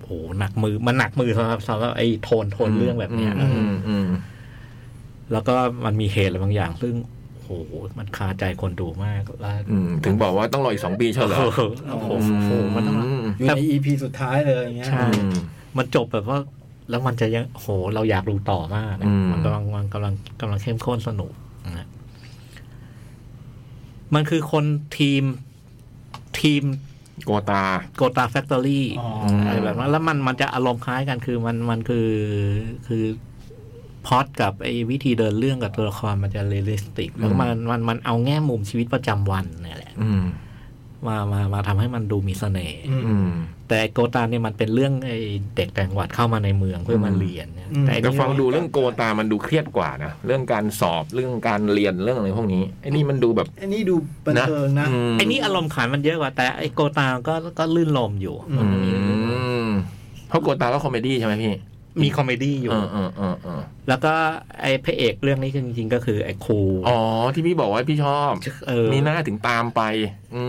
S3: โหหนักมือมันหนักมือสำหรับสำหรับไอ้โทนโทนเรื่องแบบเนี้ย
S4: อืมอืม
S3: แล้วก็มันมีเหตุอะไรบางอย่าง ซึ่งโหมันคาใจคนดูมากแล้ว
S4: อืมถึงบอกว่าต้องรออีกสองปีเชียวเหรอ
S3: โอ้โหโอ้โหโอ้โหมันต้อง
S2: อยู่ใน EP สุดท้ายเลยอย่างเงี้ย
S3: ใช่
S4: อืม
S3: มันจบแบบว่า แล้วมันจะยังโห เราอยากดูต่อมากนะ
S4: อืม
S3: มันกำลังมันกำลังกำลังเข้มข้นสนุกนะมันคือคนทีมทีม
S4: โกตา
S3: โกตาแฟคทอรี่
S2: อ๋อ
S3: อะไรแบบนั้นแล้วมันมันจะอารมณ์คล้ายกันคือมันมันคือคือพอดกับไอ้วิธีเดินเรื่องกับตัวละครมันจะเรียลลิสติก แล้วก็มันมันมันเอาแง่มุมชีวิตประจำวันเนี่ยแหละ
S4: อืม
S3: มามามาทำให้มันดูมีเสน่ห์
S2: อืม
S4: อืม
S3: แต่ไอ้โกตาเนี่ยมันเป็นเรื่องไอ้เด็กแต่างจังหวัดเข้ามาในเมืองเพื่อมาเรียนเนี่ย
S2: อืม
S3: แต่อัน
S4: แต่
S3: นี้
S4: ฟังดูเรื่องโกตามันดูเครียดกว่านะ เรื่องการสอบเรื่องการเรียนเรื่องอะไรพวกนี้ไอ้นี่มันดูแบบ
S2: อันนี้ดูบันเทิงนะ
S4: ม
S3: ไอ้นี่อารมณ์ขันมันเยอะกว่า แต่ไอ้โกตาก็ก็ลื่นลมอยู่
S4: อืมเพราะโกตาก็คอมเมดี้ใช่ไหมพี่
S3: มีคอมเมดี้อยู่
S4: เออเออเออเออ
S3: แล้วก็ไอ้พระเอกเรื่องนี้จริงๆก็คือไอ้ครู
S4: อ๋อที่พี่บอกว่าพี่ชอบ
S3: เออ
S4: มีหน้าถึงตามไป อื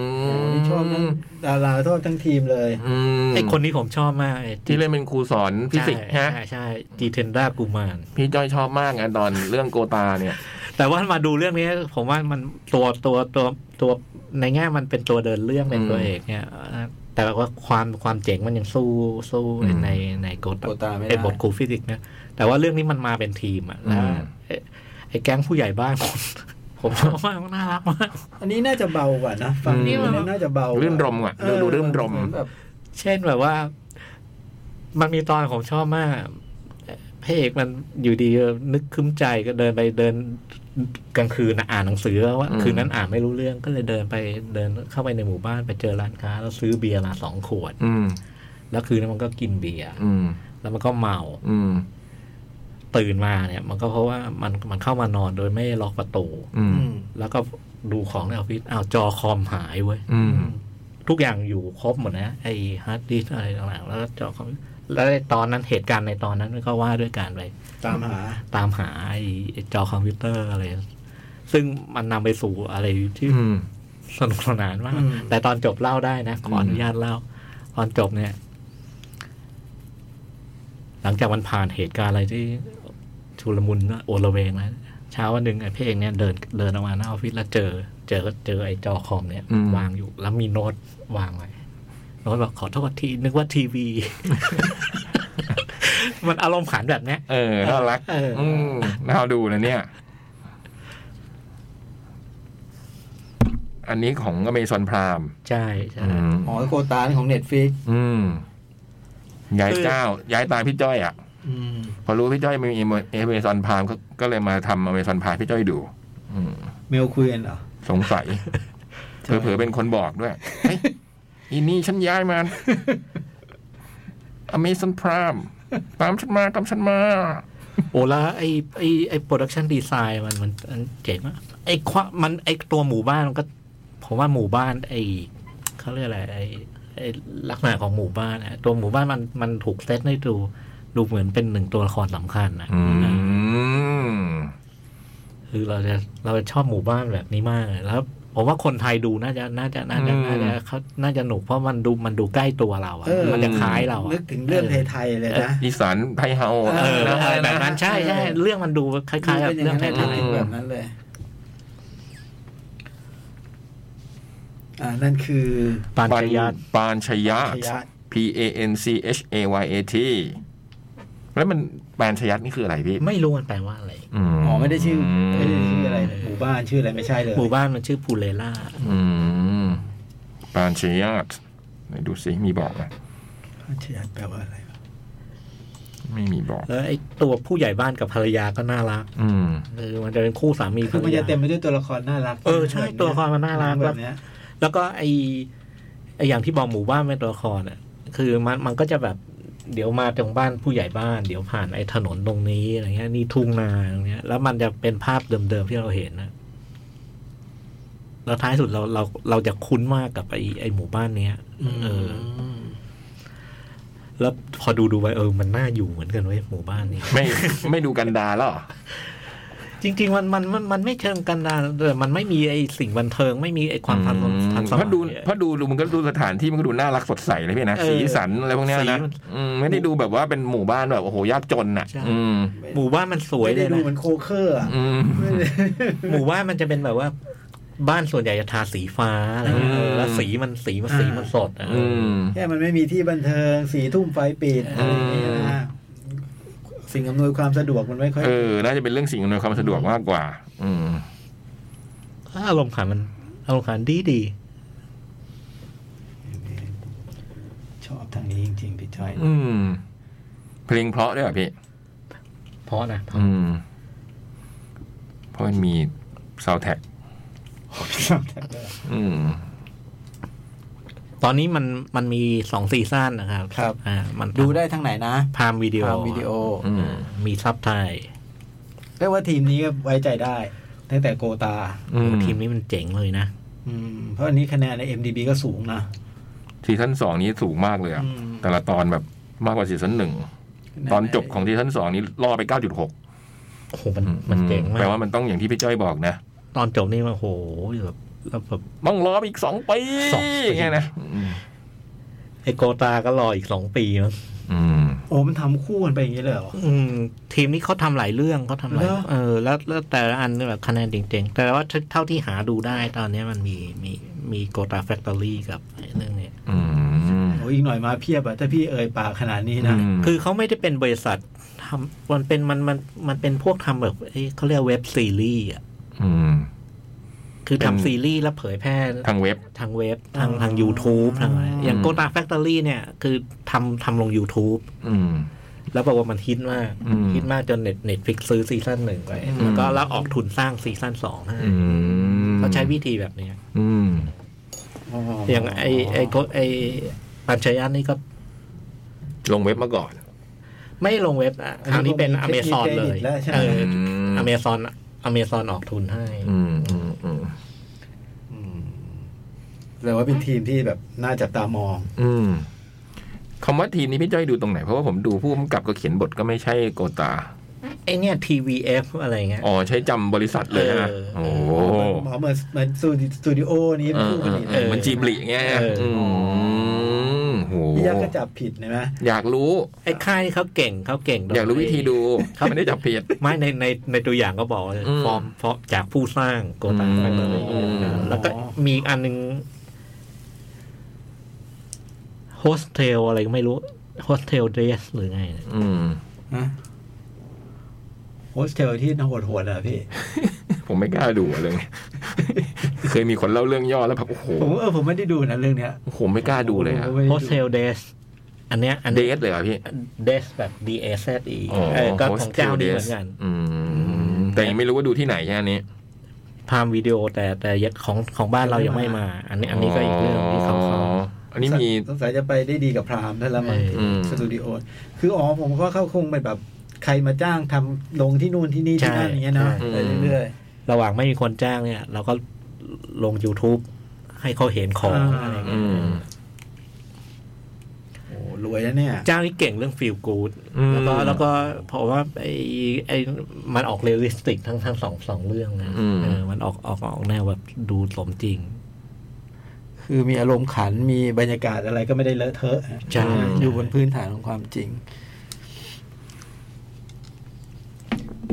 S4: ม
S2: ชอบทั้งดาราชอบทั้งทีมเลย
S4: อืม
S3: ไอ้คนนี้ผมชอบมาก
S4: ที่เล่นเป็นครูสอนฟิสิกส์
S3: ใช่
S4: ฮะ
S3: ใช่ใช่จีเทนดากูมาน
S4: พี่จ้อยชอบมากไงตอนเรื่องโกตาเนี่ย
S3: แต่ว่ามาดูเรื่องนี้ ผมว่ามันตัวตัวตัวตัวในแง่มันเป็นตัวเดินเรื่องเป็นตัวเอกเนี่ยแต่ว่าความความเจ๋งมันยังสู้สู้
S4: อืม
S3: ในในโกตา
S2: โกตาไม่ได้
S3: เป็นบทครูฟิสิกส์นะแต่ว่าเรื่องนี้มันมาเป็นทีมอะแล้ว
S4: อืม
S3: ไอ้ไอ้แก๊งผู้ใหญ่บ้าน คน ผมชอบมากน่ารักมาก
S2: อันนี้น่าจะเบากว่านะฟัง
S4: อื
S2: ดูเน
S4: ม
S2: ี่ยน่าจะเบา
S4: รื่นรมอ่ะ
S2: เอ
S4: ดู
S2: อ
S4: ดูรื่นรม
S2: เหอนแบบ
S3: เช่นแบบว่า มันมีตอนผมชอบมากพระเอกมันอยู่ดีนึกครึ้มใจก็เดินไปเดินกลางคืนนะอ่านหนังสือว่า
S4: อืม
S3: คืนนั้นอ่านไม่รู้เรื่องก็เลยเดินไปเดินเข้าไปในหมู่บ้านไปเจอร้านค้า แล้วซื้อเบียร์มาสองขวด
S4: อืม
S3: แล้วคืนนั้นมันก็กินเบียร์
S4: อืม
S3: แล้วมันก็เมา
S4: อืม
S3: ตื่นมาเนี่ย มันก็เพราะว่ามันมันเข้ามานอนโดยไม่ล็อกประตู
S4: อืม
S3: แล้วก็ดูของในออฟฟิศอ้าวจอคอมหายเว้ย
S4: อืม
S3: ทุกอย่างอยู่ครบหมดนะไอฮาร์ดดิสอะไรต่างๆ แล้วก็จอคอมแล้วในตอนนั้นเหตุการณ์ในตอนนั้นก็ว่าด้วยการไป
S2: ตามหา
S3: ตามหาไอไอ้จอคอมพิวเตอร์อะไร ซึ่งมันนำไปสู่อะไรที่
S4: อืม
S3: สนุกสนานมาก
S2: อืม
S3: แต่ตอนจบเล่าได้นะ ขออนุญาตเล่า ตอนจบเนี่ย หลังจากมันผ่านเหตุการณ์อะไรที่ชุลมุนโอละเวงแล้วเช้าวันหนึ่งไอ้เพลงเนี่ยเดินเดินออกมาหน้าออฟฟิศแล้วเจอ เจอเจอไอ้จอคอมเนี่ย
S4: อืม
S3: วางอยู่ แล้วมีโน้ตวางไว้โน้ตบอกขอโทษทีนึกว่าทีวี มันอารมณ์ขันแบบเนี้ย
S4: เออน่ารัก
S3: เอออื
S4: มน่าดูนะเนี่ย อันนี้ของอเมซอนพราม
S3: ใช่ใช่
S4: อืม
S2: หอโคตานี่ของเน็ตฟิก
S4: อืม ย้ายเจ้า ย้ายตามพี่จ้อยอ่ะ พอรู้พี่จ้อยมีเอเมซอนพามก็เลยมาทำอเมซอนพามพี่จ้อยดู อืม
S2: เมลคุยกันเหรอ
S4: สงสัย เผลอๆเป็นคนบอกด้วย เฮ้ยอีนี่ฉันย้ายมา Amazon Prime ตามฉันมาตามฉันมา
S3: โอแล้วไอ้ไอ้ไอ้โปรดักชันดีไซน์มันมันมันเจ๋งมากไอ้ความันไอ้ตัวหมู่บ้านมันก็ ผมว่าหมู่บ้าน ไอ้เขาเรียกอะไรไอ้ไอ้ลักษณะของหมู่บ้านอะตัวหมู่บ้านมันมันถูกเซตให้ดูดูเหมือนเป็นหนึ่งตัวละครสำคัญนะ
S4: อืม
S3: คือเราจะเราจะชอบหมู่บ้านแบบนี้มากเลยแล้วผมว่าคนไทยดูน่าจะน่าจะน่าจะ
S4: อืม
S3: น่าจะเขาน่าจะหนุกเพราะมันดูมันดูใกล้ตัวเราอะ
S2: เออ
S3: มันจะคล้ายเราอะ
S2: นึกถึงเรื่องไทยๆเลยนะ
S4: อีสานไทยเฮา
S2: เ
S3: เออ
S4: นะ
S3: อะไรแบบนั้นใช่ใช่
S2: เออ
S3: เรื่องมันดูคล้ายๆกับ
S2: เป็นอย่าง
S3: เรื่อง
S2: นั้น
S3: ไทยๆ
S2: แบบนั้นเลย อ่านั่นคือ
S3: ปานชยาน
S4: ปานชยะ
S2: ชยะ
S4: P A N C H A Y A T แล้วมันปานชยัตนี่คืออะไรพี่
S3: ไม่รู้มันแปลว่าอะไร
S2: อ๋อไม่ได้ชื่อไม่ได้ชื่ออะไรเลยหมู่บ้านชื่ออะไรไม่ใช่เลย
S3: หมู่บ้านมันชื่อพูเลล่า
S4: อืมปานชยัตไหนดูสิมีบอกไหม
S2: ชยะแปลว่าอะไรวะ
S4: ไม่มีบอก
S3: แล้วไอ้ตัวผู้ใหญ่บ้านกับภรรยาก็น่ารัก
S4: อืม
S3: เออมันจะเป็นคู่สามีภ
S2: คื
S3: ร
S2: อ
S3: ร
S2: มัน
S3: ยา
S2: จะเต็มไปด้วยตัวละครน่ารัก
S3: เออใช่ตัวละครมันน่ารัก
S2: แบบเนี้ย
S3: แล้วก็ไอ้ไอ้อย่างที่บอกหมู่บ้านเป็นตัวละครอ่ะ คือมันมันก็จะแบบเดี๋ยวมาตรงบ้านผู้ใหญ่บ้าน เดี๋ยวผ่านไอ้ถนนตรงนี้อะไรเงี้ยนี่ทุ่งนาตรงเนี้ย แล้วมันจะเป็นภาพเดิมๆที่เราเห็นนะแล้วท้ายสุดเราเราเราจะคุ้นมากกับไอ้ไอ้หมู่บ้านเนี้ยเออ แล้วพอดูดูๆไปเออมันน่าอยู่เหมือนกันเว้ยหมู่บ้านนี้
S4: ไม่ ไม่ดูกันดารแล้วเหรอ
S3: จริงๆมันมันมันมันไม่เชิงกันดารแต่มันไม่มีไอสิ่งบันเทิง ไม่มีไอความทันทันส
S4: เพ
S3: มัย
S4: ราะดูเพราะดูดูมันก็ดูสถานที่มันก็ดูน่ารักสดใสเลยพี่นะ
S3: เออ
S4: สีสันอะไรพวกเนี้ย
S3: สี
S4: นะ
S3: มัน
S4: อืมไม่ได้ดูแบบว่าเป็นหมู่บ้านแบบโอ้โหยากจนอ่ะ
S3: ใช่
S4: อืม
S3: หมู่บ้านมันสวย
S2: ไม่
S3: เล
S2: ได้
S3: ย
S2: ดู
S3: นะ
S2: เหมือนโคเคอร์ อะ
S4: อืม
S3: หมู่บ้านมันจะเป็นแบบว่า บ้านส่วนใหญ่จะทาสีฟ้าอะไรเงี้ย
S4: อืม
S3: เออแล้วสีมันสีมันสีมันสดอะเอ
S4: อื
S3: อ
S4: ม
S2: แค่มันไม่มีที่บันเทิงสีทุ่มไฟปิดอะไรอย่างเงี้ยนะสิ่งอำนวยความสะดวกมันไม่ค่อย
S4: เออ น่าจะเป็นเรื่องสิ่งอำนวยความสะดวกมากกว่า อืม
S3: อารมณ์ขันมันอารมณ์ขันดีดี
S2: ชอบทางนี้จริงๆพี่จอย
S4: อืม เพลงเพราะด้วยเหรอ่ะพี่
S3: ๆเพราะนะเพราะ
S4: อืม เพราะมันมีซาวแท็กอืม
S3: ตอนนี้มันมันมีสองซีซั่นนะครับ
S2: ครับ
S3: อ่ามัน
S2: ดูได้ทางไหนนะ
S3: พามวิดีโอ
S2: ทางวิดีโอ
S4: อืม
S3: มีซับไทย
S2: เรียกว่าทีมนี้ก็ไว้ใจได้ ตั้งแต่โกตา
S4: อืม
S3: ทีมนี้มันเจ๋งเลยนะ
S2: อืม เพราะอันนี้คะแนนใน MDB ก็สูงนะ
S4: ซีซั่นสองนี้สูงมากเลยอ่ะ
S2: อืม
S4: แต่ละตอนแบบมากกว่าซีซั่นหนึ่งตอนจบของซีซั่นสองนี้ล่อไปเก้าจุดหก
S3: โอ้โหมันมันเจ๋งมา
S4: แปล
S3: ก
S4: ว่ามันต้องอย่างที่พี่จ้อยบอกนะ
S3: ตอนจบนี่มันโอ้โหแบบแล้วแบบ
S4: ต้องรอไปอีกสองปี
S3: สองปี
S4: ย่างเงี้ยนะอืม
S3: ไอโกตาก็รออีกสองปีมั้ง
S4: อืม
S2: โอ้มันทำคู่กันไปอย่างนี้เลยเหรอ
S3: อืม ทีมนี้เขาทำหลายเรื่องเขาทำหลาย
S2: เหรอ
S3: เออ แล้วแล้วแต่ละอันเนี่ยแบบคะแนนเจ๋งๆ แต่ว่าเท่าที่หาดูได้ตอนเนี้ยมันมีมีมีโกตาแฟคทอรี่กับไอ้เรื่องเนี้ย
S4: อืม
S2: โอ้อีกหน่อยมาเพียบอะถ้าพี่เอ่ยปากขนาดนี้นะ
S3: คือเขาไม่ได้เป็นบริษัททำมันเป็นมันมันมันเป็นพวกทำแบบเอ้ยเขาเรียกเว็บซีรีส์อ่ะ
S4: อืม
S3: คือ
S4: เป็น
S3: ทำซีรีส์แล้วเผยแพร่
S4: ทางเว็บ
S3: ทางเว็บทาง
S2: อ๋อ
S3: ทาง YouTube ทางอะไรอย่าง
S4: อืม
S3: โกตาแฟคทอรี่เนี่ย คือทำทำลง YouTube
S4: อืม
S3: แล้วบอกว่ามันฮิตมาก
S4: อืม
S3: ฮิตมากจนเน็ตเน็ตฟิกซื้อซีซั่นหนึ่งไป
S4: อืม
S3: แล้วก็แล้วออกทุนสร้างซีซั่นสองให้
S4: อืม
S3: เขาใช้วิธีแบบเนี้ย
S4: อืม
S3: อย่างไอไอโกไอปัญชยันนี่ก็
S4: ลงเว็บมาก่อน
S3: ไม่ลงเว็บอ่ะคราวนี้เป็นอเมซอนเลย
S2: แล้วใช่ไหม
S3: เออ
S4: ม
S3: อเมซอนอเมซอนออกทุนให้
S4: อืมอืมอืม
S2: อืมแปลว่าเป็นทีมที่แบบน่าจับตามอง
S4: อืมคำว่าทีมนี้พี่จ้อยดูตรงไหน เพราะว่าผมดูผู้กำกับก็เขียนบทก็ไม่ใช่โกตา
S3: ไอเนี่ย TVF อะไรเงี้ย
S4: อ๋อใช้จำบริษัทเลยนะ
S3: เออ
S4: โอ้โห
S2: หมอเหมือนเหมือนสตูดิสตูดิโอนี้
S4: เอ
S2: เป็น
S4: อ
S2: ผู้ผลิต
S4: เออเออเหมือนจีบหลีอย่างเงี้ย
S3: เอออื
S4: มโห
S2: พี่ยักษ์ก็จับผิดนะไหม
S4: อยากรู้
S3: ไอค่ายนี่เขาเก่งเขาเก่งตง
S4: อยากรู้วิธีดู
S3: เขา
S4: ไม่ได้จับผิด
S3: ไม่ในในในตัวอย่างก็บอกว่า
S4: อืม
S3: ฟอร์มฟอร์มจากผู้สร้างโกตาแฟคทอรี่
S4: อืม
S3: แล้วก็มีอีกอันหนึงโฮสเทลอะไรก็ไม่รู้โฮสเทลเดสหรือไงเนี่ย
S4: อืม
S2: โฮสเทลที่น้องโหดโหดๆเหรอพี่
S4: ผมไม่กล้าดูอะไรเงี้ยเคยมีคนเล่าเรื่องย่อแล้วแบบโอ้โห
S2: ผมเออผมไม่ได้ดูนะเรื่องเนี้ย
S4: ผมไม่กล้าดูเลยฮะ
S2: ผมไม่ไ
S3: โฮสเทลเดสอันเนี้ยอัน
S4: เด
S3: เนี้ย
S4: ทเลยเหรอพี่
S3: เดสแบบ D A Z E
S4: อ๋อ
S3: เออก็ของ
S4: Hostel
S3: เจ้านี้เหมือน
S4: Days
S3: กัน
S4: อืมแต่ยังไม่รู้ว่าดูที่ไหนแค่นี้
S3: พามวิดีโอแต่แต่ยังของของบ้านเรายังไม่มา อันนี้อันนี้ก็อีกเรื่องที่เขาเขา
S4: อันนี้มี
S2: สงสัยจะไปได้ดีกับพรามได้แล้วมั้ง
S3: เออ
S4: อืม
S2: สตูดิโอ คืออ๋อผมก็เข้าคงเป็นแบบใครมาจ้างทำลงที่นู่นที่นี่ที่นั่นอย่างเงี้ยเนาะ
S3: ใช่
S2: ไปเรื่อย
S3: ระหว่างไม่มีคนจ้างเนี่ย เราก็ลง YouTube ให้เขาเห็น
S2: ๆ
S3: ของ
S2: า
S3: อะไรเงี้ย
S4: อืม
S2: โอ้รวยแล้วเนี่ย
S3: เจ้านี้เก่งเรื่องฟิลกูด
S4: อืม
S3: แล้วก็แล้วก็เพราะว่าไอไอมันออกเรียลลิสติกทั้งทั้งสองสองเรื่องนะ
S4: อืม
S3: เออมันออกออกออกแนวแบบดูสมจริง
S2: คือมีอารมณ์ขันมีบรรยากาศอะไรก็ไม่ได้เลอะเทอะ
S3: ใช่
S2: อยู่บนพื้นฐานของความจริง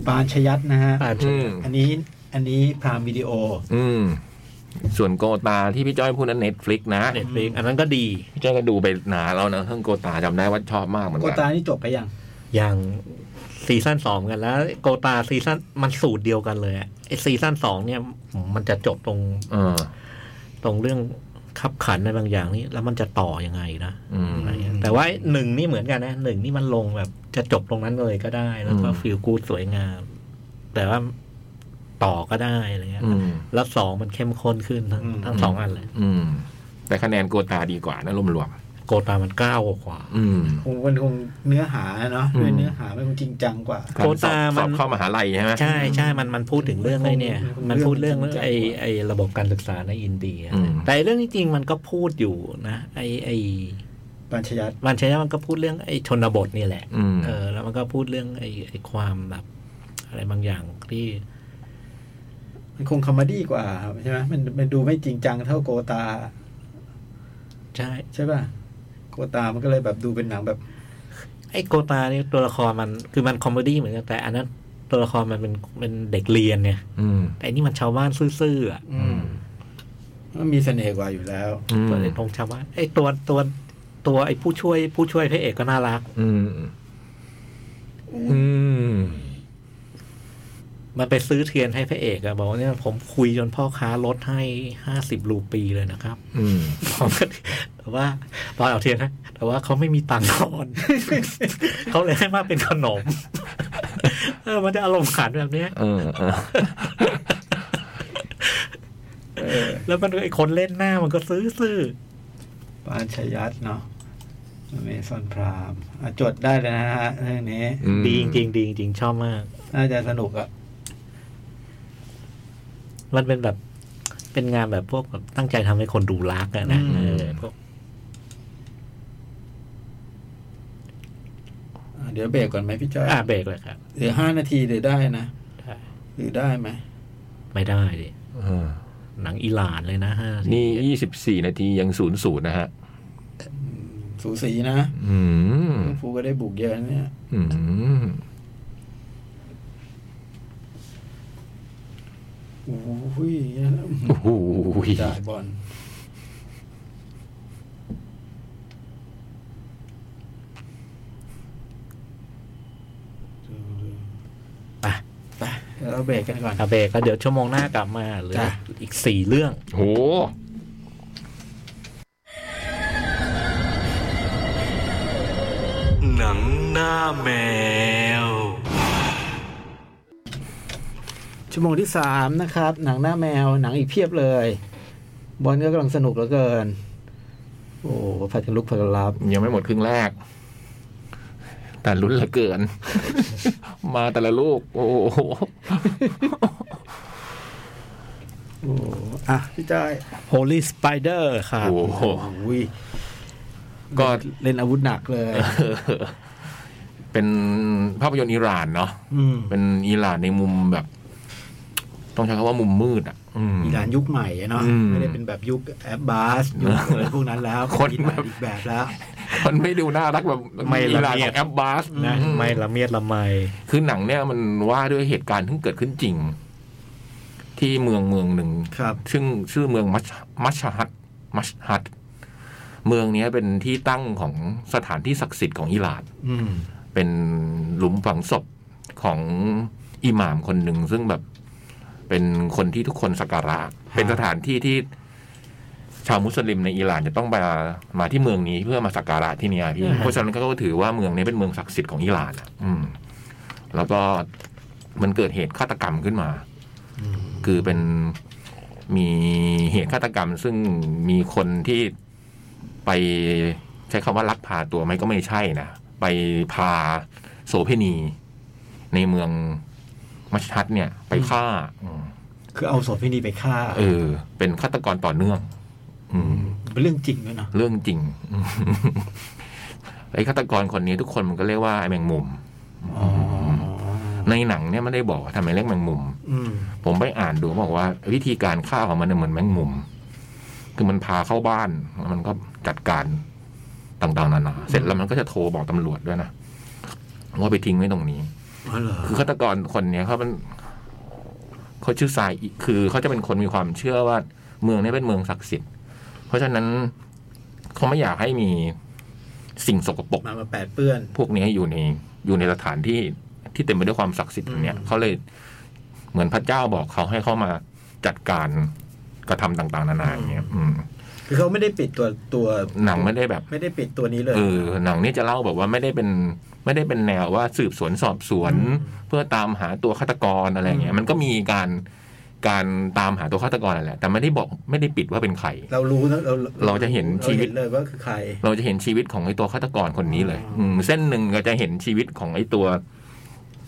S2: ปานชยัตนะฮะ
S3: ป่าน
S4: อืม
S2: อันนี้อันนี้พรามวิดีโอ
S4: อืม ส่วนโกตาที่พี่จ้อยพูดนั้นเน็ตฟลิกนะ
S3: เน็ตฟลิกอันนั้นก็ดี
S4: พี่จ้อยก็ดูไปนานแล้วนะเรื่องโกตาจำได้ว่าชอบมากเหมือน
S2: โก
S4: กั
S2: ตาน นี่จบไปยัง
S3: อย่างซีซั่นสองกันแล้วโกตาซีซั่นมันสูตรเดียวกันเลยอะไอซีซั่นสองเนี่ยมันจะจบตรง
S4: เออ
S3: ตรงเรื่องขับขันในบางอย่างนี่แล้วมันจะต่อยังไงนะ
S4: อืม
S3: อะไรเงี้ยแต่ว่าหนึ่งนี่เหมือนกันนะหนึ่งนี่มันลงแบบจะจบตรงนั้นเลยก็ได้ แล้วก็
S4: อืม
S3: ฟิลกูดสวยงาม แต่ว่าต่อก็ได้อะไรเงี้ย
S4: อืม
S3: แล้วสองมันเข้มข้นขึ้นทั้ง
S2: อืม
S3: ทั้งสองอันเลย
S4: อืม แต่คะแนนโกตาดีกว่านะรวม
S3: โกตามันเก้าวกว่า
S4: ๆอืม
S2: คงมันคงเนื้อหาเนาะ
S4: อืม
S2: ด้วยเนื้อหามันคงจริงจังกว่า
S4: การสอบ
S3: โกตามัน
S4: สอบเข้ามหาลัยใช่ไหม
S3: ใช่ใช่มันมันพูดถึงเรื่องอะไรเนี่ย
S2: มั
S3: มัน น
S2: พู
S3: พู
S2: ด
S3: ด
S2: เรื่
S3: เรื่
S2: อ
S3: อง ง
S2: จริงๆ
S3: ไอไอระบบการศึกษาในอินเดีย
S4: อืม
S3: แต่เรื่องจริงๆมันก็พูดอยู่นะไอไอ
S2: ปานชยัต
S3: มันใช้มันก็พูดเรื่องไอชนบทนี่แหละ
S4: อืม
S3: เออแล้วมันก็พูดเรื่องไอ้ไอ้ความแบบ อะไรบางอย่างที่
S2: มันคงคอมเมดี้กว่าใช่ไหมมันมันดูไม่จริงจังเท่าโกตา
S3: ใช่
S2: ใช่ป่ะ โกตามันก็เลยแบบดูเป็นหนังแบบ
S3: ไอ้โกตานี่ตัวละครมันคือมันคอมเมดี้เหมือนกันแต่ อันนั้นตัวละครมันเป็นเป็นเด็กเรียนเนี่ย
S4: อืม
S3: แต่อันนี่มันชาวบ้านซื่อๆอ่ะ
S2: อืมมันมีเสน่ห์กว่าอยู่แล้ว
S4: อืม
S3: ตัวเด็กตรงชาวบ้านไอ้ตัวตัวตัวไอ้ผู้ช่วยผู้ช่วยพระเอกก็น่ารัก
S4: อืม อืม
S3: มันไปซื้อเทียนให้พระเอกอะบอกว่าเนี่ยผมคุยจนพ่อค้าลดให้ห้าสิบรูปีเลยนะครับ
S4: อืม
S3: ผมก็แต่ว่าตอนเอาเทียนนะแต่ว่าเขาไม่มีตังค์ทอน เขาเลยให้มาเป็นขนม เออมันจะอารมณ์ขันแบบเนี้ย
S4: เออเออ
S3: แล้วมันไอคนเล่นหน้ามันก็ซื้อซื้อ
S2: ปานชยัตเนาะเมซอนพรามจดได้เลยนะฮะเรื่องนี้
S4: อืม
S3: ดีจริงๆดีจริงๆชอบมาก
S2: น่าจะสนุกอะ
S3: มันเป็นแบบเป็นงานแบบพวกแบบตั้งใจทำให้คนดูรักอะนะเออพวก
S2: อ่ะเดี๋ยวเบรกก่อนไหมพี่จ้อย
S3: อ่าเบรกเลยครับ
S2: เหลือห้านาทีเดี๋ยวได้นะ
S3: ได้
S2: หรือได้ไหม
S3: ไม่ได้ดิ
S4: เออ
S3: หนังอิหร่านเลยนะฮะ
S4: นี่ยี่สิบสี่นาทียังศูนย์ศูนย์นะฮะ
S2: สูสีนะ
S4: อืม
S2: ลิเวอร์พูลก็ได้บุกเยอะนะเนี่ย
S4: อืม
S2: โอ้ย
S4: โอ้โห
S2: จ่ายบอลเอ
S3: ไป
S2: เราเบรกกันก่อน
S3: อาเบรกก็เดี๋ยวชั่วโมงหน้ากลับมาเหรือ
S2: จ้ะ
S3: อีกสี่เรื่อง
S4: โห
S1: หนังหน้าแมว
S2: ชั่วโมงที่สามนะครับ หนังหน้าแมวหนังอีกเพียบเลย บอลก็กำลังสนุกเหลือเกิน โอ้ผัดกันลุกผัดกันรับ
S4: ยังไม่หมดครึ่งแรก แต่ลุ้นเหลือเกิน มาแต่ละลูก โอ้โห
S2: โอ้อ่ะพี่จ้อย
S3: Holy Spider ครับ
S4: โอ้โห
S2: อุ้ย
S4: ก็
S2: เล่นอาวุธหนักเลย
S4: เป็นภาพยนตร์อิหร่านเนาะ
S2: อืม
S4: เป็นอิหร่านในมุมแบบ ต้องใช้คำว่ามุมมืดอ่ะ อืม
S2: อิหร่านยุคใหม่อะเนาะ
S4: อืม
S2: ไม่ได้เป็นแบบยุคแอบบาสยุคอะไรพวกนั้นแล้ว
S4: คน
S2: อิหร่า
S4: แบบ
S2: อีกแบบแล้ว
S4: มันไม่ดูน่ารักแบบ
S3: ไม่
S4: อิหร่าน
S3: ละเมียด
S4: ของแอบบาส
S3: นะ
S4: อื
S3: ไม่ละเมียดละไม
S4: คือหนังเนี่ยมันว่าด้วยเหตุการณ์ที่เกิดขึ้นจริง ที่เมืองเมืองหนึ่ง
S2: ครับ
S4: ซึ่งชื่อเมืองมัชมัชฮัดมัชฮัดเมืองเนี้ยเป็นที่ตั้งของสถานที่ศักดิ์สิทธิ์ของอิหร่าน
S2: อืม
S4: เป็นหลุมฝังศพของอิหม่ามคนหนึ่ง ซึ่งแบบเป็นคนที่ทุกคนสักการะ เป็นสถานที่ที่ชาวมุสลิมในอิหร่านจะต้องมามาที่เมืองนี้เพื่อมาสักการะที่เนี่ยพี่
S2: อ่าฮะ
S4: เพราะฉะนั้นก็ถือว่าเมืองนี้เป็นเมืองศักดิ์สิทธิ์ของอิหร่านอะอืม แล้วก็มันเกิดเหตุฆาตกรรมขึ้นมา คือเป็นมีเหตุฆาตกรรม ซึ่งมีคนที่ไปใช้คำว่าลักพาตัวไหมก็ไม่ใช่นะ ไปพาโสเพณี ในเมืองมัชฮัดเนี่ย ไปฆ่าอืม
S2: คือเอาศพพี่นีไปฆ่า
S4: เออ เป็นฆาตกรต่อเนื่อง อืม
S2: เป็นเรื่องจริงด้วยเนาะ
S4: เรื่องจ ริง ไอ้ฆาตกรคนนี้ทุกคนมันก็เรียกว่าไอ้แมงมุม
S2: อ๋อ
S4: ในหนังเนี่ยไม่ได้บอกว่าทำไมเรียกแมงมุม
S2: อืม
S4: ผมไปอ่านดูบอกว่า วิธีการฆ่าของมันเนี่ยเหมือนแมงมุม คือมันพาเข้าบ้านแล้วมันก็จัดการต่างๆนานาเสร็จแล้วมันก็จะโทรบอกตำรวจด้วยนะว่าไปทิ้งไว้ตรงนี้
S2: อ๋อเหรอ
S4: คือฆาตกรคนเนี้ยเขาเป็นเขาชื่อซายอิคือเขาจะเป็นคนมีความเชื่อว่า เมืองเนี้เป็นเมืองศักดิ์สิทธิ์ เพราะฉะนั้นเขาไม่อยากให้มีสิ่งสกปรก
S2: มามาแปดเปื้อน
S4: พวกนี้อยู่ในอยู่ในสถานที่ที่เต็มไปด้วยความศักดิ์สิทธิ์อย่างเนี้ย
S2: อืม
S4: เขาเลยเหมือนพระเจ้าบอกเขาให้เข้ามาจัดการกระทำต่าง ๆ นานาอย่างเงี้ยอืม
S2: คือเขาไม่ได้ปิดตัวตัว
S4: หนังไม่ได้แบบ
S2: ไม่ได้ปิดตัวนี้เลย
S4: เออหนังนี่จะเล่าแบบว่าไม่ได้เป็นไม่ได้เป็นแนวว่าสืบสวนสอบสวน
S2: อืม
S4: เพื่อตามหาตัวฆาตกรอะไรอย่างเงี้
S2: อื
S4: ย
S2: ม
S4: มันก็มีการการตามหาตัวฆาตกรนั่นแหละแต่ไม่ได้บอกไม่ได้ปิดว่าเป็นใคร
S2: เรารู้นะเรา
S4: เราจะเห็นชีวิต
S2: ราเเลยว่าคือใคร
S4: เราจะเห็นชีวิตของไอ้ตัวฆาตกรคนนี้เลย
S2: อ๋ออื
S4: อืมเส้นหนึ่งก็จะเห็นชีวิตของไอ้ตัว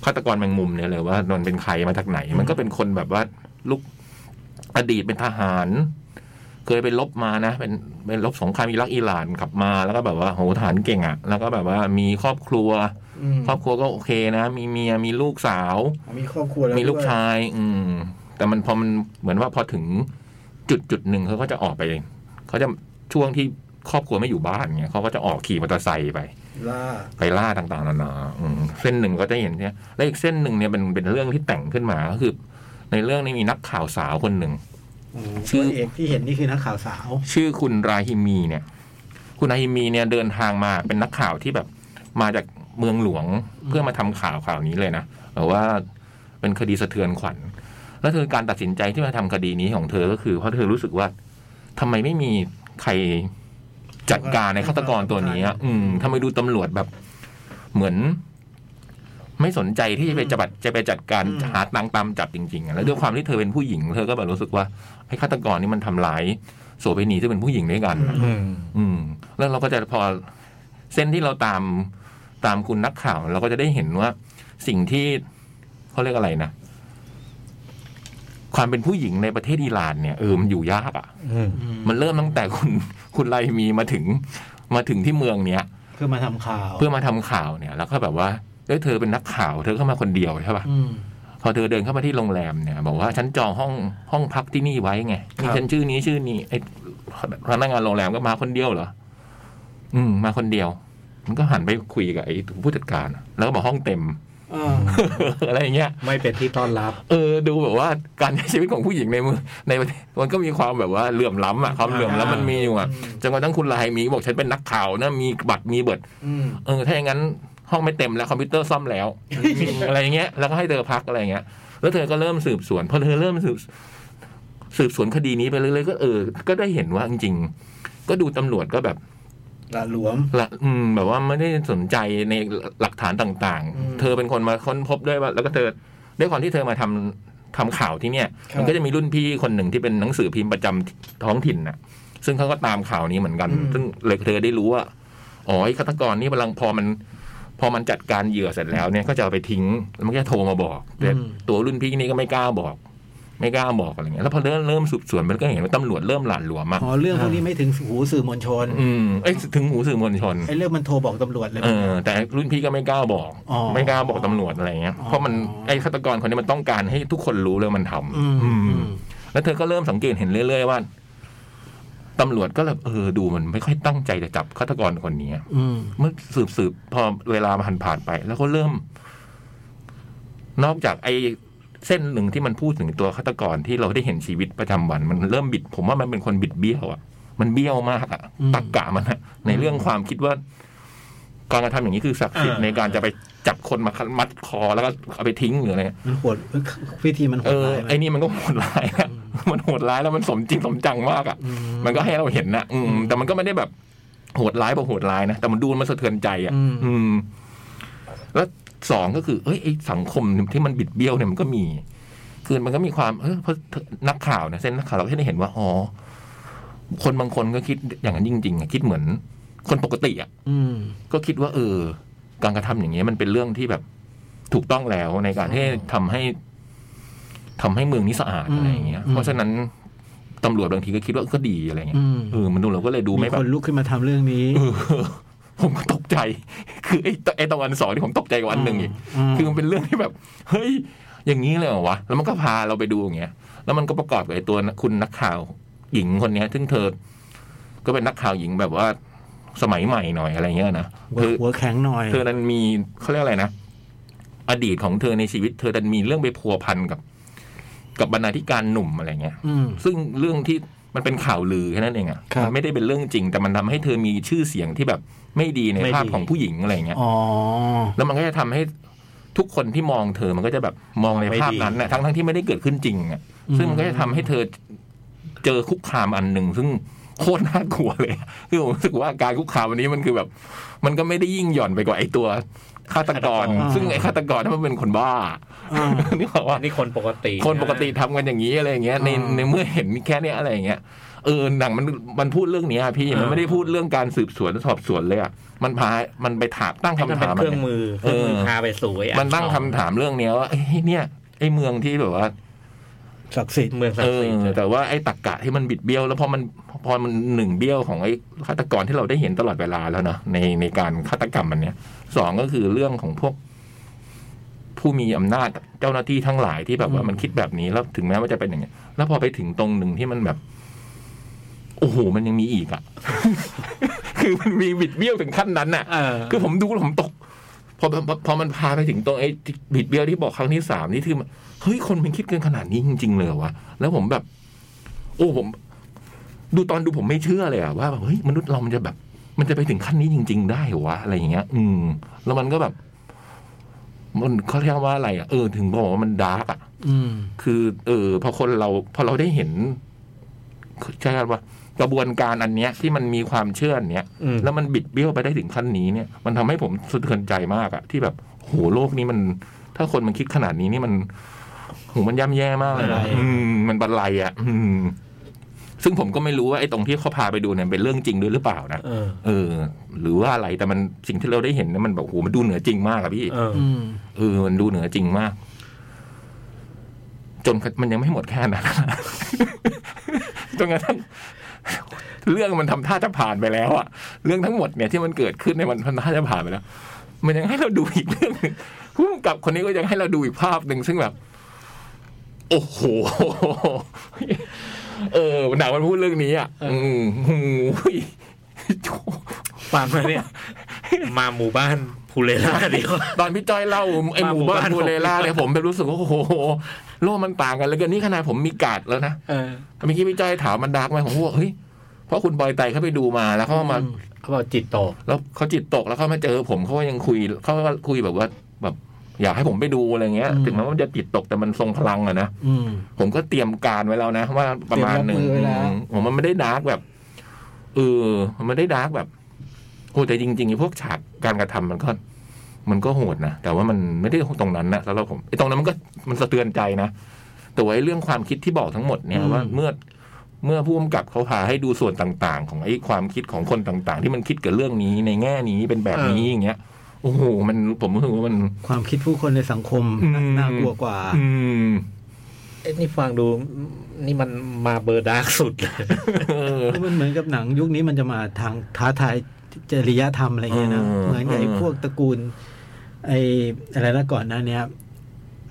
S4: ฆาตกรแมงมุมเนี่ยเลยว่ามันเป็นใครมาจากไหน มันก็เป็นคนแบบว่าลูกอดีตเป็นทหาร เคยไปลบมานะเป็นเป็นลบสงครามอิรักอิหร่านกลับมาแล้วก็แบบว่าโหทหารเก่งอะ่ะ แล้วก็แบบว่ามีครอบครัว
S2: อืม
S4: ครอบครัวก็โอเคนะ มีเมียมีลูกสาว
S2: มีครอบครัวแล้ว
S4: มีลูก
S2: ด้วย
S4: ชาย อืม แต่มันพอมันเหมือนว่าพอถึงจุดจุดหนึ่งเขาก็จะออกไปเขาจะช่วงที่ครอบครัวไม่อยู่บ้านเนี่ยเขาก็จะออกขี่มอเตอร์ไซค์ไป
S2: ล่า
S4: ไปล่าต่างๆนานาอืมเส้นหนึ่งก็จะเห็นเนี่ยแล้วอีกเส้นหนึ่งเนี่ยเป็นเป็นเรื่องที่แต่งขึ้นมาก็คือ ในเรื่องนี้มีนักข่าวสาวคนหนึ่ง ชื่
S2: ชื่
S4: อ
S2: อเอกที่เห็นนี่คือนักข่าวสาว
S4: ชื่อคุณราฮิมีเนี่ย คุณราฮิมีเนี่ยเดินทางมาเป็นนักข่าวที่แบบมาจากเมืองหลวงเพื่อมาทำข่าวข่าวนี้เลยนะแต่ว่าเป็นคดีสะเทือนขวัญ แล้วเธอการตัดสินใจที่มาทำคดีนี้ของเธอก็คือเพราะเธอรู้สึกว่าทำไมไม่มีใครจัดการในฆาตกรตัวนี้อะอืมทำไมดูตำรวจแบบเหมือน ไม่สนใจที่จะไปจับจะไปจัดการ
S2: อืม
S4: หาตังตามจับจริงๆอะแล้วด้วยความที่เธอเป็นผู้หญิงเธอก็แบบรู้สึกว่าไอ้ฆาตกรนี่มันทำร้าย โสเภณีที่งเป็นผู้หญิงด้วยกันนะอืม แล้วเราก็จะพอเส้นที่เราตามตามคุณนักข่าว เราก็จะได้เห็นว่าสิ่งที่เขาเรียกอะไรนะ ความเป็นผู้หญิงในประเทศอิหร่านเนี่ยเออมันอยู่ยากอะ่ะ
S3: อืม
S4: มันเริ่มตั้งแต่ คุณคุณไลมีมาถึง มาถึงที่เมืองเนี้ย
S2: เพื่อมาทำข่าว
S4: เพื่อมาทำข่าวเนี่ย แล้วก็แบบว่าเอ้ยเธอเป็นนักข่าว เธอเข้ามาคนเดียวใช่ปะ
S2: อืม
S4: พอเธอเดินเข้ามาที่โรงแรมเนี่ย บอกว่าฉันจองห้องห้องพักที่นี่ไว้ไง
S2: ครั
S4: นี่
S2: บ
S4: ฉันชื่อนี้ชื่อนี้ไอ้พนักงานโรงแรมก็มาคนเดียวเหรออืม มาคนเดียว มันก็หันไปคุยกับไอ้ผู้จัดการ แล้วก็บอกห้องเต็ม
S2: เออ
S4: อะไรอย่างเงี้ย
S3: ไม่เป็นที่ต้อนรับ
S4: เออดูแบบว่าการใช้ชีวิตของผู้หญิงในเมืองในประเทศมันก็มีความแบบว่าเหลื่อมล้ำอ่ะความเหลื่อมล้ำมันมีอยู่อ่ะจนกระทั่งคุณลายมีบอกฉันเป็นนักข่าวนะมีบัตรมีเบิด
S2: อืม
S4: เออถ้าอย่างนั้นห้องไม่เต็มแล้วคอมพิวเตอร์ซ่อมแล้ว อะไรอย่างเงี้ยแล้วก็ให้เธอพักอะไรอย่างเงี้ย แล้วเธอก็เริ่มสืบสวนพอเธอเริ่มสืบสืบสวนคดีนี้ไปเรื่อยๆก็เออ ก็ได้เห็นว่าจริงๆ ก็ดูตำรวจก็แบบ
S2: ละหลวม
S4: ละอืมแบบว่าไม่ได้สนใจในหลักฐานต่าง
S2: อืม
S4: ๆ เธอเป็นคนมาค้นพบด้วยว่า แล้วก็เธอด้วยความที่เธอมาทำทำข่าวที่เนี่ย
S2: ครับ
S4: มันก็จะมีรุ่นพี่คนหนึ่งที่เป็นหนังสือพิมพ์ประจำท้องถิ่นน่ะ ซึ่งเขาก็ตามข่าวนี้เหมือนกัน ซึ่งเลยเธอได้รู้ว่าอ๋อไอ้ฆาตกรนี่พลังพอมัน พอมันจัดการเหยื่อเสร็จแล้วเนี่ยก็จะเอาไปทิ้งแล้วมันก็จะโทรมาบอกแต่
S3: อืม
S4: ตัวรุ่นพี่นี่ก็ไม่กล้าบอก ไม่กล้าบอกอะไรเงี้ยแล้วพอเริ่มเริ่มสืบสวนมันก็เห็นว่าตำรวจเริ่มหลานหลวมมาก
S2: อ๋อเรื่องพวกนี้ไม่ถึงหูสื่อมวลชน
S4: อืมเอ้ยถึงหูสื่อมวลชน
S2: ไอ้เรื่องมันโทรบอกตำรวจเลย
S4: เออแต่รุ่นพี่ก็ไม่กล้าบอก
S2: อ๋อ
S4: ไม่กล้าบอกตำรวจอะไรเงี้ย
S2: อ๋อ
S4: เพราะมันไอ้ฆาตกรคนนี้มันต้องการให้ทุกคนรู้เลยมันทำ
S2: อืม
S4: อืม
S2: อืม
S4: แล้วเธอก็เริ่มสังเกตเห็นเรื่อยๆว่าตำรวจก็แบบเออดูมันไม่ค่อยตั้งใจจะจับฆาตกรคนนี้อะ
S2: อืม
S4: เมื่อสืบสืบพอเวลาผ่านผ่านไป แล้วก็เริ่ม นอกจากไอ้เส้นหนึ่งที่มันพูดถึงตัวฆาตกรที่เราได้เห็นชีวิตประจำวัน มันเริ่มบิด ผมว่ามันเป็นคนบิดเบี้ยวอ่ะ มันเบี้ยวมากอ่ะตักกะมันอะในเรื่องความคิดว่า การกระทำอย่างนี้คือศักดิ์สิทธิ์
S1: อ่า
S4: ในการจะไปจับคนมามัดคอแล้วก็เอาไปทิ้งหรืออะไรเนี่ย
S2: มันโหดพิธีมันโห
S4: เอ
S2: ด
S4: อ
S2: ร้ายไหม
S4: ไอ้นี่มันก็โหดร้ายอะมันโหดร้ายแล้วมันสมจริงสมจังมากอ่ะ
S2: อืม
S4: มันก็ให้เราเห็นนะอืม แต่มันก็ไม่ได้แบบโหดร้ายแบบโหดร้ายนะแต่มันดูมันสะเทือนใจอ่ะ อืม แล้วสองก็คือ เอ้ยไอ้สังคมที่มันบิดเบี้ยวเนี่ยมันก็มี คือมันก็มีความเออเพราะนักข่าวเนี่ยเส้นนักข่าวเราก็ได้เห็นว่าอ๋อคนบางคนก็คิดอย่างนั้นจริงๆอะคิดเหมือนคนปกติอ่ะ
S2: อืม
S4: ก็คิดว่า เออ การกระทำอย่างเงี้ยมันเป็นเรื่องที่แบบถูกต้องแล้วในการที่ทำให้ทำให้เมืองนี้สะอาด
S2: อืม
S4: อะไรอย่างเงี้ย
S2: อืม
S4: เพราะฉะนั้นตำรวจบางทีก็คิดว่าก็ดีอะไรเงี้ย
S2: อืม
S4: เออมันดูเราก็เลยดู
S2: มี
S4: ไม่แบ
S2: ค
S4: บ
S2: นลุกขึ้นมาทำเรื่องนี้
S4: เออ ผมก็ตกใจ คือไอ้ตไอ้ตะวันสองที่ผมตกใจกว่าอันหนึ่งอีก
S2: ม
S4: คือมันเป็นเรื่องที่แบบ เฮ้ย อย่างนี้เลยเหรอวะ แล้วมันก็พาเราไปดูอย่างเงี้ย แล้วมันก็ประกอบกับไอ้ตัวคุณนักข่าวหญิงคนเนี้ย ซึ่งเธอ ก็เป็นนักข่าวหญิงแบบว่าสมัยใหม่หน่อยอะไรเงี้ยนะคือ
S2: หัวแข็งหน่อย
S4: เธอดันมีเขาเรียกอะไรนะ อดีตของเธอในชีวิต เธอดันมีเรื่องไปพัวพันกับ กับบรรณาธิการหนุ่มอะไรเงี้ย
S2: อืม
S4: ซึ่งเรื่องที่มันเป็นข่าวลือแค่นั้นเองอะ
S2: ครับ
S4: มัไม่ได้เป็นเรื่องจริง แต่มันทำให้เธอมีชื่อเสียงที่แบบ ไม่ดีใน
S3: ไม่ดี
S4: ภาพของผู้หญิงอะไรเงี้ย
S2: อ๋อ
S4: แล้วมันก็จะทำให้ทุกคนที่มองเธอมันก็จะแบบมองในภาพนั้นนะทั้งทั้งๆที่ไม่ได้เกิดขึ้นจริงอะซึ่งมันก็จะทำให้เธอเจอคุกคามอันหนึ่งซึ่งโคตรน่ากลัวเลยอะคือผมรู้สึกว่าการคุกคามวันนี้มันคือแบบ มันก็ไม่ได้ยิ่งหย่อนไปกว่าไอ้ตัวฆาตกร
S2: ฆาตกร
S4: ซึ่งไอ้ฆาตกรนั้นมันเป็นคนบ้า
S2: อ่า
S4: นี่บอกว่า
S3: อันนี้คนปกติ
S4: คนปกติทำกันอย่างนี้อะไรอย่างเงี้ยใน
S2: อ่า
S4: ในเมื่อเห็นแค่เนี้ยอะไรอย่างเงี้ยเออหนังมันมันพูดเรื่องเนี้ยพี่มันไม่ได้พูดเรื่องการสืบสวนสอบสวนเลยอ่ะมันพามันไปถามตั้ง
S3: ให้
S4: คำ
S3: มันเป็น
S4: ถาม
S3: เครื่องมือเครื่องมือ
S4: เออ
S3: พาไปสู่ไอ้อั
S4: มันตั้งคำถามเรื่องเนี้ยว่าเอ้ยเนี่ยไอ้เมืองที่แบบว่า
S2: ศักดิ์สิทธิ์
S3: เมืองศัก
S4: เอ
S3: ดิ์
S4: อ
S3: สิทธิ์
S4: แต่ว่าไอ้ตักกะที่มันบิดเบี้ยว แล้วพอมันพอมันหนึ่งเบี้ยวของไอ้ฆาตกรที่เราได้เห็นตลอดเวลาแล้วเนาะในในการฆาตกรรมมันเนี้ยสองก็คือเรื่องของพวก ผู้มีอำนาจเจ้าหน้าที่ทั้งหลายที่แบบว่ามันคิดแบบนี้แล้วถึงแม้ว่าจะเป็นอย่างเงี้ยแล้วพอไปถึงตรงหนึ่งที่มันแบบ โอ้โหมันยังมีอีกอะ คือมันมีบิดเบี้ยวถึงขั้นนั้นอะ
S3: เออ
S4: คือผมดูแล้วผมตกพอพอพอมันพาไปถึงตรงไอ้บิดเบี้ยวที่บอกครั้งที่สามนี่คือมันเฮ้ยคนมันคิดกันขนาดนี้จริง ๆ เลยเหรอวะแล้วผมแบบ โอ้ผม ดูตอนดูผมไม่เชื่อเลยอะว่าแบบเฮ้ยมนุษย์เรามันจะแบบ มันจะไปถึงขั้นนี้จริง ๆ ได้เหรอวะอะไรอย่างเงี้ย อืม แล้วมันก็แบบ มันเขาเรียกว่าอะไรอะเออถึงบอกว่ามันดาร์กอะ
S2: อืม
S4: คือเออพอคนเราพอเราได้เห็นใช่ครับว่ากระบวนการอันเนี้ย ที่มันมีความเชื่ออันเนี้ย
S3: อืม
S4: แล้วมันบิดเบี้ยวไปได้ถึงขั้นนี้เนี่ย มันทำให้ผมสะเทือนใจมากอะที่แบบโหโลกนี้มัน ถ้าคนมันคิดขนาดนี้นี่มันโหมันย่ำแย่มากเลย
S2: บัน
S4: นะ
S2: ไล
S4: อืมมันบันไลอะอืม ซึ่งผมก็ไม่รู้ว่าไอ้ตรงที่เขาพาไปดูเนี่ยเป็นเรื่องจริงด้วยหรือเปล่านะ
S3: เออ
S4: เออ หรือว่าอะไรแต่มันสิ่งที่เราได้เห็นเนี่ยมันแบบโหมันดูเหนือจริงมากอะพี่
S3: เออ
S2: อืม
S4: เออ มันดูเหนือจริงมาก จนมันยังไม่หมดแค่นั้น จนกระทั่งเรื่องมันทำท่าจะผ่านไปแล้วอะเรื่องทั้งหมดเนี่ยที่มันเกิดขึ้นเนี่ยมันทำท่าจะผ่านไปแล้ว มันยังให้เราดูอีกเรื่องหนึ่งผู้กำกับคนนี้ก็ยังให้เราดูอีกภาพหนึ่งซึ่งแบบ โอ้โห เออหนังมันพูดเรื่องนี้อ่ะ อืมหูย
S3: ฟังแล้วเนี่ย มาหมู่บ้านภูเรล่าดีกว่า
S4: ตอนพี่จ้อยเล่าไอ้หมู่บ้าน
S3: มาหมู่บ้าน
S4: โูเลล่าเนี่ยผมแบบรู้สึกว่าโอ้โหโลกมันต่างกันแล้วกันนี่ขนาดผมมีการ์ดแล้วนะ
S3: เออ
S4: เมื่อกี้พี่จ้อยถามมันดาร์กไหมผมก็บอกเฮ้ยเพราะคุณบอยไตเขาไปดูมาแล้วเขามา
S2: อืม
S3: เขาบอกจิตตก
S4: แล้วเขาจิตตกแล้วเขามาเจอผมเขาก็ยังคุยเขาก็คุยแบบว่า แบบ อยากให้ผมไปดูอะไรเงี้ย
S2: อืม
S4: ถึงแม้ว่ามันจะจิตตกแต่มันทรงพลังอะนะ
S2: อืม
S4: ผมก็เตรียมการไว้แล้วนะ ว่าประมาณหนึ่ง
S2: เตรียมรับมือไว้แล้ว
S4: อืมผมมันไม่ได้ดาร์กแบบเออมันไม่ได้ดาร์กแบบโหแต่จริงๆไอ้พวกฉากการกระทำมันก็ มันก็โหดนะแต่ว่ามันไม่ได้ตรงนั้นนะสำหรับผมไอ้ตรงนั้นมันก็มันสะเทือนใจนะแต่ว่าไอ้เรื่องความคิดที่บอกทั้งหมดเนี่ยว่าเมื่อเมื่อผู้กำกับเขาพาให้ดูส่วนต่าง ๆ ของไอ้ความคิดของคนต่าง ๆ ที่มันคิดกับเรื่องนี้ในแง่นี้เป็นแบบนี้อย่างเงี้ยโอ้โหมันผมรู้สึกว่ามัน
S2: ความคิดผู้คนในสังคม
S4: อืม
S2: น่ากลัวกว่า
S4: อืม
S3: เอ๊ะนี่ฟังดูนี่มันมาเบอร์ดาร์กสุดเลย
S2: มันเหมือนกับหนังยุคนี้มันจะมาทางท้าทายจริยธรรมอะไรอย่างเงี้ยนะ
S4: เออ
S2: เหมือนกับไอ้
S4: เออ
S2: พวกตระกูล ไอ้อะไรนะก่อนหน้าเนี้ย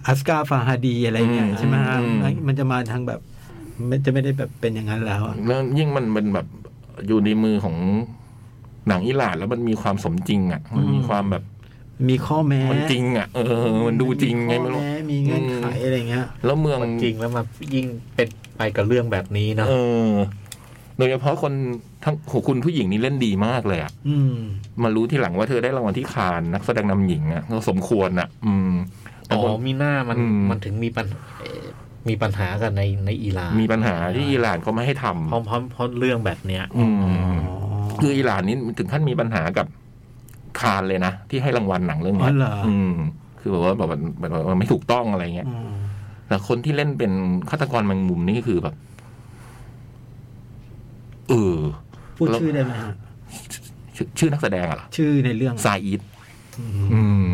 S2: อัสกาฟาฮาดีอะไรเงี้ยใช่ไหมฮะมันมันจะมาทางแบบมันจะไม่ได้แบบเป็นอย่างนั้นแล้วอะ
S4: แล้วยิ่งมันเป็นแบบอยู่ในมือของหนังอิหร่านแล้วมันมีความสมจริง อ่ะ มันมีความแบบ
S2: มีข้อแม้
S4: มันจริง อ่ะ เออ มันดูจริงไง
S2: ข้
S4: ไม่
S2: อ
S4: รู้
S2: แม้มีเงื่อนไขอะไรเงี้ย
S4: แล้วเมือง
S3: มันจริงแล้วมายิ่งเป็นไปกับเรื่องแบบนี้เนาะ
S4: เออโดยเฉพาะคนทั้งโหคุณผู้หญิงนี่เล่นดีมากเลยอ่ะ
S2: อืม
S4: มารู้ทีหลังว่าเธอได้รางวัลที่คานนักแสดงนำหญิงอ่ะก็สมควรอ่ะ อืมแต่
S3: อ๋
S4: ผ
S3: อ
S4: ม
S3: มีหน้ามัน
S4: อืม
S3: มันถึงมีปัญเอ่อมีปัญหากันในในอิหร่าน
S4: มีปัญหาที่อิหร่านเขาไม่ให้ทำ
S3: เพราะเพราะเพราะเรื่องแบบเนี้ย
S4: อืม
S2: อ๋อ
S4: คืออิหร่านนี่ถึงขั้นมีปัญหากับคานเลยนะ ที่ให้รางวัลหนังเรื่อง
S2: อ๋
S4: เนี้
S2: อย เหรอ
S4: อืม คือแบบว่าแบบมันแบบว่ามันไม่ถูกต้องอะไรเงี้ย
S2: อืม
S4: แต่คนที่เล่นเป็นฆาตกรแมงมุมนี่คือแบบเออ
S2: พูดชื่อได้ไหมฮะ
S4: ชอชื่อนักแสดงอะเหรอ
S2: ชื่อในเรื่อง
S4: ซาอิด
S2: อืม
S4: อืม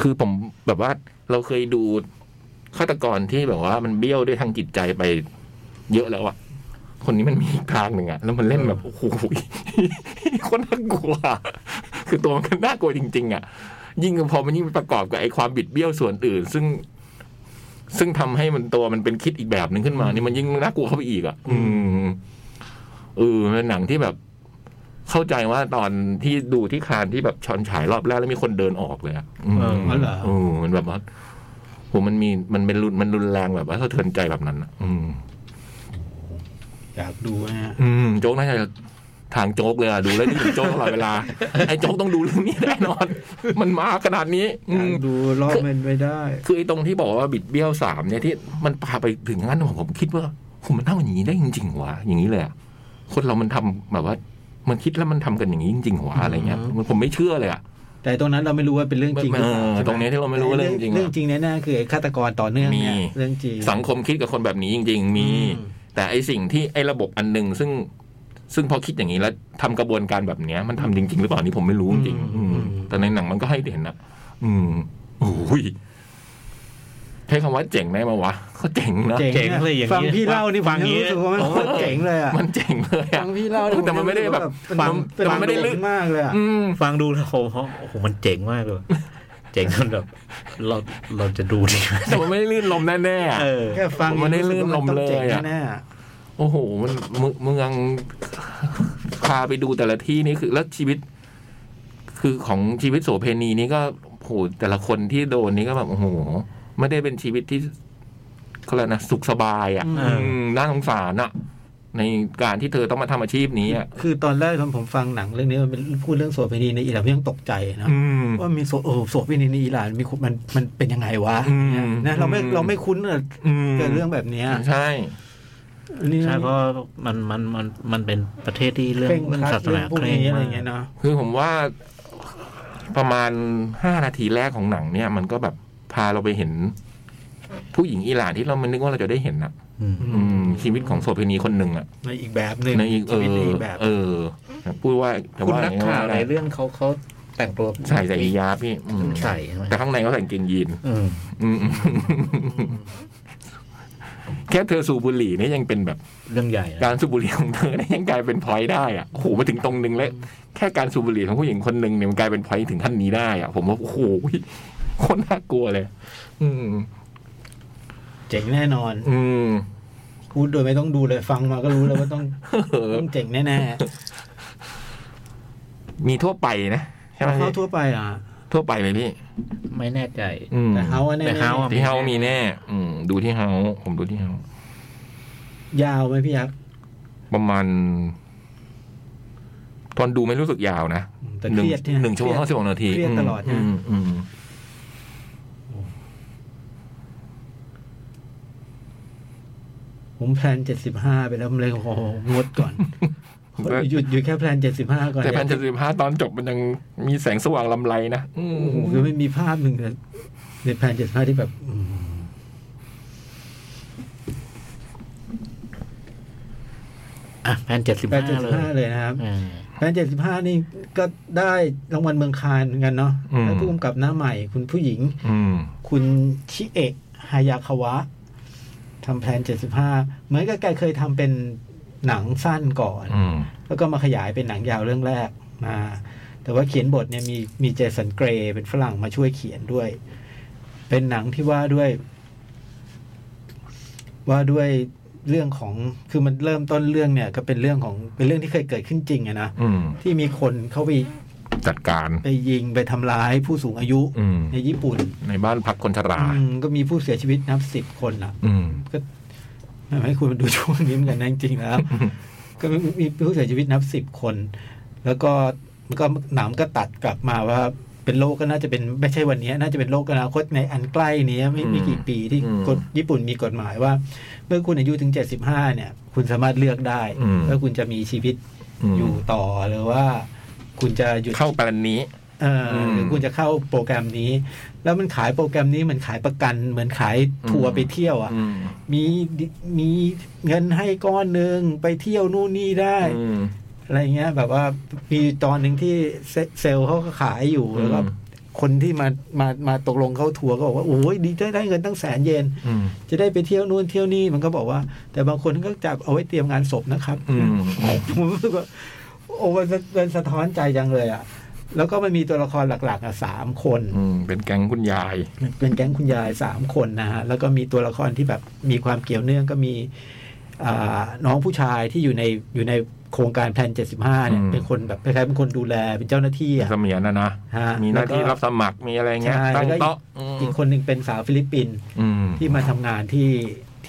S4: คือผมแบบว่าเราเคยดูฆาตกรที่แบบว่ามันเบี้ยวด้วยทางจิตใจไป เยอะแล้วอะคนนี้มันมีอีกทางหนึ่งอะแล้วมันเล่นแบบโอ้โห คนน่ากลัว คือตัวมันน่ากลัวจริง ๆอะยิ่งพอมันยิ่งประกอบกับไอ้ความบิดเบี้ยวส่วนอื่น ซึ่ง ซึ่งทำให้มันตัวมันเป็นคิดอีกแบบหนึ่งขึ้นมา นี่มันยิ่งน่ากลัวเข้าไปอีกอะอืมเออเป็นหนังที่แบบ เข้าใจว่าตอนที่ดูที่คานที่แบบชอนฉายรอบแรกแล้วมีคนเดินออกเลยอะอืม
S2: อ๋อเหรอ
S4: เออมันแบบว่าผมมันมีมันเป็นรุนมันรุนแรงแบบว่าสะเทือนใจแบบนั้นอะอืม
S2: อยากดูนะฮะ
S4: อืม โจ๊กน่าจะทางโจ๊กเลยอะดูแล้วนี่โจ๊กตลอดเวลา ไอ้โจ๊กต้องดูเรื่องนี้แน่นอน มันมาขนาดนี้ อื
S2: อยาก
S4: ม
S2: ดูรอบมันไปได้
S4: คือไอ้ตรงที่บอกว่าบิดเบี้ยวสามเนี่ยที่มันพาไปถึงงั้นผมผมคิดว่าผมมันทำอย่างนี้ได้จริงๆวะอย่างนี้เลยอะคนเรามันทำแบบว่า มันคิดแล้วมันทำกันอย่างนี้จริงๆวะอะไรเงี้ยมันผมไม่เชื่อเลยอะ
S2: แต่ตรงนั้นเราไม่รู้ว่าเป็นเรื่องจริงหรือเปล่า
S4: เอ
S2: ใช่
S4: อ
S2: ไหม
S4: ตรงนี้ที่เราไม่รู้ว่าเรื่องจริงอะ
S2: เรื่องจริงแน่ๆคือไอ้ฆาตกรต่อเนื่องเนี่ย
S4: มี
S2: เรื่องจริง
S4: สังคมคิดกับคนแบบนี้จริง ๆ มี
S2: อืม
S4: แต่ไอสิ่งที่ไอระบบอันหนึ่งซึ่ง ซึ่งพอคิดอย่างนี้แล้วทำกระบวนการแบบเนี้ย มันทำจริง ๆ หรือเปล่านี่ผมไม่รู้จริงๆอืมแต่ในหนังมันก็ให้เห็นนะอืมโอ้ยใช้คำว่าเจ๋งได้ไหมวะก็เจ๋งนะ
S3: เจ๋งเลยอย่าง
S2: ฟัง
S3: นี้
S2: พี่เล่านี่
S3: ฟังอย่าง
S2: นี้
S3: นี้
S2: รู้สึกว่ามัน
S4: โอ้
S2: โคตรเจ๋งเลยอ่ะ
S4: มันเจ๋งเลย
S2: ฟั
S4: อะ
S2: งพี่เล่านี่
S4: แต่มันไม่ได้แบบ
S2: ฟัง
S4: แต่มันไม่ได้ลึก
S2: มากเลยอ่ะ
S4: อืม
S3: ฟังดูแล้วโอ้โหโอ้โหมันเจ๋งมากเลย เจ๋งจนแบบเราเราจะดูดีไหม
S4: แต่มันไม่ได้ลื่นลมแน่ๆอะ
S3: เออ
S2: แค่ฟัง
S4: ผมไม่ได้ลื่นลมเล
S2: รู้
S4: ยอะ
S2: สึกว่าต้งจ๋งแน่
S4: โอ้โห มันเมืองเมืองพาไปดูแต่ละที่นี่คือแล้วชีวิต คือของชีวิตโสเพณีนี่ก็โอ้โหแต่ละคนที่โดนนี่ก็แบบโอ้โหไม่ได้เป็นชีวิตที่เขาเรียกนะสุขสบายอะ
S3: อืม
S4: ่ะอืมน่าสงสารอ่ะ ในการที่เธอต้องมาทำอาชีพนี้อ่ะ
S2: ๆคือตอนแรกตอนผมฟังหนังเรื่องนี้มันเป็นพูดเรื่องโสเภณีในอิหร่านผมยังตกใจนะ
S4: อืม
S2: ว่ามีโสเออโสเภณีในอิหร่านมีคนมันมันเป็นยังไงวะ
S4: อืม
S2: นะเราไม่เราไม่คุ้นกับ
S4: อืม
S2: กับเรื่องแบบเนี้ย
S4: ใช่
S2: นี่
S3: ใช่
S2: นะ
S3: เพราะมันมันมันมันเป็นประเทศที่เรื่อง
S2: เคร่ง
S3: เรื่อง
S2: ครั
S3: ศา
S2: ด
S3: ส
S2: เรื่
S3: นา
S2: องพวก
S3: เคร่ง
S2: นี้อะไร
S3: มาก
S2: เงี้ยเนาะ
S4: คือผมว่าประมาณห้านาทีแรกของหนังเนี่ย มันก็แบบพาเราไปเห็น ผู้หญิงอิหร่านที่เรามันนึกว่าเราจะได้เห็นอ่ะ อืมชีวิตของโสเภณีคนหนึ่งอ่ะ
S2: ในอีกแบบหนึ่ง
S4: ในอีกเอ
S2: ชีวิตใน
S4: อ
S2: อีกแบบ
S4: เออพูดว่าแต่
S3: คุณ
S4: ว่า
S3: นักข่าวในเรื่องเขาเขาแต่งตัว
S4: ใส่ใส่อียาพี่อืม
S3: ใส่ใช่ไหม
S4: แต่ข้างในเขาใส่กางเกงยีน
S3: อืม
S4: อืมแค่เธอสูบบุหรี่เนี่ยยังเป็นแบบ
S3: เรื่องใหญ่นะ
S4: การสูบบุหรี่ของเธอเนี่ยยังกลายเป็นพอยต์ได้อ่ะโอ้โหมาถึงตรงนึงแล้วแค่การสูบบุหรี่ของผู้หญิงคนหนึ่งเนี่ยมันกลายเป็นพอยต์ถึงขั้นนี้ได้อ่ะผมว่าโอ้โหโคนน่ากลัวเลย อืม
S2: เจ๋งแน่นอน
S4: อืม
S2: พูดโดยไม่ต้องดูเลยฟังมาก็รู้เลยว่าต้อง
S4: เออ
S2: ต้องเจ๋งแน่
S4: มีทั่วไปนะ
S2: ๆ
S4: ใช่ไหม
S2: เขา
S4: พี่
S2: ทั่วไปอ่ะ
S4: ทั่วไปเลยพี่
S3: ไม่แน่ใจ
S4: อืม
S2: แต่เขาอะแน่
S3: แต่เขาอะ
S4: ที่เฮามีแน่ อืม ดูที่เฮาผมดูที่เฮา
S2: ๆยาวไหมพี่ยักษ์
S4: ประมาณ ตอนดูไม่รู้สึกยาวนะ
S2: แต่
S4: ห
S2: เค
S4: นึ่ง
S2: รียดเนี่ย
S4: หนึ่งชั่วโมงห้าสิบหกนาที
S2: เครียดตลอดนะ
S4: มอืมอืม
S2: โอ้ ผมแพลนเจ็ดสิบห้าไปแล้วผมเลยโอ้โหงดก่อนขอหยุดหยุดแค่แพลนเจ็ดสิบห้าก่อน
S4: แต่แผ่นเจ็ดสิบห้าตอนจบมันยังมีแสงสว่างลำไรนะอืม
S2: โอ้โหคือไม่มีภาพหนึ่งเลยในแพลนเจ็ดสิบห้าที่แบบอืม
S3: อ่ะแพนเจ็ดสิบ
S2: แพลน
S3: ห้า
S2: เจ็ด
S3: เล
S2: สิบ
S3: ย
S2: ห้าเลยนะครับ
S3: อ่า
S2: แพนเจ็ดสิบห้านี่ก็ได้รางวัลเมืองคานเหมือนกันเนาะได้ผู้กำกับหน้าใหม่ คุณผู้หญิง
S4: อืม
S2: คุณชิเอะฮายาคาวะทำแพลนเจ็ดสิบห้าเหมือนกับแกเคยทำเป็นหนังสั้นก่อน
S4: อืม
S2: แล้วก็มาขยายเป็นหนังยาวเรื่องแรกมาแต่ว่าเขียนบทเนี่ยมีมีเจสันเกรย์เป็นฝรั่งมาช่วยเขียนด้วย เป็นหนังที่ว่าด้วย ว่าด้วยเรื่องของคือมันเริ่มต้นเรื่องเนี่ย ก็เป็นเรื่องของเป็นเรื่องที่เคยเกิดขึ้นจริงอะนะ
S4: อืม
S2: ที่มีคนเข้าไป
S4: จัดการ
S2: ไปยิงไปทำร้ายผู้สูงอายุ
S4: อืม
S2: ในญี่ปุ่น
S4: ในบ้านพักคนชรา
S2: อืมก็มีผู้เสียชีวิตนับสิบคนอ่ะ
S4: อืม
S2: ทำให้คุณดูช่วงนี้เหมือนกันนะจริงๆแล้ว ก็มีผู้เสียชีวิตนับสิบคน แล้วก็มันก็หนามก็ตัดกลับมาว่า เป็นโรคก็น่าจะเป็นไม่ใช่วันนี้ น่าจะเป็นโรคอนาคตในอันใกล้นี้ไม่
S4: อืม
S2: ไม่กี่ปีที่
S4: อืม
S2: กฎญี่ปุ่นมีกฎหมายว่า เมื่อคุณอายุถึงเจ็ดสิบห้าเนี่ย คุณสามารถเลือกได้
S4: อืม
S2: ว่าคุณจะมีชีวิต
S4: ม
S2: อยู่ต่อหรือว่า คุณจะหยุด
S4: เข้าแปลนนี้
S2: เอออ
S4: ม
S2: หรือคุณจะเข้าโปรแกรมนี้ แล้วมันขายโปรแกรมนี้เหมือนขายประกัน เหมือนขายทัวร์
S4: อืม
S2: ไปเที่ยว อ่ะ
S4: อืม
S2: มีมีเงินให้ก้อนหนึ่งไปเที่ยวนู่นนี่ได้
S4: อืม
S2: อะไรเงี้ย แบบว่ามีตอนหนึ่งที่เซเซลล์เขาก็ขายอยู่
S4: อืม
S2: แล้วก็คนที่มามามาตกลงเข้าทัวร์ก็บอกว่าโอ้ยดีได้ได้เงินตั้งแสนเยน
S4: อืม
S2: จะได้ไปเที่ยวนู่นเที่ยวนี่มันก็บอกว่า แต่บางคนก็จับเอาไว้เตรียมงานศพนะครับ
S4: อืม
S2: ผมรู้สึกว่าโอ้มันสะมันสะท้อนใจจังเลยอ่ะ แล้วก็มันมีตัวละครหลักๆอ่ะสามคน
S4: อืม เป็นแก๊งคุณยาย
S2: เป็นแก๊งคุณยายสามคนนะฮะ แล้วก็มีตัวละครที่แบบมีความเกี่ยวเนื่องก็มีอ่าน้องผู้ชายที่อยู่ในอยู่ในโครงการแพลนเจ็ดสิบห้าเนี่ย
S4: อืม
S2: เป็นคนแบบคล้ายๆเป็นคนดูแลเป็นเจ้าหน้าที่อ่ะ
S4: เสมียนนะนะ
S2: ฮะ
S4: มีหน้าที่
S2: แล้วก็
S4: รับสมัคร มีอะไรเงี้ย
S2: ใช่
S4: ตั้ง
S2: แล้วก็
S4: โต๊ะอืม
S2: อีกคนหนึ่งเป็นสาวฟิลิปปินส์
S4: อืม
S2: ที่มาทำงานที่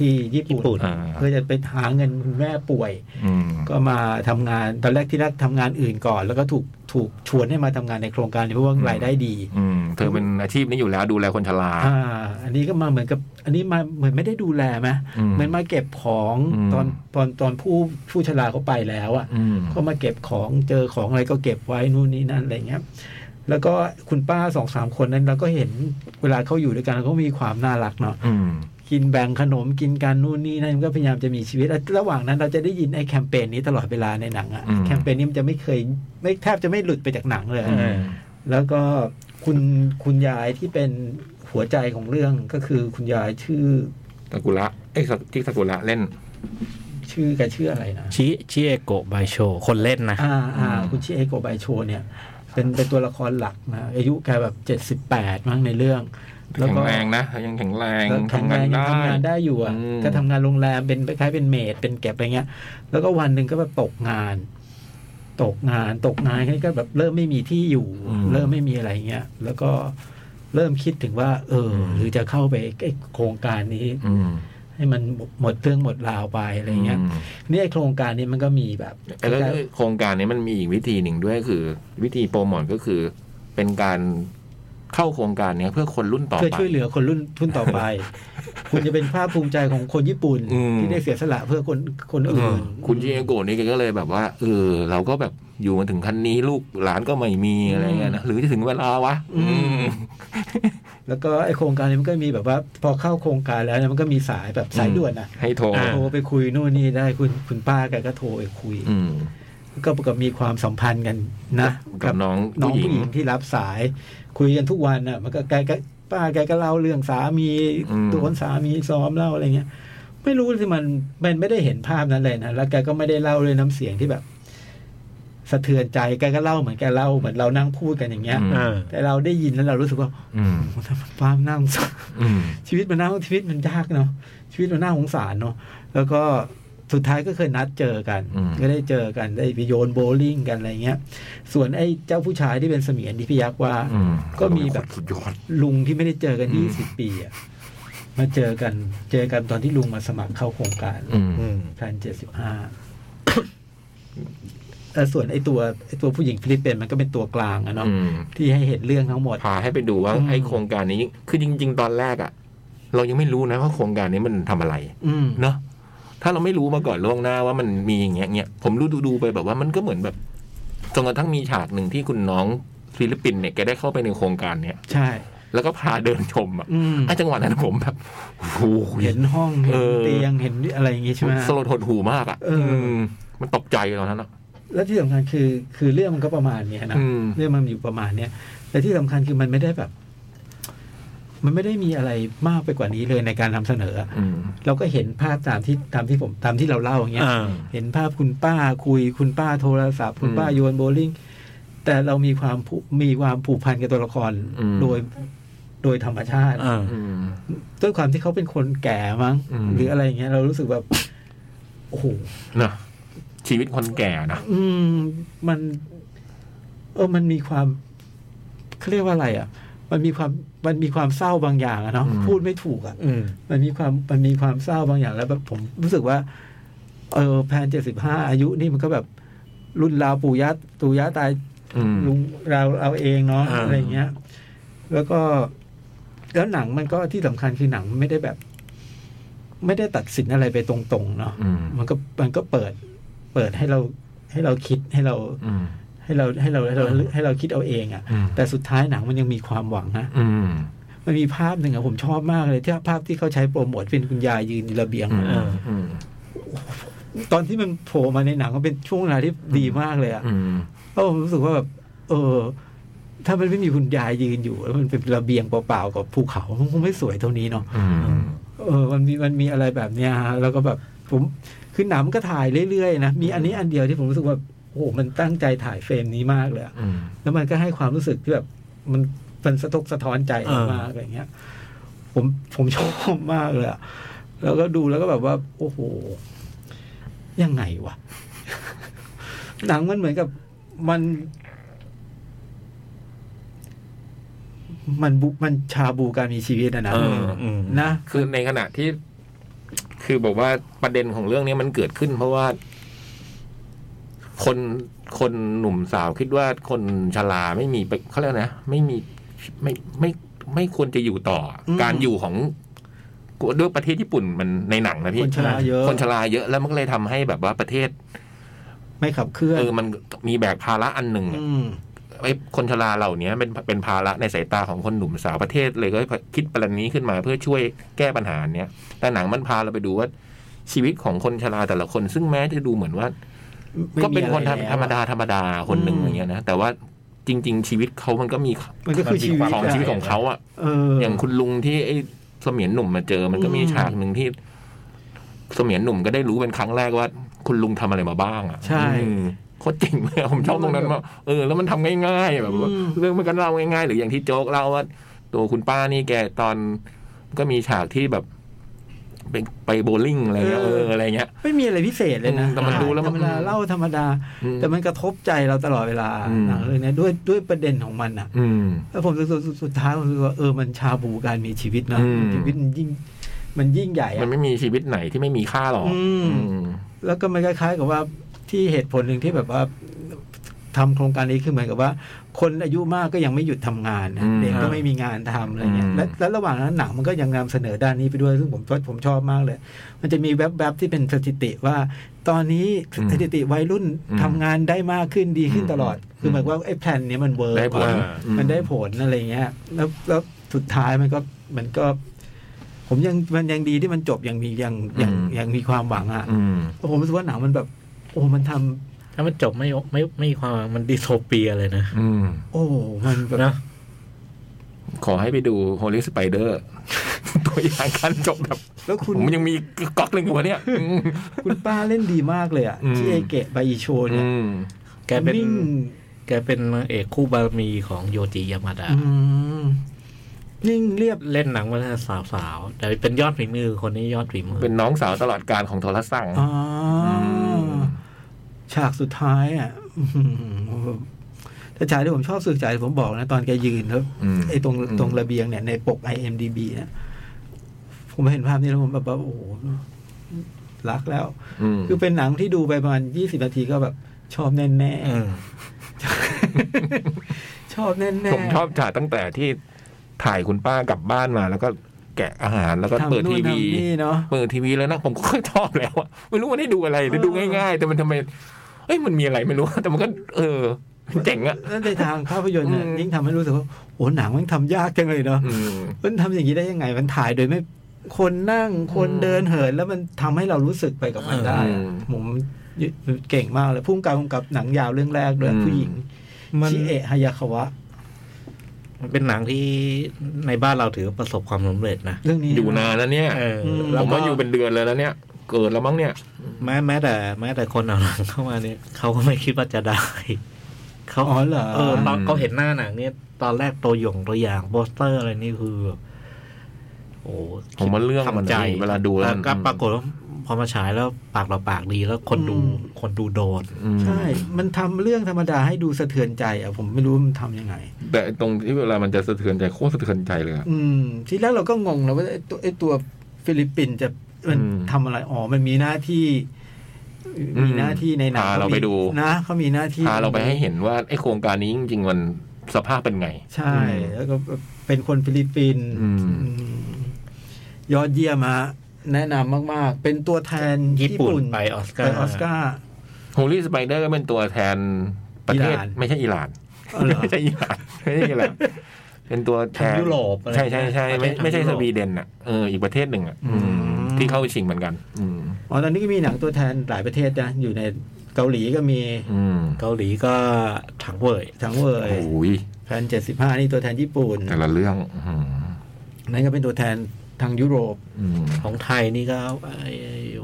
S2: ที่ญี่
S3: ญี่ปุ่
S2: ปุ่
S3: น
S2: น
S4: อ่า
S2: เพื่อจะไปหาเงินคุณแม่ป่วย
S4: อืม
S2: ก็มาทำงานตอนแรกที่แรกทำงานอื่นก่อน แล้วก็ถูกถูกชวนให้มาทำงานในโครงการนี้เพราะว่า
S4: อืม
S2: รายได้ดี
S4: อืม เธอเป็นอาชีพนี้อยู่แล้วดูแลคนชรา
S2: อ่า อันนี้ก็มาเหมือนกับ อันนี้มาเหมือนไม่ได้ดูแลไหม
S4: อืม
S2: เหมือนมาเก็บของ
S4: อืม
S2: ตอนตอนตอนผู้ผู้ชราเขาไปแล้วอ่ะ
S4: อืม
S2: ก็มาเก็บของเจอของอะไรก็เก็บไว้นู่นนี่นั่นอะไรเงี้ยแล้วก็คุณป้าสองสามคนนั้นเราก็เห็นเวลาเขาอยู่ด้วยกันเขามีความน่ารักเนาะ
S4: อืม
S2: กินแบ่งขนมกินกันนู่นนี่นั่นมันก็พยายามจะมีชีวิตแล้วระหว่างนั้นเราจะได้ยินไอ้แคมเปญนี้ตลอดเวลาในหนังอะ
S4: อืม
S2: แคมเปญนี้มันจะไม่เคยไม่แทบจะไม่หลุดไปจากหนังเลย
S4: อืม
S2: แล้วก็คุณคุณยายที่เป็นหัวใจของเรื่องก็คือคุณยายชื่อ
S4: สากุระเอ้ยสาที่สากุระเล่น
S2: ชื่อแกชื่ออะไรนะ
S3: ชิชิเอโกะไบโช คนเล่นนะ
S2: อ่าอ่า
S4: อืม
S2: คุณชื่อเอโกะไบโชเนี่ย เป็นเป็นตัวละครหลักนะอายุแกแบบเจ็ดสิบแปดมั้งในเรื่อง แล้ว
S4: แข็ง
S2: ก็
S4: แรงนะ ยังแข็งแรง
S2: แล้วแข็งแรงยังทำงาน
S4: ได้
S2: ได้อยู่อ่ะ
S4: อืม
S2: ก็ทำงานโรงแรมเป็นคล้ายๆเป็นเมดเป็นเก็บอะไรเงี้ย แล้วก็วันหนึ่งก็แบบตกงาน ตกงานตกงานก็แบบเริ่มไม่มีที่อยู่ เริ่มไม่มีอะไรเงี้ยแล้วก็เริ่มคิดถึงว่า เออ หรือจะเข้าไปไอ้โครงการนี้
S4: อืม
S2: ให้มันหมดเรื่องหมดราวไปอะไรเงี้ย
S4: ม
S2: นี่ไอ้โครงการนี้มันก็มีแบบ
S4: แล้วก็โครงการนี้มันมีอีกวิธีหนึ่งด้วยคือ วิธีโปรโมทก็คือ เป็นการเข้าโครงการเนี้ยเพื่อคนรุ่นต่อ
S2: เพื่อ
S4: ไป
S2: ช่วยเหลือคนรุ่นทุนต่อ ไป คุณจะเป็นภาพภูมิใจของคนญี่ปุ่น
S4: อืม
S2: ที่ได้เสียสละเพื่อคนคน
S4: เอ
S2: อื่
S4: อน คุณชิเอโกะนี่แกก็เลยแบบว่า เออ เราก็แบบอยู่มาถึงขั้นนี้ลูกหลานก็ไม่มีอะไรเงี้ยนะ หรือจะถึงเวลาวะ อืม
S2: แล้วก็ไอโครงการนี้มันก็มีแบบว่า พอเข้าโครงการแล้วเนี่ยมันก็มีสายแบบสายด่วนอ่ะ
S4: ให้โทร
S3: อ่า
S2: โทรไปคุยนู่นนี่ได้คุณคุณป้าแกก็โทรไปคุย
S4: อืม
S2: ก็ปรากฏมีความสัมพันธ์กันนะ
S4: กับน้อง
S2: น้อ
S4: ผู้
S2: ง
S4: หญิ
S2: ผู้
S4: ง
S2: หญิงที่รับสาย คุยกันทุกวันน่ะ มันก็แกก็ป้าแกก็เล่าเรื่องสามี
S4: อืม
S2: โดนสามีซ้อมเล่าอะไรเงี้ย ไม่รู้สิมันมันไม่ได้เห็นภาพนั้นเลยนะแล้วแกก็ไม่ได้เล่าด้วยน้ำเสียงที่แบบ สะเทือนใจแกก็เล่าเหมือนแกเล่าเหมือนเรานั่งพูดกันอย่างเงี้ย
S4: อืม
S3: เออ
S2: แต่เราได้ยินแล้วเรารู้สึกว่า
S4: อืม
S2: โอ้โหทำไมความน่าสงสาร
S4: อืม
S2: ชีวิตมันน่าชีวิตมันยากเนาะชีวิตมันน่าสงสารเนาะแล้วก็สุดท้ายก็เคยนัดเจอกัน
S4: อืม
S2: ก็ได้เจอกันได้ไปโยนโบลิ่งกันอะไรเงี้ย ส่วนไอ้เจ้าผู้ชายที่เป็นเสมียนที่พี่ยักษ์ว่า
S4: อืม
S2: ก็มีแบบ
S4: สุดยอด
S2: ลุงที่ไม่ได้เจอกัน
S4: อืม
S2: ยี่สิบปีอะมาเจอกันเจอกันตอนที่ลุงมาสมัครเข้าโครงการ
S4: อืม
S3: อืม
S2: พันเจ็ดสิบห้าแต่ส่วนไอ้ตัวไอ้ตัวผู้หญิงฟิลิปปินส์มันก็เป็นตัวกลางอะเนาะ
S4: อืม
S2: ที่ให้เห็นเรื่องทั้งหมด
S4: พาให้ไปดูว่า
S2: อืม
S4: ไอโครงการนี้ คือจริง ๆ ตอนแรกอะเรายังไม่รู้นะว่าโครงการนี้มันทำอะไร
S2: อืม
S4: เนอะ ถ้าเราไม่รู้มาก่อนล่วงหน้าว่ามันมีอย่างเงี้ยเงี้ยผมรู้ดูดูๆไปแบบว่ามันก็เหมือนแบบจนกระทั่งมีฉากหนึ่งที่คุณน้องฟิลิปปินส์เนี่ยแกได้เข้าไปในโครงการเนี่ย
S2: ใช่
S4: แล้วก็พาเดินชมอ่ะ
S2: อืม
S4: ไอ้จังหวะนั้นผมแบบโอ้โห
S2: เห็นห้องเห็
S4: เอน อ
S2: เตียงเห็นอะไรอย่างงี้ใช่ไหม
S4: สลดหดหูมากอ่ะ
S2: เอออื
S4: มมันตกใจตอนนั้นอ่ะ
S2: แล้วที่สำคัญคือคือเรื่องมันก็ประมาณเนี้ยนะ
S4: อืม
S2: เรื่องมันอยู่ประมาณเนี้ยแต่ที่สำคัญคือมันไม่ได้แบบ มันไม่ได้มีอะไรมากไปกว่านี้เลยในการนำเสนอ
S4: อืม
S2: เราก็เห็นภาพตามที่ตามที่ผมตามที่เราเล่าอย่างเงี้ย
S3: อ่า
S2: เห็นภาพคุณป้าคุย คุณป้าโทรศัพท์ คุณ
S4: อืม
S2: ป้าโยนโบว์ลิ่ง แต่เรามีความผูมีความผูกพันกับตัวละคร
S4: อืม
S2: โดยโดยธรรมชาติ
S3: อ่า
S4: อืม
S2: ด้วยความที่เขาเป็นคนแก่มั้ง
S4: อืม
S2: หรืออะไรอย่างเงี้ย เรารู้สึกแบบโอ้โห
S4: นะชีวิตคนแก่นะ
S2: อืมมัน เออมันมีความเขาเรียกว่าอะไรอ่ะ มันมีความมันมีความเศร้าบางอย่างอะเนาะ
S4: อืม
S2: พูดไม่ถูกอ่ะ
S3: อืม
S2: มันมีความมันมีความเศร้าบางอย่างแล้วแบบผมรู้สึกว่า เออแพนเจ็ดสิบห้าอายุนี่มันก็แบบรุ่นราวปู่ย่าตู่ย่าตาย
S4: อืม
S2: ลุงเราเอาเองเนาะ
S3: อ่า
S2: อะไรเงี้ย แล้วก็ แล้วหนังมันก็ที่สำคัญคือหนังไม่ได้แบบ ไม่ได้ตัดสินอะไรไปตรงๆเนาะ
S4: อืม
S2: มันก็มันก็เปิด เปิดให้เราให้เราคิดให้เรา
S4: อืม
S2: ให้เราให้เราให้เราให้เราคิดเอาเองอะ่ะ
S4: อืม
S2: แต่สุดท้ายหนังมันยังมีความหวังนะ
S4: อืม
S2: มันมีภาพหนึ่งอะผมชอบมากเลยที่ภาพที่เขาใช้โปรโมทเป็นคุณยายยืนอยู่ระเบียง
S4: อืมอืม
S2: ตอนที่มันโผล่มาในหนังก็เป็นช่วงเวลาที่ดีมากเลยอะ
S4: อืม
S2: แล้วผมรู้สึกว่าแบบเออ ถ้ามันไม่มีคุณยายยืนอยู่แล้วมันเป็นระเบียงเปล่าๆกับภูเขามันคงไม่สวยเท่านี้เนาะ
S4: อืม
S2: เออมันมีมันมีอะไรแบบเนี้ยฮะแล้วก็แบบผมคือหนังมันก็ถ่ายเรื่อยๆนะมีอันนี้อันเดียวที่ผมรู้สึกว่าโอ้โหมันตั้งใจถ่ายเฟรมนี้มากเลยอะ
S4: อืม
S2: แล้วมันก็ให้ความรู้สึกที่แบบมันมันสะทกสะท้อนใจ
S3: เออ
S2: มากอะไรเงี้ย ผมผมชอบมากเลยอะแล้วก็ดูแล้วก็แบบว่า โอ้โห ยังไงวะ หนังมันเหมือนกับมัน มันบุมันชาบูการมีชีวิตอะนะ
S3: เอออืม
S2: นะ
S4: คือในขณะที่ คือบอกว่าประเด็นของเรื่องนี้มันเกิดขึ้น เพราะว่า คนคนหนุ่มสาวคิดว่าคนชราไม่มีไปเขาเรียกนะไม่มีไม่ไม่ไม่ไม่ควรจะอยู่ต่ออการอยู่ของด้วยประเทศญี่ปุ่นมันในหนังนะพี่
S2: คนชราเยอะ
S4: คนชราเยอะแล้วมันก็เลยทำให้แบบว่าประเทศ
S2: ไม่ขับเคลื่อน
S4: เออมันมีแบกภาระอันหนึ่งอะ
S2: อืม
S4: ไอ้คนชราเหล่านี้เป็นเป็นภาระในสายตาของคนหนุ่มสาวประเทศเลยก็คิดประเด็นนี้ขึ้นมาเพื่อช่วยแก้ปัญหาเนี้ยแต่หนังมันพาเราไปดูว่าชีวิตของคนชราแต่ละคน ซึ่งแม้จะดูเหมือนว่า
S2: ไม่
S4: ก็
S2: มี
S4: เป็น
S2: อะไร
S4: คนธรรม
S2: แล้วอะ
S4: ธรรมดาธรรมดาคนหนึ่ง
S2: อืม
S4: อย่างเงี้ยนะแต่ว่าจริง ๆ ชีวิตเขามันก็มี
S2: มันก็คือชีวิต
S4: ของ
S2: อะ
S4: ชีวิตของเขาอะ
S2: เอออ
S4: อย่างคุณลุงที่ไอ้เสมียนหนุ่มมาเจอ มันก็มี
S2: อืม
S4: ฉากหนึ่งที่เสมียนหนุ่มก็ได้รู้เป็นครั้งแรกว่า คุณลุงทำอะไรมาบ้างอะ
S2: ใช่
S4: อืมโคตรเจ๋งเลยอะผมชอบตรงนั้นมากเออแล้วมันทำง่ายๆแบบว่า
S2: อืม
S4: เรื่องมันก็เล่าง่ายๆ หรืออย่างที่โจ๊กเล่าว่า ตัวคุณป้านี่แกตอนก็มีฉากที่แบบ ไปไปโบว์ลิ่งอะไรเงี้ยเอออะไรเงี้ย
S2: ไม่มีอะไรพิเศษเลยนะ
S4: อืมแต่มันดูแล้ว
S2: ธ
S4: มั
S2: รรม
S4: น
S2: ดาเล่าธรรมดา
S4: อืม
S2: แต่มันกระทบใจเราตลอดเวลา
S4: อืม
S2: หนังเรื่องนี้ด้วยด้วยประเด็นของมันอ่ะ
S4: อืม
S2: แล้วผมรู้สึกสุดสุดท้ายผมรู้สึกว่าเออมันชาบูการมีชีวิตนะ
S4: อืม
S2: ชีวิตมันยิ่ง มันยิ่งใหญ่
S4: มั
S2: อะ
S4: นไม่มีชีวิตไหนที่ไม่มีค่าหรอก
S2: อืม
S4: อืม
S2: แล้วก็มันคล้ายๆกับว่าที่เหตุผลหนึ่งที่แบบว่าทำโครงการนี้คือเหมือนกับว่า คนอายุมากก็ยังไม่หยุดทำงานนะ
S4: อืม
S2: เด็กก็ไม่มีงานทำอะไรเงี้ย
S4: อืม
S2: และและระหว่างนั้นหนังมันก็ยังนำเสนอด้านนี้ไปด้วยซึ่งผมชอบผมชอบมากเลย มันจะมีแวบๆที่เป็นสถิติว่า ตอนนี้สถิติวัยรุ่นทำงานได้มากขึ้นดีขึ้นตลอด คือหมายความว่าไอ้แผนเนี้ยมันเวิร์ก
S4: ได้ผล
S3: เออ
S4: อื
S2: มันได้ผลอะไรเงี้ย แล้วแล้วสุดท้ายมันก็มันก็ ผมยังมันยังดีที่มันจบยังมียังยัง
S4: อืม
S2: ยังมีความหวังอ่ะ
S4: อืม
S2: ผมรู้สึกว่าหนังมันแบบ โอ้มันทำ
S3: ถ้ามันจบไม่ไม่ไม่มีความมันดิโทเปียเลยนะ
S4: อืม
S2: โอ้มันแบบ
S3: นะ
S4: ขอให้ไปดู Holy Spider ตัวอย่างการจบแบบ
S2: แล้วคุณ
S4: ผมยังมีก๊อกหนึ่งอยู่วะเนี่ย อืม
S2: คุณป้าเล่นดีมากเลยอ่ะ
S4: อืม
S2: ที่ไอเกะไบอิโชเนี่ย
S4: อืม
S3: แกเป็น
S2: นิ่ง
S3: แกเป็นนางเอกคู่บารมีของโยจิยามาดะ
S2: อืมนิ่งเรียบ
S3: เล่นหนังมาตั้งแต่สาวๆ แต่เป็นยอดฝีมือคนนี้ยอดฝีมือ
S4: เป็นน้องสาวตลอดการของโทรสั่ง
S2: อ๋ออ
S4: ม
S2: ฉากสุดท้ายอ่ะ อื้อหือแต่ฉากที่ผมชอบสุดฉากที่ผมบอกนะ ตอนแกยืนแล้ว
S4: อืม
S2: ไอ้ตรงตรงระเบียงเนี่ยในปก IMDB เนี่ยผมเห็นภาพนี้แล้วผมแบบว่าโอ้โหรักแล้ว
S4: อืม
S2: คือเป็นหนังที่ดูไปประมาณยี่สิบนาทีก็แบบ ชอบแน่
S3: อืม
S2: ๆ ชอบแน่ๆ
S4: ผมชอบฉากตั้งแต่ที่ถ่ายคุณป้ากลับบ้านมา แล้วก็ แกะอาหารแล้วก็
S2: ทำ
S4: เปิด
S2: นู่น
S4: ทีวี
S2: ทำนี่เนาะ
S4: เปิดทีวีแล้วนะผมก็ค่อยชอบแล้วอะไม่รู้มันให้ดูอะไรหรือ
S2: เออ
S4: ดูง่าย ๆ แต่มันทำไมเอ้ยมันมีอะไรไม่รู้ แต่มันก็ เออเจ๋งอะ
S2: แล้วในทางภาพยนตร์เนี่ย
S4: อืม
S2: ยิ่งทำให้รู้สึกว่าโอ้หนังมันทำยากจังเลยเนาะ
S4: อืม
S2: มันทำอย่างนี้ได้ยังไง มันถ่ายโดยไม่ คนนั่งคน
S4: อืม
S2: เดินเหิน แล้วมันทำให้เรารู้สึกไปกับมันได้
S4: อืม
S2: ผมเก่งมากเลยพุ่งกับพุ่งกับหนังยาวเรื่องแรกด้วย
S4: อืม
S2: ผู้หญิง
S3: มัน
S2: ชิเอะฮายาคาวะ
S3: มันเป็นหนังที่ในบ้านเราถือว่าประสบความสำเร็จนะ
S2: เรื่องนี้
S4: อยู่นานแล้วเนี่ย
S3: เออ
S2: ม
S3: แล้ว
S4: ผม
S3: ก็
S4: ว่าอยู่เป็นเดือนเลยแล้วเนี่ย เกิดแล้วมั้งเนี่ย
S3: แม้แม้แต่แม้แต่คนเอาหนังเข้ามาเนี่ยเขาก็ไม่คิดว่าจะได้เขา
S2: อ๋อเหรอ
S3: เออตอน
S4: อืม
S3: เขาเห็นหน้าหนังเนี่ยตอนแรกตัวหย่งตัวอย่างโปสเตอร์อะไรนี่คือแบบโอ้
S4: ผมว่าเรื่องมัน
S3: ทำใจ
S4: เวลาดูแล้ว
S3: แต่ก็ปรากฏว่าพอมาฉายแล้วปากต่อปากดีแล้วคนดูคนดูโดน
S4: อืม
S2: ใช่ มันทำเรื่องธรรมดาให้ดูสะเทือนใจอะผมไม่รู้มันทำยังไง
S4: แต่ตรงที่เวลามันจะสะเทือนใจโคตรสะเทือนใจเลยอะ
S2: อืม ทีแรกเราก็งงนะว่าไอ้ตัวไอ้ตัวฟิลิปปินส์จะมัน
S4: อืม
S2: ทำอะไรอ๋อมันมีหน้าที่
S4: อืม
S2: มีหน้าที่ในหนัง
S4: พาเราไปดู
S2: นะเขามีหน้าที่
S4: พาเราไปให้เห็นว่าไอโครงการนี้จริงๆมันสภาพเป็นไง
S2: ใช่ แล้วก็เป็นคนฟิลิปปินส์
S4: อืม
S2: อืมยอดเยี่ยมฮะแนะนำมาก ๆ เป็นตัวแทน
S3: ญี่ปุ่นไปออสการ์
S2: ไปออสการ์
S4: ฮ o ลี่สไปเดอร์ก็เป็นตัวแทนประเทศ
S2: อิหร่าน
S4: ไม่ใช่อิหร่าน
S2: อ๋อเหรอ
S4: ไม่ใช่อิหร่านไม่ใช่อิหร่านเป็นตัวแทน
S3: ทางยุโรปอะไร
S4: ใช่ใช่ใช่
S3: ประเทศทาง
S4: ไม่ไม่ใช่
S3: ยุโร
S4: ส
S3: ป
S4: วีเดนอ่ะเอออีกประเทศหนึ่งอ่ะอืม
S2: อืม
S4: ที่เข้าชิงเหมือนกัน อืม
S2: อ๋อตอนนี้ก็มีหนังตัวแทนหลายประเทศนะอยู่ในเกาหลีก็มี
S4: อืม
S3: เกาหลีก็ถังเว่ย
S2: ทั้งเว่ย
S4: โอ้ย
S2: พันเจ็ดสิบห้านี่ตัวแทนญี่ปุ่น
S4: แต่ละเรื่องอืม
S2: นั่นก็เป็นตัวแทนทางยุโรป
S4: อืม
S3: ของไทยนี่ก็ไอ้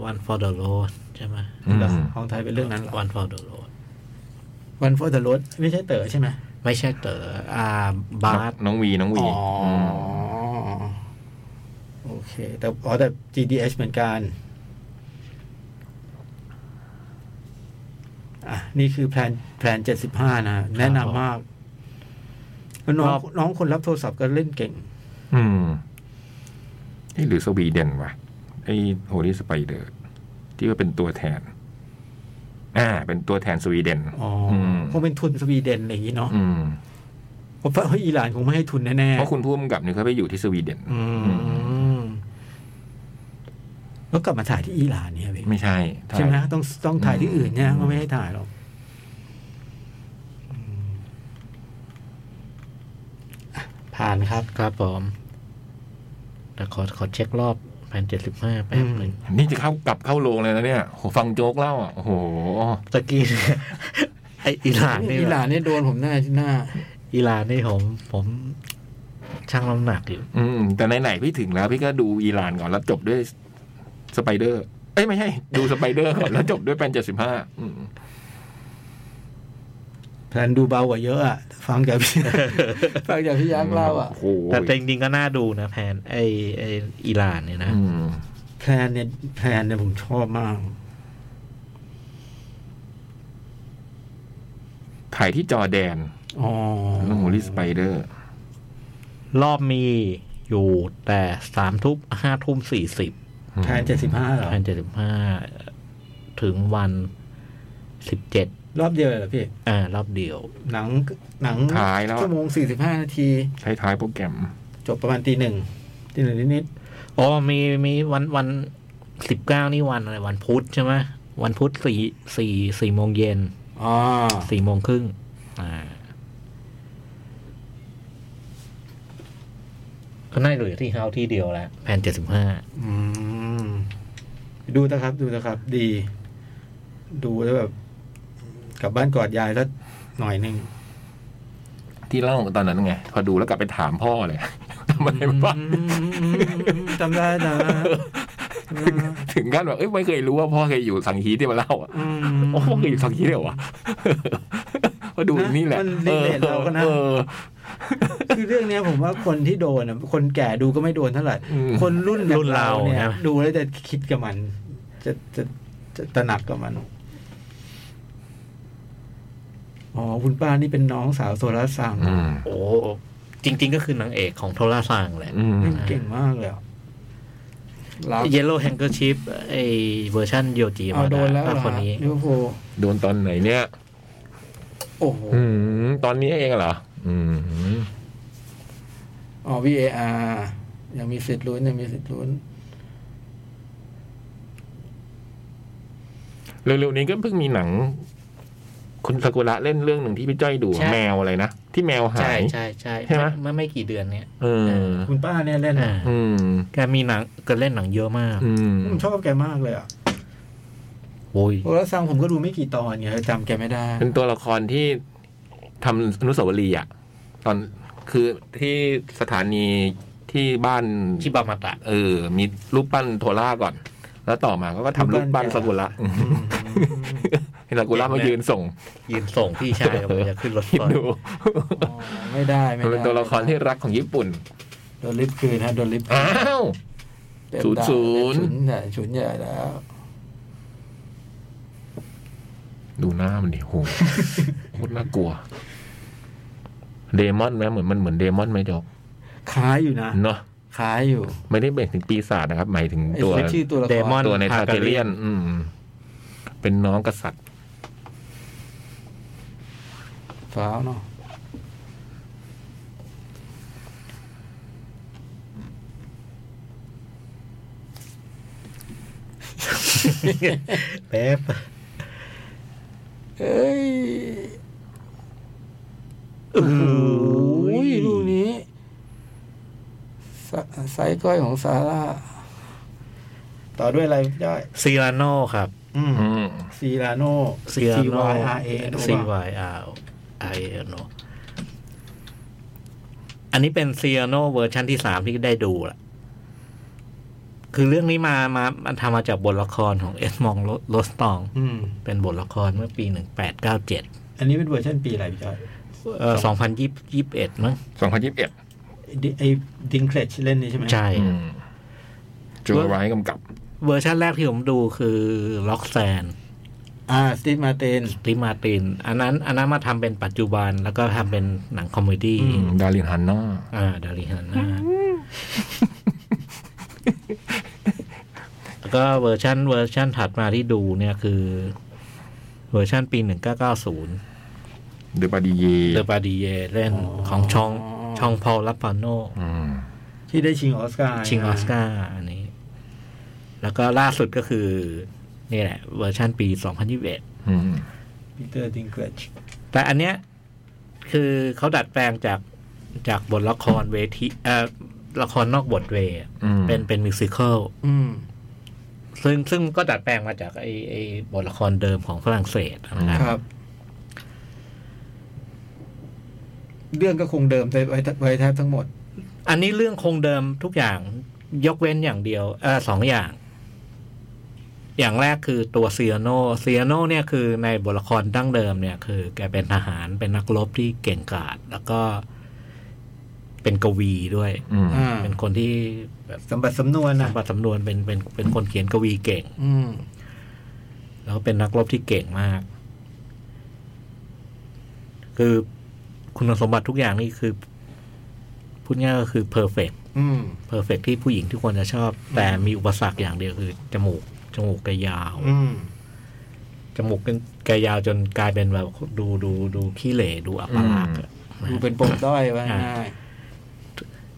S3: One for the Road ใช่ไหม
S4: อืม
S2: เหรอของไทยเป็นเรื่องนั้นเหรอ
S3: วัน for the road
S2: วันฟอร์ดรถไม่ใช่เต๋อใช่ไหม
S3: ไม่ใช่เต๋ออ่าบาร์
S4: น้องวีน้องวี
S2: อ๋ออ
S4: ม
S2: โอเค แต่อ๋อแต่ GDH เหมือนกันอ่ะนี่คือแพลนแพลนเจ็ดสิบห้านะฮะแนะนำมากแล้วน้องน้องคนรับโทรศัพท์ก็เล่นเก่ง
S4: อืมนี่หรือสวีเดนวะไอโฮลี่สไปเดอร์ที่ว่าเป็นตัวแทน อ่า เป็นตัวแทนสวีเดน
S2: อ๋อ
S4: อืม
S2: คงเป็นทุนสวีเดนอะไรอย่างนี้เนาะ
S4: อืม
S2: เพราะว่าอิหร่านคงไม่ให้ทุนแน่
S4: เพราะคุณผู้กำกับเนี่ยเขาไปอยู่ที่สวีเดน
S2: ๆอืมแล้วกลับมาถ่ายที่อิหร่านเนี่ยพี่
S4: ไม่ใช่
S2: ใช่ไหม
S4: ถ่าย
S2: ต้องต้องถ่ายที่อื่นเนี่ยก็ไม่ให้ถ่ายหรอกผ่านครับ
S3: ครับผมแต่ขอขอเช็ครอบแผ่นเจ็ดสิบห้าแป๊บหนึ่ง
S4: นี่จะเข้ากลับเข้าโรงเลยนะเนี่ยโหฟังโจ๊กเล่าอ่ะโอ้โห
S3: ตะกี้เนี่ยไออิหร่านนี่
S2: อิหร่านเนี่ยโดนผมหน้าหน้า
S3: อิหร่านนี่ผม ผมช่างน้ำหนักอยู่
S4: อืม แต่ไหนๆพี่ถึงแล้ว พี่ก็ดูอีหลานก่อนแล้วจบด้วยสไปเดอร์ เอ้ยไม่ใช่ ดูสไปเดอร์ก่อนแล้วจบด้วยแปนเจ็ดสิบห้า
S2: แผนดูเบากว่าเยอะอะฟังจากพี่ ฟังจากพี่ยักษ์เล่าอะ
S4: โอ้โห
S3: แต่จริงๆก็น่าดูนะแผนไอไออิหร่านเนี่ยนะ
S4: อืม
S2: แพลนเนี่ยแพลนเนี่ยผมชอบมาก
S4: ถ่ายที่จอร์แดน
S2: อ๋อ
S4: เรื่องโฮลี่สไปเดอร์
S3: รอบมีอยู่แต่สามทุ่มห้าทุ่มสี่สิบ
S2: แพลนเจ็ดสิบห้าเหรอ
S3: แผ่นเจ็ดสิบห้าถึงวันสิบเจ็ด
S2: รอบเดียวเลยเหรอพี่
S3: อ่ารอบเดียว
S2: หนังหนัง
S4: ท้ายแล้ว
S2: ชั่วโมงสี่สิบห้านาที
S4: ท้ายท้ายๆโปรแกรม
S2: จบประมาณตีหนึ่งตีหนึ่งนิด
S3: อ๋อมีมีวันวันสิบเก้านี่วันอะไรวันพุธใช่ไหมวันพุธสี่สี่สี่โมงเย็น
S2: ๆอ๋อ
S3: สี่โมงครึ่งอ่าก็น่าจะเหลือที่เฮาที่เดียวแล้วแผ่นเจ็ดสิบห้า
S2: อืมดูนะครับ ดูนะครับ ดี ดูแล้วแบบกลับบ้านกอดยายแล้วหน่อยหนึ่ง
S4: ที่เล่าตอนนั้นไง พอดูแล้วกลับไปถามพ่อเลย ทำอะไรบ้าง
S2: จำได้นะ
S4: ถึงขั้นแบบเอ้ยไม่เคยรู้ว่าพ่อเคยอยู่สังฮีที่มาเล่าอ่ะโอ้พ่อเคยอยู่สังฮีด้วยเหรอวะ ก็ดูอีกนี่แหละ
S2: มันรีเลทเราก็นะ
S4: เออ
S2: คือเรื่องเนี้ยผมว่าคนที่โดนอะคนแก่ดูก็ไม่โดนเท่าไหร่
S4: อืม
S2: คนรุ่นแบบ
S3: รุ่นเรา
S2: เนี่ย
S3: ใช่ไหม
S2: ดูแล้วจะคิดกับมัน จะจะจะตระหนักกับมันอ๋อคุณป้านี่เป็นน้องสาวโซลาร์สัง
S4: อืม
S3: โอ้จริง ๆ ก็คือนางเอกของโทรศัพท์แหละ
S4: อืม
S2: นี่เก่งมากเลยอะรัก
S3: เยลโล่แฮงเกอร์ชิพไอเวอร์ชันโยจิ
S2: เอา
S3: มา
S2: โดนแล้วเหร
S3: ก็
S2: อ
S3: คนนี้
S2: ลิเวอร์พูล
S4: โดนตอนไหนเนี่ย
S2: โอ้โห
S4: อืม ตอนนี้เองเหรอ อืม
S2: อ๋อ VAR ยังมีสิทธิ์ลุ้นยังมีสิทธิ์ลุ้น
S4: เร็วๆนี้ก็เพิ่งมีหนัง คุณสากุระเล่นเรื่องหนึ่งที่พี่จ้อยดูอะ
S3: ใช่
S4: แมวอะไรนะ ที่แมวหา
S3: ใช่
S4: ย
S3: ใช่ใช่
S4: ใช่ไหม
S3: เมื่อไม่กี่เดือนเนี้ย
S4: เออ
S2: คุณป้าเนี่ยเล่น
S3: อ่า
S4: อืม
S3: แกมีหนังแกเล่นหนังเยอะมาก
S4: อืม
S2: ผมชอบแกมากเลยอ่ะ
S3: โอ้ย
S2: โอแล้วซังผมก็ดูไม่กี่ตอนไงจำแกไม่ได้
S4: เป็นตัวละครที่ทำอนุสาวรีย์อะตอนคือที่สถานีที่บ้าน
S3: ชิบามาตะ
S4: เออ มีรูปปั้นโทล่าก่อน แล้วต่อมาเขาก็ทำรูปปั้น
S2: รูปปั้น
S4: ซากุระให้ซากุระมายืนส่ง
S3: ยืนส่งพี่ชายกำลังจะขึ้นรถ
S4: คิด
S3: ไฟ
S4: ดู
S2: อ๋อไม่ได้ไม่
S4: มัน
S2: ได้
S4: เป็นตัวละครที่รักของญี่ปุ่น
S2: โดนลิฟต์คืนฮะโดนลิฟต์คืน
S4: อ้าว
S2: เต็ม
S4: ศูน
S2: ด่า
S4: ย์ศูนย์
S2: ฉุนใหญ่ฉุนใหญ่แล้ว
S4: ดูหน้ามันดิโหโคตรน่ากลัว เดมอนไหมเหมือนมันเหมือนเดมอนไหมจอก
S2: คล้ายอยู่นะ
S4: เนาะ
S2: คล้ายอยู่
S4: ไม่ได้เบ่งถึงปีศาจนะครับ หมายถึง
S2: ไอ้
S4: ตัว
S2: ชื่อตัวละคร
S3: เดมอน
S4: ตัวใน
S3: พ
S4: ทาเทเลียน อืม เป็นน้องกษัตริย์
S2: ฟ้าวเนาะ
S3: แป๊บ
S2: เอ้ยโอ้โหลูกนี้สไซส์ก้อยของซาร่าต่อด้วยอะไรย่อย
S3: ซีรานโนครับ
S2: อืม
S4: อืม
S2: ซีราโน
S3: ซีรานโน
S2: Y R A N O
S3: ซีวายอาร์ไอโนอันนี้เป็นซีรานโนเวอร์ชันที่สามที่ได้ดูละคือเรื่องนี้มามามันทำมาจากบทละครของเอสมองโรสตอง
S2: อืม
S3: เป็นบทละครเมื่อปี 1897
S2: อันนี้เป็นเวอร์ชันปีอะไรพี่จอย
S3: เอ่อ2021มั้ง
S4: สองพันยี่สิบเอ็ด
S2: ดิไอ้ดิงเคลชเล่นนี่ใช่ไหม
S3: ใช่
S4: จูไรท์กำกับ
S3: เวอร์ชันแรกที่ผมดูคือล็อกแซน
S2: อ่า สตีฟมาเตน
S3: ริมาติน อันนั้นอันนั้นมาทำเป็นปัจจุบันแล้วก็ทำเป็นหนังคอมเมดี้
S4: อืมดารินฮันน่า
S3: อ่าดาริฮาน่า แล้วก็เวอร์ชันเวอร์ชันถัดมาที่ดูเนี่ยคือ เวอร์ชันปีหนึ่งเก้าเก้าศูนย์
S4: เดบาดีเย
S3: เดอะปาดีเยเล่น
S2: อ๋อ
S3: ของช่องช่องพอลลัปปาโน
S4: อืม
S2: ที่ได้ชิงออสการ์
S3: ชิงออสการ์อันนี้ แล้วก็ล่าสุดก็คือ นี่แหละ เวอร์ชันปีสองพันยิบเอ็ด
S4: อืม
S2: ปีเตอร์ดิงเคลช
S3: แต่อันเนี้ยคือเขาดัดแปลงจากจากบทละครเวทีเอ่อละครนอกบทเวย์อะ
S4: อืม
S3: เป็นเป็นมิวสิควล
S2: อืม
S3: ซึ่งซึ่งก็ดัดแปลงมาจากไอไอบทละครเดิมของฝรั่งเศสนะครับ
S2: ครับ เรื่องก็คงเดิมแต่ไว้ไว้แทบทั้งหมด
S3: อันนี้เรื่องคงเดิมทุกอย่างยกเว้นอย่างเดียวเออสองอย่าง อย่างแรกคือตัวเซียโนเซียโนเนี่ยคือในบทละครดั้งเดิมเนี่ยคือแกเป็นทหารเป็นนักรบที่เก่งกาจแล้วก็เป็นกวีด้วย
S4: อืม
S2: อ่า
S3: เป็นคนที่แบบ
S2: สมบัติสำนวน
S3: ส
S2: นะ
S3: มบัติสำนวนเป็นเป็นเป็นคนเขียนกวีเก่ง
S2: อืม
S3: แล้วก็เป็นนักรบที่เก่งมาก คือคุณสมบัติทุกอย่างนี่คือ พูดง่ายก็คือเพอร์เฟก
S2: อืม
S3: เพอร์เฟกที่ผู้หญิงทุกคนจะชอบ แต่มีอุปสรรคอย่างเดียวคือ จมูก จมูกแกยาว
S2: อืม
S3: จมูกแกยาวจนกลายเป็นแบบดูดูดูขี้เหร่ดูอัปลักษณ์อะ
S2: ดูเป็นปมด้อยว่าง่าย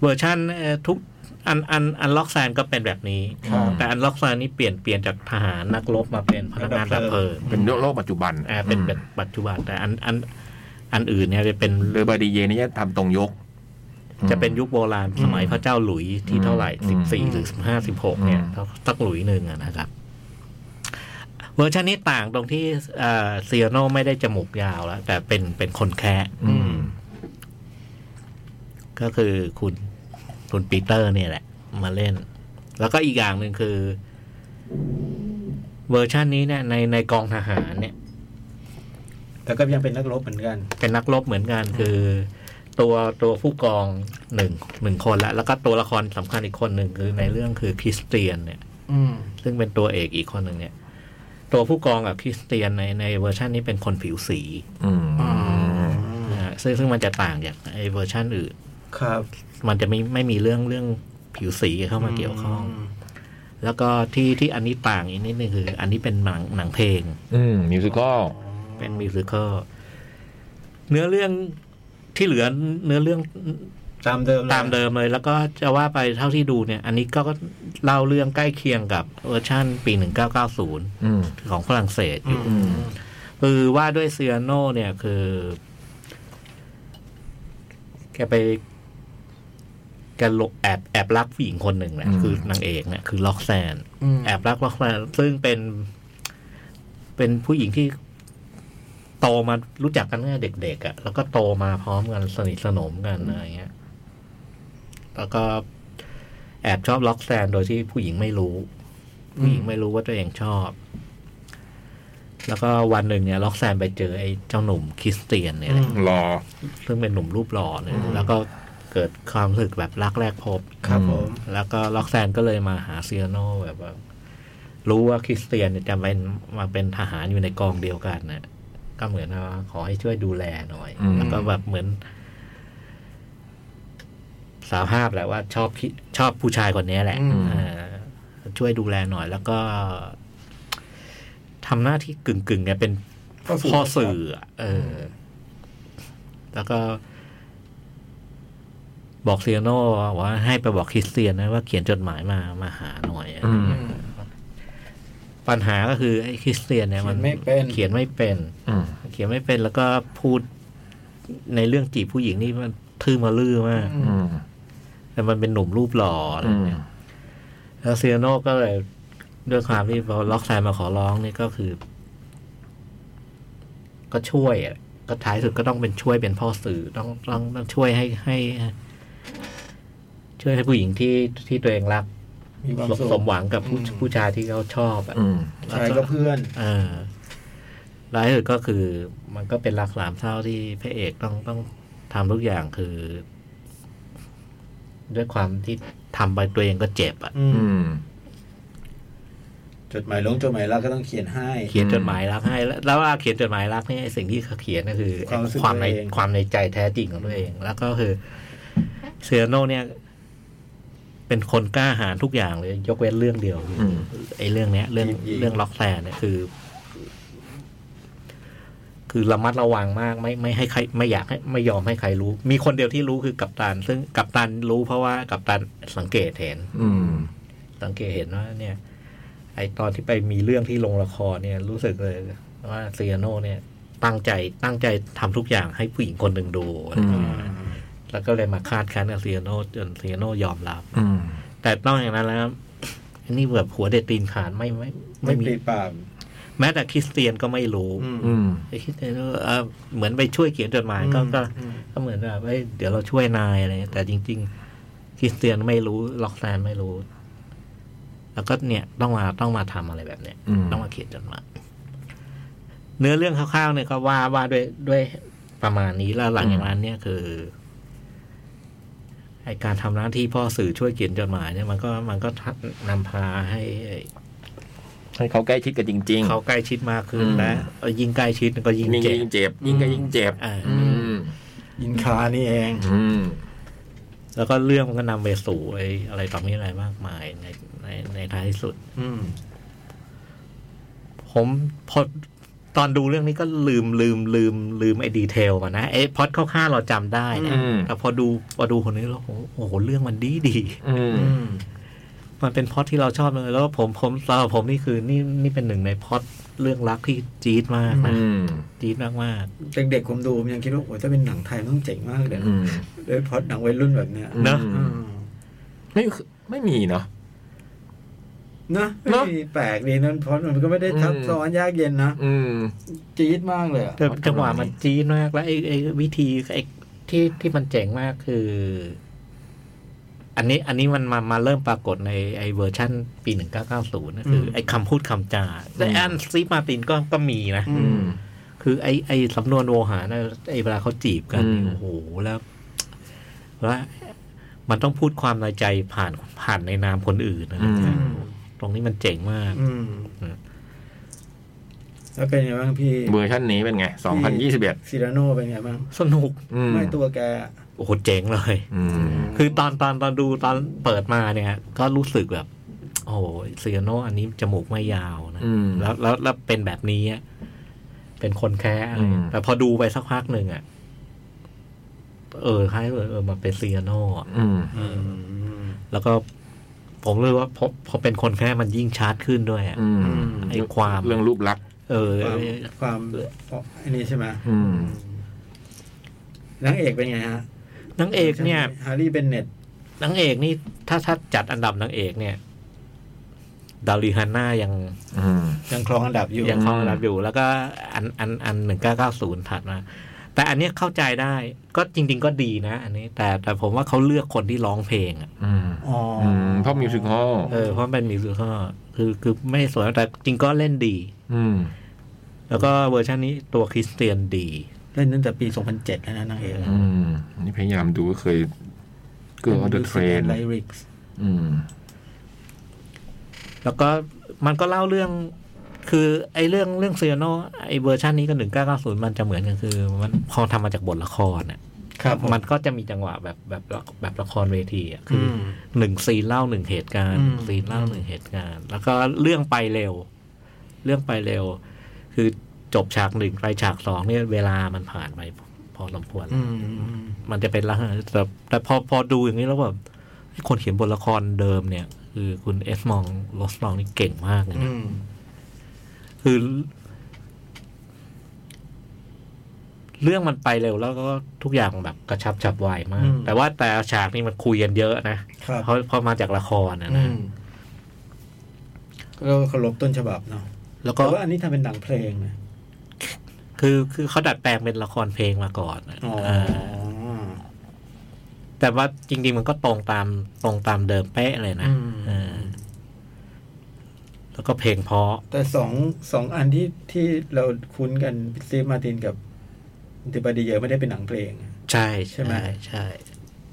S3: เวอร์ชันเอ่อทุกอันอันอันล็อกแซนก็เป็นแบบนี้
S2: ครับ
S3: แต่อันล็อกแซนนี่เปลี่ยนเปลี่ยนจากทหารนักรบมาเป็นพนักงานดับเพลิง
S4: เป็นโลกปัจจุบัน
S3: อ่าเป็นแบบปัจจุบันแต่อันอันอันอื่นเนี่ยจะเป็น
S4: เดบาดีเยนี่จะทำตรงยก
S3: จะเป็นยุคโบราณสมัยพระเจ้าหลุยที่เท่าไหร่
S4: อืม
S3: สิบสี่หรือสิบห้าสิบหกเนี่ย
S4: อืม
S3: สักหลุยหนึ่งอะนะครับ เวอร์ชันนี้ต่างตรงที่เอ่อเซียโนไม่ได้จมูกยาวแล้ว แต่เป็นเป็นคนแคะ
S4: อืม
S3: ก็คือคุณคุณปีเตอร์เนี่ยแหละ มาเล่น แล้วก็อีกอย่างหนึ่งคือ เวอร์ชันนี้เนี่ยในในกองทหารเนี่ย
S2: แต่ก็ยังเป็นนักรบเหมือนกัน
S3: เป็นนักรบเหมือนกันคือ ตัวตัวผู้กองหนึ่งหนึ่งคนละแล้วก็ตัวละครสำคัญอีกคนหนึ่งคือในเรื่องคือคริสเตียนเนี่ย
S2: อืม
S3: ซึ่งเป็นตัวเอกอีกคนหนึ่งเนี่ย ตัวผู้กองกับคริสเตียนในในเวอร์ชันนี้เป็นคนผิวสี
S4: อืม
S2: อ๋อ
S3: นะฮะซึ่งซึ่งมันจะต่างจากไอเวอร์ชันอื่น
S2: ครับ
S3: มันจะไม่ไม่มีเรื่องเรื่องผิวสีเข้ามาเกี่ยวข้อง แล้วก็ที่ที่อันนี้ต่างอีกนิดนึงคือ อันนี้เป็นหนังหนังเพลง
S4: อืมมิวสิคอล
S3: เป็นมิวสิควลเนื้อเรื่องที่เหลือเนื้อเรื่อง
S2: ตามเดิมลย
S3: ตามเดิมเลย แล้วก็จะว่าไปเท่าที่ดูเนี่ย อันนี้ก็เล่าเรื่องใกล้เคียงกับเวอร์ชั่นปี 1990
S4: อืม
S3: ของฝรั่งเศส
S2: อื
S3: อยู่
S2: ม
S3: คือว่าด้วยเซียโนเนี่ยคือ แกไป แกหลบแอบแอบรักผู้หญิงคนหนึ่งแหละ
S4: อืม
S3: คือนางเอกเนี่ยคือล็อกแซน
S5: อืม
S3: แอบรักล็อกแซนซึ่งเป็น เป็นผู้หญิงที่โตมารู้จักกันตั้งแต่เด็กๆอะ่ะ แล้วก็โตมาพร้อมกันสนิทสนมกันอะไรเงี้ย แล้วก็แอบชอบล็อกแซนโดยที่ผู้หญิงไม่รู้ ผู้หญิงไม่รู้ว่าตัวเองชอบ แล้วก็วันหนึ่งเนี่ย ล็อกแซนไปเจอไอ้เจ้าหนุ่มคริสเตียนเนี่ยแหละ
S4: รอ
S3: ซึ่งเป็นหนุ่มรูปหล่อเนี่ยแล้วก็เกิดความรู้สึกแบบรักแรกพบ
S2: ครับผม
S3: แล้วก็ล็อกแซนก็เลยมาหาเซียโนแบบว่า รู้ว่าคริสเตียนเนี่ยจะเป็นมาเป็นทหารอยู่ในกองเดียวกันเนี่ยก็เหมือนว่าขอให้ช่วยดูแลหน่อย
S4: อืม
S3: แล้วก็แบบเหมือน สาภาพแหละว่า ชอบคิชอบผู้ชายคนนี้แหละ
S4: อืม
S3: เออช่วยดูแลหน่อย แล้วก็ทำหน้าที่กึ่งกึ่งๆเนี่ยเป็น
S5: ก็สู่
S3: พ่อสื่ออะเอออ แล้วก็ บอกเซียโน่ว่าให้ไปบอกคริสเตียนนะว่าเขียนจดหมายมามาหาหน่อยอะไรเงี้ย
S5: อืม
S3: ปัญหาก็คือไอ้คริสเตียนเนี่ย มัน
S2: เขียนไม่เป็น
S3: เขียนไม่เป็น
S4: อืม
S3: เขียนไม่เป็นแล้วก็พูดในเรื่องจีบผู้หญิงนี่มันทื่อมาลือมาก
S4: อืม
S3: แต่มันเป็นหนุ่มรูปหล่ออะไร
S4: อืม
S3: เงี้ย แล้วเซียโนก็เลยด้วยความที่พอล็อกแซนมาขอร้องนี่ก็คือ ก็ช่วยอะก็ท้ายสุดก็ต้องเป็นช่วยเป็นพ่อสื่อต้องต้องต้องช่วยให้ให้ ช่วยให้ผู้หญิงที่ที่ตัวเองรัก
S2: มีความสุข
S3: สมหวังกับผู้
S2: อืม
S3: ผู้ชายที่เขาชอบอะ
S4: อืม
S3: แล้
S2: ชายว ก็
S3: ก็
S2: เพื่อน
S3: เออร้ายสุดก็คือ มันก็เป็นรักสามเศร้าที่พระเอกต้องต้องทำทุกอย่างคือ ด้วยความที่ทำไปตัวเองก็เจ็บอ่ะ
S2: อืม
S4: อืม
S2: จดหมายลงจดหมายรักก็ต้องเขียนให้
S3: เขียนจดหมายรักให้แล้วแล้วว่าเขียนจดหมายรักเนี่ยไอ้สิ่งที่เขาเขียนก็คือ
S2: ความรู้สึก
S3: ความใน
S2: ตัวเอง
S3: ความในใจแท้จริงของตัวเอง แล้วก็คือเซียโนเนี่ย เป็นคนกล้าหาญทุกอย่างเลย ยกเว้นเรื่องเดียวคืออ
S4: ม
S3: ไอ้เรื่องเนี้ย เรื่อง
S2: หยิบๆ
S3: เรื่องล็อกแซนเนี่ยคือ คือระมัดระวังมาก ไม่ไม่ให้ใคร ไม่อยากให้ไม่ยอมให้ใครรู้ มีคนเดียวที่รู้คือกัปตัน ซึ่งกัปตันรู้เพราะว่ากัปตันสังเกตเห็น
S4: อืม
S3: สังเกตเห็นว่าเนี่ย ไอตอนที่ไปมีเรื่องที่โรงละครเนี่ย รู้สึกเลยว่าเซียโนเนี่ย ตั้งใจตั้งใจทำทุกอย่างให้ผู้หญิงคนหนึ่งดูอะไรอย่างเงี้ยแล้วก็เลยมาคาดคั้นกับเซียโนจนเซียโนยอมรับ
S4: อืม
S3: แต่ต้องอย่างนั้นแล้ว อันนี้แบบหัวเด็ดตีนขาดไม่ไม่
S2: ไม่
S3: ไม่มี
S2: ปรีดปาก
S3: แม้แต่คริสเตียนก็ไม่รู้
S2: อืม
S4: อืม
S3: ไอ้คริสเตียนก็เอ่อเหมือนไปช่วยเขียนจดหมายก็ก็
S2: อืม
S3: ก็เหมือนแบบเอ้ยเดี๋ยวเราช่วยนายอะไรเงี้ยแต่จริง ๆ คริสเตียนไม่รู้ล็อกแซนไม่รู้ แล้วก็เนี่ยต้องมาต้องมาทำอะไรแบบเนี้ย
S4: อืม
S3: ต้องมาเขียนจดหมายเนื้อเรื่องคร่าวๆเนี่ยก็ว่าว่าด้วยด้วยประมาณนี้แล้วหลังจากนั้นเนี่ยคือไอการทำหน้าที่พ่อสื่อช่วยเขียนจดหมายเนี่ยมันก็มันก็นำพาให้
S4: ให้เขาใกล้ชิดกันจริง
S3: เขาใกล้ชิดมากขึ้น
S4: อืม
S3: และยิ่งใกล้ชิดก็
S4: ๆ
S3: ยิ่ง
S4: ยิ่ง
S3: เจ็บ
S4: ยิ่งเจ็บ ยิ่งก็ยิ่งเจ็บ
S3: อ่า
S4: อืม
S2: ยินคานี่เอง
S4: อืม
S3: แล้วก็เรื่องมันก็นำไปสู่ไอ้อะไรต่อมีอะไรมากมายในในในท้ายที่สุด
S2: อืม
S3: ผมพอตอนดูเรื่องนี้ก็ลืมลืมลืมลืมไอ้ดีเทลมานะไอ้พอดคร่าวๆเราจำได้นะ
S4: อืม
S3: แต่พอดูพอดูคนนี้แล้วโอ้โหโอ้โหเรื่องมันดีดี
S4: อืม
S2: อืม
S3: มันเป็นพอดที่เราชอบเลยแล้วผมผมสำหรับผมนี่คือนี่นี่เป็นหนึ่งในพอดเรื่องรักที่จี๊ดมากนะ
S4: อืม
S3: จี๊ดมากมาก
S2: เด็กๆผมดูผมยังคิดว่าโอ้ยถ้าเป็นหนังไทยมันต้องเจ๋งมากเลย
S4: อื
S2: นะ
S4: ม
S2: โดยเฉพอดหนังวัยรุ่นแบบเนี้ย
S3: ๆเนอะ
S2: อืม
S4: ไม่ไม่มีเนาะ
S2: นะ
S4: เนอะ
S2: แปลกดีนั่นพอดมันก็ไม่ได้ทับ
S4: อืม
S2: ซ้อนยากเย็นนะ
S4: อืม
S2: จี๊ดมากเลยอะ
S3: แต่จังหวะมันจี๊ดมากแล้วไอ้ไอ้วิธีไอ้ที่ที่มันเจ๋งมากคือ อันนี้อันนี้มันมามาเริ่มปรากฏในไอ้เวอร์ชั่นปี 1990นะคืออไอ้คำพูดคำจาแต่อันซีมาร์ตินก็ก็มีนะ
S2: อื
S4: อื
S2: ม
S4: ม
S3: คือไอ้ไอ้สำนวนโวหารนะไอ้เวลาเขาจีบกันเนี่ย
S4: อืม
S3: โอ้โหแล้วแล้วมันต้องพูดความในใจผ่านผ่านในนามคนอื่นนะ
S4: อืม
S3: ตรงนี้มันเจ๋งมาก
S2: อืม
S3: อืม
S2: แล้วเป็นไงบ้างพี่
S4: เวอร์ชันนี้เป็นไง 2021
S2: ซิลาโนเป็นไงบ้าง
S3: สนุก
S4: อืม
S2: ไม่ตัวแก
S3: โอ้โหเจ๋งเลย
S4: อืม
S3: คือตอนตอนตอนดูตอนเปิดมาเนี่ย ก็รู้สึกแบบ โอ้โหเซียโนอันนี้จมูกไม่ยาวนะ
S4: อืม
S3: แล้วแล้วแล้วเป็นแบบนี้อะเป็นคนแค่อะไร
S4: อืม
S3: แต่พอดูไปสักพักหนึ่งอ่ะ เออคล้ายเออเออมาเป็นซีโน่อะ
S4: อืม
S3: แล้วก็ผมรู้สึกว่าพอพอเป็นคนแค่มันยิ่งชัดขึ้นด้วยอะ
S4: อืม
S3: ไอ้ความ
S4: เรื่องรูปลักษณ์
S3: เออ
S2: ความ
S3: ไอ้
S2: ความอ๋ออันนี้ใช่ไหม
S4: อืม
S2: นางเอกเป็นไงฮะ
S3: นางเอกเนี่ย
S2: ฮาร์รี่เบนเน็ต
S3: นางเอกนี่ถ้าถ้าจัดอันดับนางเอกเนี่ย ดาริฮันน่ายัง
S4: อืม
S2: ยังครองอันดับอยู่
S3: ยังครองอันดับอยู่ แล้วก็อันอันอันหนึ่งเก้าเก้าศูนย์ถัดมา แต่อันเนี้ยเข้าใจได้ ก็จริง ๆ ก็ดีนะ อันนี้ แต่แต่ผมว่าเขาเลือกคนที่ร้องเพลงอะ
S4: อืม
S2: อ๋ออ
S4: อืมเพราะมิวสิคอล
S3: เออเพราะมันเป็นมิวสิควลคือคือไม่สวยแต่จริงก็เล่นดี
S4: อืม
S3: แล้วก็เวอร์ชันนี้ตัวคริสเตียนดี
S2: เล่นตั้งแต่ปี 2007 แล้วนะนางเอก
S4: อืม นี่พยายามดูก็เคยเกิดเดอะเทรน
S2: ไลริกส์
S4: อืม
S3: แล้วก็มันก็เล่าเรื่อง คือไอ้เรื่องเรื่องเซียโนไอ้เวอร์ชันนี้กับหนึ่งเก้าเก้าศูนย์มันจะเหมือนกันคือ มันพอทำมาจากบทละครเนี่ย
S2: ครับผ
S3: มันก็จะมีจังหวะแบบแบบละแบบละครเวทีอ่ะคือ
S2: อื
S3: อ
S2: ม
S3: หนึ่งซีนเล่าหนึ่งเหตุการณ์
S2: อืม
S3: หนึ่งซีนเล่าหนึ่งเหตุการณ์ แล้วก็เรื่องไปเร็ว เรื่องไปเร็ว คือจบฉากหนึ่งไปฉากสองเนี่ยเวลามันผ่านไปพอสมควร
S2: อืมอืม
S3: มันจะเป็นลักษณะแต่แต่พอพอดูอย่างนี้แล้วแบบไอ้คนเขียนบทละครเดิมเนี่ย คือคุณเอสมองโรสมองนี่เก่งมากเลย
S2: อื
S3: นะ
S2: ม
S3: คือ เรื่องมันไปเร็วแล้วก็ทุกอย่างแบบกระชับฉับไวมาก แต่ว่าแต่ฉากนี่มันคุยกันเยอะนะครับ เพราะเพราะมาจากละครนะ
S2: อื
S3: นะ
S2: มก็เคารพต้นฉบับเนาะ
S3: แล้วก็
S2: แต่ว่าอันนี้ทำเป็นหนังเพลงนะ
S3: คือคือเขาดัดแปลงเป็นละครเพลงมาก่อนนะ
S2: อ๋อ
S3: เออแต่ว่าจริง ๆ มันก็ตรงตามตรงตามเดิมเป๊ะเลยนะ
S2: อื
S3: เอ
S2: ม
S3: อแล้วก็เพลงเพราะ
S2: แต่สองสองอันที่ที่เราคุ้นกันซีฟมาร์ตินกับติปาดีเยอร์ไม่ได้เป็นหนังเพลง
S3: ใช่
S2: ใช่ไหม
S3: ใช่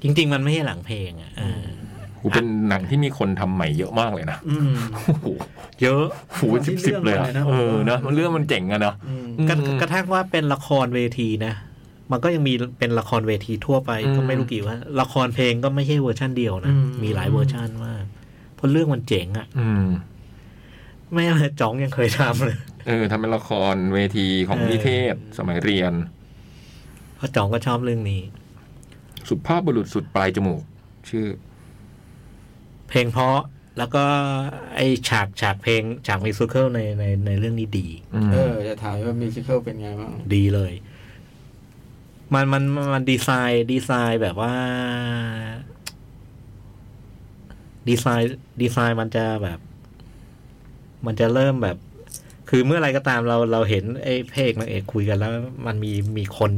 S3: จริง ๆ มันไม่ใช่หลังเพลงอ่ะเออ
S4: กูเป็นหนังที่มีคนทำใหม่เยอะมากเลยนะ
S2: อืม
S4: โอ้โห
S3: เยอะ
S4: โหูสิบสิบเลยอะ
S2: เรื่องมันเลยนะ
S4: เออนะมันเรื่องมันเจ๋งอะเนาะ
S2: อืม
S3: กระ
S4: อืม
S3: กระทั่งว่าเป็นละครเวทีนะ มันก็ยังมีเป็นละครเวทีทั่วไป
S4: อืม
S3: ก็ไม่รู้กี่ว่า ละครเพลงก็ไม่ใช่เวอร์ชันเดียวนะ
S2: อืม
S3: มีหลายเวอร์ชันมากเพราะเรื่องมันเจ๋งอ่ะ
S4: อืม
S3: แม่ จ๋องยังเคยทำเลย
S4: เออทำเป็นละครเวทีของนิเทศ สมัยเรียน
S3: เพราะจ๋องก็ชอบเรื่องนี้
S4: สุภาพบุรุษสุดปลายจมูก ชื่อ
S3: เพลงเพราะแล้วก็ไอฉากฉากเพลงฉากมิวสิควลในในในเรื่องนี้ดี
S4: อืม
S2: เออ จะถามว่ามิวสิควลเป็นไงบ้าง
S3: ดีเลย มันมันมันดีไซน์ดีไซน์แบบว่า ดีไซน์ดีไซน์มันจะแบบ มันจะเริ่มแบบ คือเมื่อไรก็ตามเราเราเห็นไอ้พระเอกนางเอกคุยกันแล้ว มันมีมีคน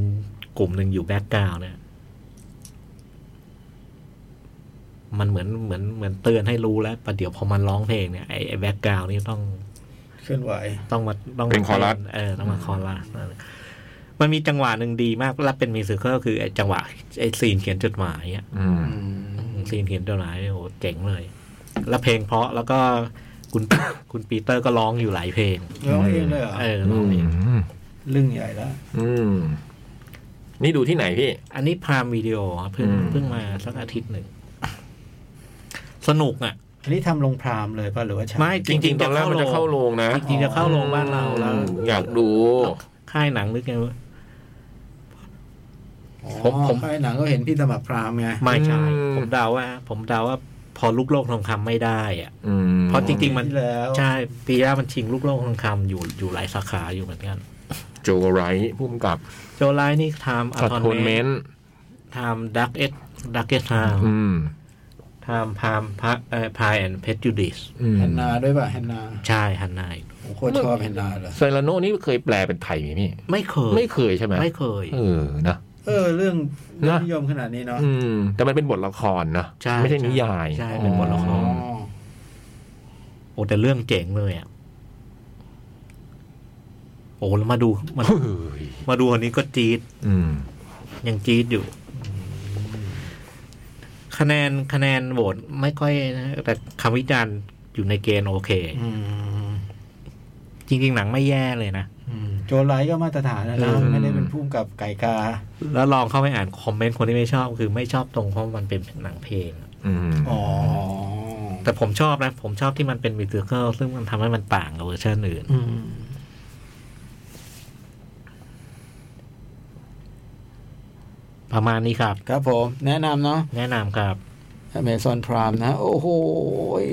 S3: กลุ่มหนึ่งอยู่แบ็กกราวน์เนี่ย มันเหมือนเหมือนเหมือนเตือนให้รู้แล้วประเดี๋ยวพอมันร้องเพลงเนี่ยไอ้ไอ้แบ็กกราวน์นี่ต้อง
S2: เคลื่อนไหว
S3: ต้องมาต้องมา
S4: เป็นคอรัส
S3: เออต้องมาคอรัสมันมีจังหวะหนึ่งดีมากและเป็นมิวสิควลคือไอ้จังหวะไอ้ซีนเขียนจดหมายอ่ะ
S4: อืม
S2: อืม
S3: ซีนเขียนจดหมายเนี่ยโอ้โหเจ๋งเลย แล้วเพลงเพราะแล้วก็คุณ คุณปีเตอร์ก็ร้องอยู่หลายเพลง
S2: ร้องเองเลยเหรอ
S3: เออ
S4: อื
S3: ร้อง
S4: ม
S3: เอง
S2: ลึ่งใหญ่แล้ว
S4: อืม นี่ดูที่ไหนพี่
S3: อันนี้พรามวิดีโอครับเพิ่ง
S4: อืม
S3: เพิ่งมาสักอาทิตย์หนึ่ง สนุกอ่ะ
S2: อันนี้ทำลงพรามเลยป่ะหรือว่าฉาก
S3: ไม่ จริงๆ
S4: ตอนแรกมันจะ
S3: จะ
S4: เข้า
S3: เข้า
S4: โร
S3: โรง ง
S4: นะ
S3: จริงๆจะเข้าโรงบ้านเราแล้ว
S4: อืมอยากดู
S3: ค่ายหนังนึกไงว่า
S2: อ๋อ
S3: ผมผม
S2: ค่ายหนังก็เห็นพี่สมัครพรามไง
S3: ไม่ใช่ผมเดาว่า ผมเดาว่า พอลูกโลกทองคำไม่ได้อ่ะ
S4: อืม
S3: เพราะจริง ๆ มัน
S2: ที่แล้ว
S3: ใช่ปีแรกมันชิงลูกโลกทองคำอยู่อยู่หลายสาขาอยู่เหมือนกัน
S4: โจไรท์ผู้กำกับ
S3: โจไลน์นี่ทำอั
S4: อั
S3: ล
S4: ด
S3: ท
S4: โท
S3: อน
S4: น
S3: เม
S4: เม
S3: น
S4: นต์
S3: ทำดักเอ็ดดักเอ็ดทาม
S4: อืม
S3: ทำพามพาเอ่อพายแอนเพชจูดิส
S4: อืม
S2: แฮนนาด้วยป่ะแฮนนา
S3: ใช่ฮันนาย
S2: ผมโคตรชอบแฮนนาเลย
S4: ไซลาโนนี่เคยแปลเป็นไทยไหมพี่
S3: ไม่เคย
S4: ไม่เคยใช่ไหม
S3: ไม่เคย
S4: เออนะ
S2: เออ เรื่องเรื่อง
S4: นะ
S2: นิยมขนาดนี้เนาะ
S4: อืม แต่มันเป็นบทละครนะ
S3: ใช่
S4: ไม่ใช่นิยาย
S3: ใช่เป็นบทละคร
S2: อ๋อ
S3: โอ้แต่เรื่องเจ๋งเลยอ่ะโอ้แล้วมาดูมา
S4: เฮ้ย
S3: มาดูอันนี้ก็จี๊ด
S4: อืม
S3: ยังจี๊ดอยู่ คะแนนคะแนนโหวตไม่ค่อยนะแต่คำวิจารณ์อยู่ในเกณฑ์โอเค
S2: อืม
S3: จริง ๆ หนังไม่แย่เลยนะ
S2: โจไลท์ก็มาตรฐานแล้วนะ
S4: อืม
S2: ไม่ได้เป็นผู้กำกับไก่กา
S3: แล้วลองเข้าไปอ่านคอมเมนต์คนที่ไม่ชอบคือไม่ชอบตรงเพราะมันเป็นหนังเพลง
S4: อืม
S2: อ๋อ
S3: แต่ผมชอบนะ ผมชอบที่มันเป็นมิวสิควลซึ่งมันทำให้มันต่างกับเวอร์ชันอื่น
S2: อืม
S3: พ ประมาณนี้ครับ
S2: ครับผมแนะนำเนาะ
S3: แนะนำครับ
S2: Amazon Prime นะ โอ้โหย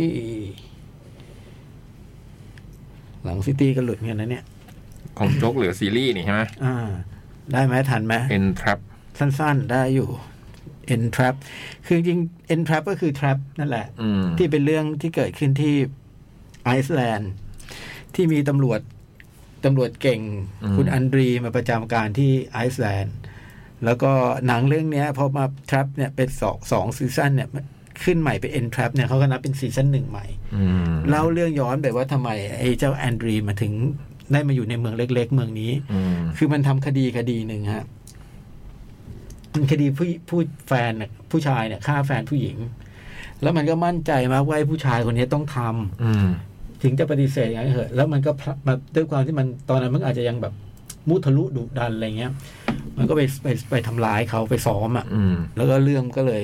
S2: หลังซิตี้ก็หลุดเหมือนกันนะเนี่ย
S4: ของโจ๊กเหลือซีรีส์นี่ใช่ไหม
S2: อ่า ได้ไหมทันไหม
S4: เอ็นทรัพ
S2: สั้นๆ ได้อยู่ Entrap คือจริง Entrap ก็คือ Trap นั่นแหละ
S4: อืม
S2: ที่เป็นเรื่องที่เกิดขึ้นที่ไอซ์แลนด์ ที่มีตำรวจตำรวจเก่ง คุณอันดรีมาประจำการที่ไอซ์แลนด์ แล้วก็หนังเรื่องเนี้ยพอมา Trap เนี่ยเป็นสองสองซีซั่นเนี่ยขึ้นใหม่เป็น Entrap เนี่ยเขาก็นับเป็นซีซั่นหนึ่งใหม่
S4: อืม
S2: เล่าเรื่องย้อนไปว่าทำไมไอ้เจ้าแอนดรีมาถึงได้มาอยู่ในเมืองเล็ก ๆ เมืองนี้
S4: อืม
S2: คือมันทำคดีคดีหนึ่งฮะมันคดีผู้ผู้แฟนน่ะผู้ชายเนี่ยฆ่าแฟนผู้หญิง แล้วมันก็มั่นใจมากว่าไอ้ผู้ชายคนนี้ต้องทำ
S4: อืม
S2: ถึงจะปฏิเสธอย่างนั้นเหอะ แล้วมันก็พลัดมาด้วยความที่มันตอนนั้นมันอาจจะยังแบบมุทะลุดุดันอะไรเงี้ย มันก็ไปไปไปทำร้ายเขาไปซ้อมอ่ะ
S4: อืม
S2: แล้วก็เรื่องก็เลย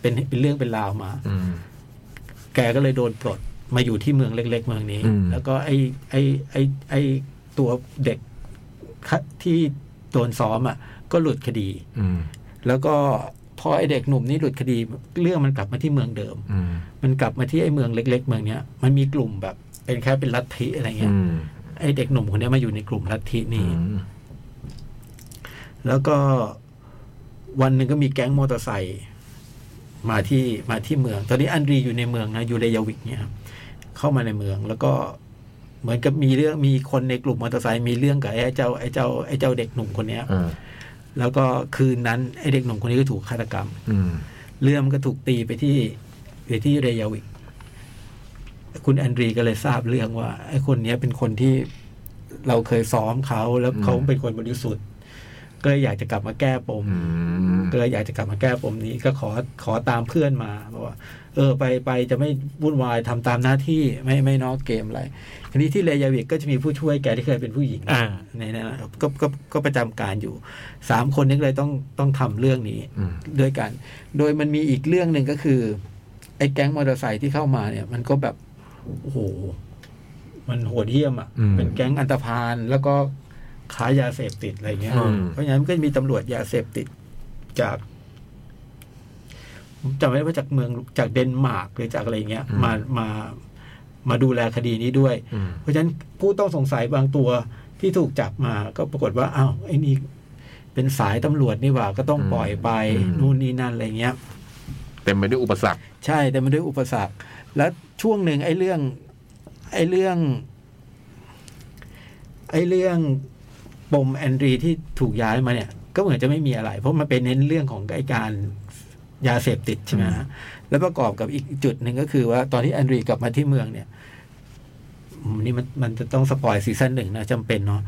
S2: เป็นเป็นเรื่องเป็นราวมา
S4: อืม
S2: แกก็เลยโดนปลดมาอยู่ที่เมืองเล็ก ๆ เมืองนี้
S4: อืม
S2: แล้วก็ไอ้ไอ้ไอ้ไอ้ตัวเด็กคะที่โดนซ้อมอ่ะ ก็หลุดคดี
S4: อืม
S2: แล้วก็พอไอ้เด็กหนุ่มนี่หลุดคดี เรื่องมันกลับมาที่เมืองเดิม
S4: อืม
S2: มันกลับมาที่ไอ้เมืองเล็ก ๆ เมืองเนี้ยมันมีกลุ่มแบบเป็นแค่เป็นลัทธิอะไรเงี้
S4: อื
S2: ย
S4: ม
S2: ไอ้เด็กหนุ่มคนเนี้ยมาอยู่ในกลุ่มลัทธิ
S4: อื
S2: นี้
S4: ม
S2: แล้วก็วันหนึ่งก็มีแก๊งมอเตอร์ไซค์มาที่มาที่เมือง ตอนนี้อันดรีอยู่ในเมืองนะอยู่ในยาวิกเนี่ยครับเข้ามาในเมือง แล้วก็เหมือนกับมีเรื่องมีคนในกลุ่มมอเตอร์ไซค์มีเรื่องกับไอ้เจ้าไอ้เจ้าไอ้เจ้าเด็กหนุ่มคนเนี้ย
S4: อ่า
S2: แล้วก็คืนนั้นไอ้เด็กหนุ่มคนนี้ก็ถูกฆาตกรรม
S4: อืม
S2: เรื่องมันก็ถูกตีไปที่ไปที่เรยาวิก คุณแอนดรีก็เลยทราบเรื่องว่าไอ้คนเนี้ยเป็นคนที่เราเคยซ้อมเขาแล้วเขาเป็นคนบริสุทธิ์ ก็เลยอยากจะกลับมาแก้ปม
S4: อืม
S2: ก็เลยอยากจะกลับมาแก้ปมนี้ก็ขอขอตามเพื่อนมาบอกว่า เออไปไปจะไม่วุ่นวายทำตามหน้าที่ไม่ไม่นอกเกมอะไรทีนี้ที่เรยาวิกก็จะมีผู้ช่วยแกที่เคยเป็นผู้หญิง
S3: อ่า
S2: ในนั้นนะก็ก็ก็ประจำการอยู่สามคนนี้ก็เลยต้องต้องทำเรื่องนี้
S4: อืม
S2: ด้วยกัน โดยมันมีอีกเรื่องหนึ่งก็คือ ไอ้แก๊งมอเตอร์ไซค์ที่เข้ามาเนี่ย มันก็แบบ โอ้โห มันโหดเหี้ยมอ่ะ เป็นแก๊งอันตพาลแล้วก็ขายยาเสพติดอะไรเงี้ย เพราะฉะนั้นมันก็จะมีตำรวจยาเสพติดจากผมจำไม่ได้ว่าจากเมืองจากเดนมาร์กหรือจากอะไรเงี้ย มามามาดูแลคดีนี้ด้วย
S4: อืม
S2: เพราะฉะนั้นผู้ต้องสงสัยบางตัวที่ถูกจับมาก็ปรากฏว่าอ้าวไอ้นี่เป็นสายตำรวจนี่หว่าก็ต้องปล่อยไปนู่นนี่นั่นอะไรเงี้ย
S4: เต็มไปด้วยอุปสรรค
S2: ใช่แต่มันด้วยอุปสรรค แล้วช่วงหนึ่งไอ้เรื่อง ไอ้เรื่อง ไอ้เรื่องปมแอนดรีที่ถูกย้ายมาเนี่ย ก็เหมือนจะไม่มีอะไร เพราะมันเป็นเน้นเรื่องของไอ้การยาเสพติดใช่ไหมฮะแล้วประกอบกับอีกจุดหนึ่งก็คือว่าตอนที่แอนดรีกลับมาที่เมืองเนี่ยอืมนี่มันมันจะต้องสปอยซีซั่นหนึ่งนะจำเป็นเนาะ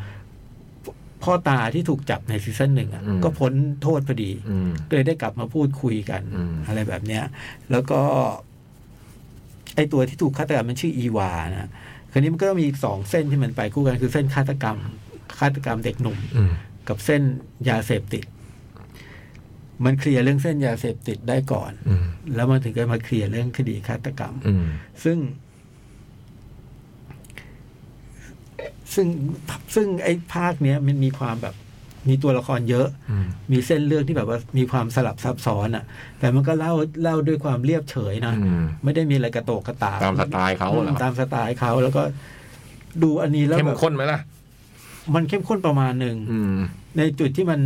S2: พ่อตาที่ถูกจับในซีซั่นหนึ่งอะ
S4: อืม
S2: ก็พ้นโทษพอดี
S4: อืม
S2: ก็เลยได้กลับมาพูดคุยกัน
S4: อืม
S2: อะไรแบบเนี้ย แล้วก็ ไอตัวที่ถูกฆาตกรรมมันชื่ออีวานะคราวนี้มันก็มีสองเส้นที่มันไปคู่กันคือเส้นฆาตกรรมฆาตกรรมเด็กหนุ่ม
S4: อืม
S2: กับเส้นยาเสพติด มันเคลียร์เรื่องเส้นยาเสพติดได้ก่อน
S4: อืม
S2: แล้วมันถึงก็มาเคลียร์เรื่องคดีฆาตกรรม
S4: อืม
S2: ซึ่ง ซึ่งซึ่งไอ้ภาคเนี้ยมันมีความแบบ มีตัวละครเยอะ
S4: อืม
S2: มีเส้นเรื่องที่แบบว่ามีความสลับซับซ้อนอะ่ะ แต่มันก็เล่าเล่าด้วยความเรียบเฉยนะ
S4: อืม
S2: ไม่ได้มีอะไรกระโตกกระตาก
S4: ตามสไตล์เขาเหรอ
S2: ตามสไตล์เขาแล้วก็ดูอันนี้แล้ว
S4: เข้ม
S2: แบบ
S4: ข้นไหมล่ะ
S2: มันเข้มข้นประมาณหนึ่ง
S4: อืม
S2: ในจุดที่มัน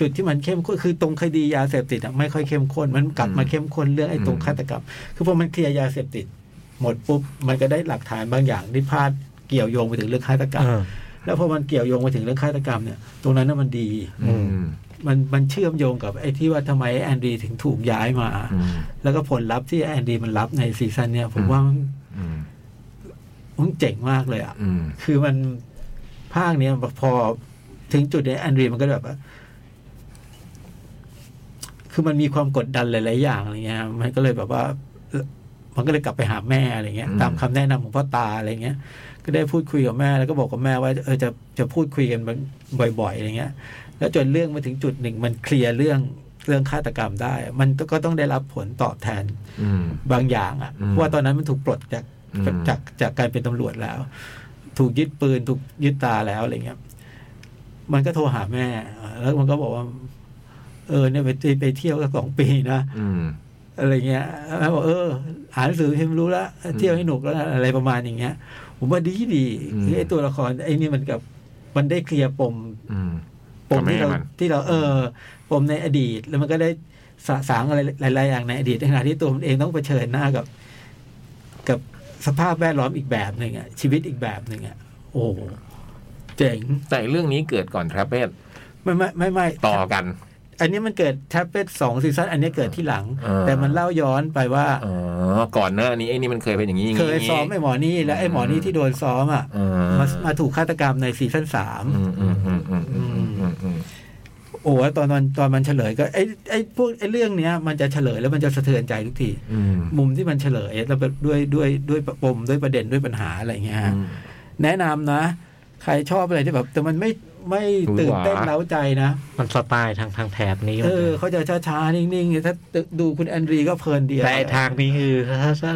S2: จุดที่มันเข้มข้นคือตรงคดียาเสพติดอะไม่ค่อยเข้มข้น มันกลับมาเข้มข้นเรื่องไอ้ตรง
S4: อืม
S2: ฆาตกรรมคือพอมันเคลียร์ยาเสพติด หมดปุ๊บมันก็ได้หลักฐานบางอย่างที่พาดเกี่ยวโยงไปถึงเรื่องฆาตกรรม แล้วพอมันเกี่ยวโยงไปถึงเรื่องฆาตกรรมเนี่ย ตรงนั้นน่ะมันดี
S4: อืม
S2: มันมันเชื่อมโยงกับไอ้ที่ว่าทำไมแอนดรีถึงถูกย้ายมา
S4: อืม
S2: แล้วก็ผลลัพธ์ที่แอนดรีมันรับในซีซั่นเนี่ยผมว่ามัน
S4: อืม
S2: มันเจ๋งมากเลยอะ่ะ
S4: อืม
S2: คือมันภาคเนี้ยพอถึงจุดเนี้ยแอนดรีมันก็แบบว่าคือมันมีความกดดันหลาย ๆ อย่างอะไรเงี้ย มันก็เลยแบบว่า มันก็เลยกลับไปหาแม่อะไรเงี้ย
S4: อืม
S2: ตามคำแนะนำของพ่อตาอะไรเงี้ย ก็ได้พูดคุยกับแม่แล้วก็บอกกับแม่ว่าเออจะจะพูดคุยกันบ่อย ๆ อะไรเงี้ย แล้วจนเรื่องมาถึงจุดหนึ่งมันเคลียร์เรื่องเรื่องฆาตกรรมได้ มันก็ต้องได้รับผลตอบแทน
S4: อืม
S2: บางอย่างอะ
S4: อืม
S2: เพราะว่าตอนนั้นมันถูกปลดจาก
S4: อืม
S2: จากจากจากการเป็นตำรวจแล้ว ถูกยึดปืนถูกยึดตาแล้วอะไรเงี้ย มันก็โทรหาแม่ แล้วมันก็บอกว่า เออเนี่ยไปไปเที่ยวสักสองปีนะ
S4: อืม
S2: อะไรเงี้ยแล้วบอกเอออ่านหนังสือพิมพ์รู้ละเที่ยวให้หนุกแล้วนะอะไรประมาณอย่างเงี้ย ผมว่าดีดี
S4: อืม
S2: คือไอ้ตัวละครไอ้นี่มันกับมันได้เคลียร์ปม
S4: อืม
S2: ปม
S4: กับแม่
S2: ที่เรา
S4: มัน
S2: ที่เราเออปมในอดีต แล้วมันก็ได้สะสางอะไรหลาย ๆ อย่างในอดีตในขณะที่ตัวมันเองต้องเผชิญหน้ากับ กับสภาพแวดล้อมอีกแบบหนึ่งอะชีวิตอีกแบบหนึ่งอะโอ้โหเจ๋ง
S4: แต่เรื่องนี้เกิดก่อนทรัพเพศ
S2: ไม่ไม่ไม่ไม่
S4: ต่อกัน
S2: อันนี้มันเกิดแท็บเล็ตสองซีซั่นอันนี้เกิดที่หลัง
S4: อ่า
S2: แต่มันเล่าย้อนไปว่า
S4: อ๋อก่อนหน้านี้ไอ้นี่มันเคยเป็นอย่างนี้อย่าง
S2: เค
S4: นี้
S2: ยซ้อมไอ้หมอนี่และไอ้หมอนี่ที่โดนซ้อมอ่ะ
S4: อ่
S2: มามาถูกฆาตกรรมในซีซั่นสาม
S4: อืมอืมอืมอืมอืมอืมอืม
S2: โอ้แล้วตอนตอนตอนมันเฉลยก็ไอ้ไอ้พวกไอ้เรื่องเนี้ย มันจะเฉลยแล้วมันจะสะเทือนใจทุกที
S4: อืม
S2: มุมที่มันเฉลยแล้วแบบด้วยด้วยด้วยปมด้วยประเด็นด้วยปัญหาอะไรเงี้ยฮะแนะนำนะ ใครชอบอะไรที่แบบ แต่มันไม่ไม่ตื่นเต้นเล้าใจนะ
S3: มันสไตล์ทางทางแถบนี้
S2: เออเขาจะช้าๆนิ่งๆถ้าดูคุณแอนดรีก็เพลินดีอะ
S3: แต่ไอ้ทางนี้คือถ้าถ้า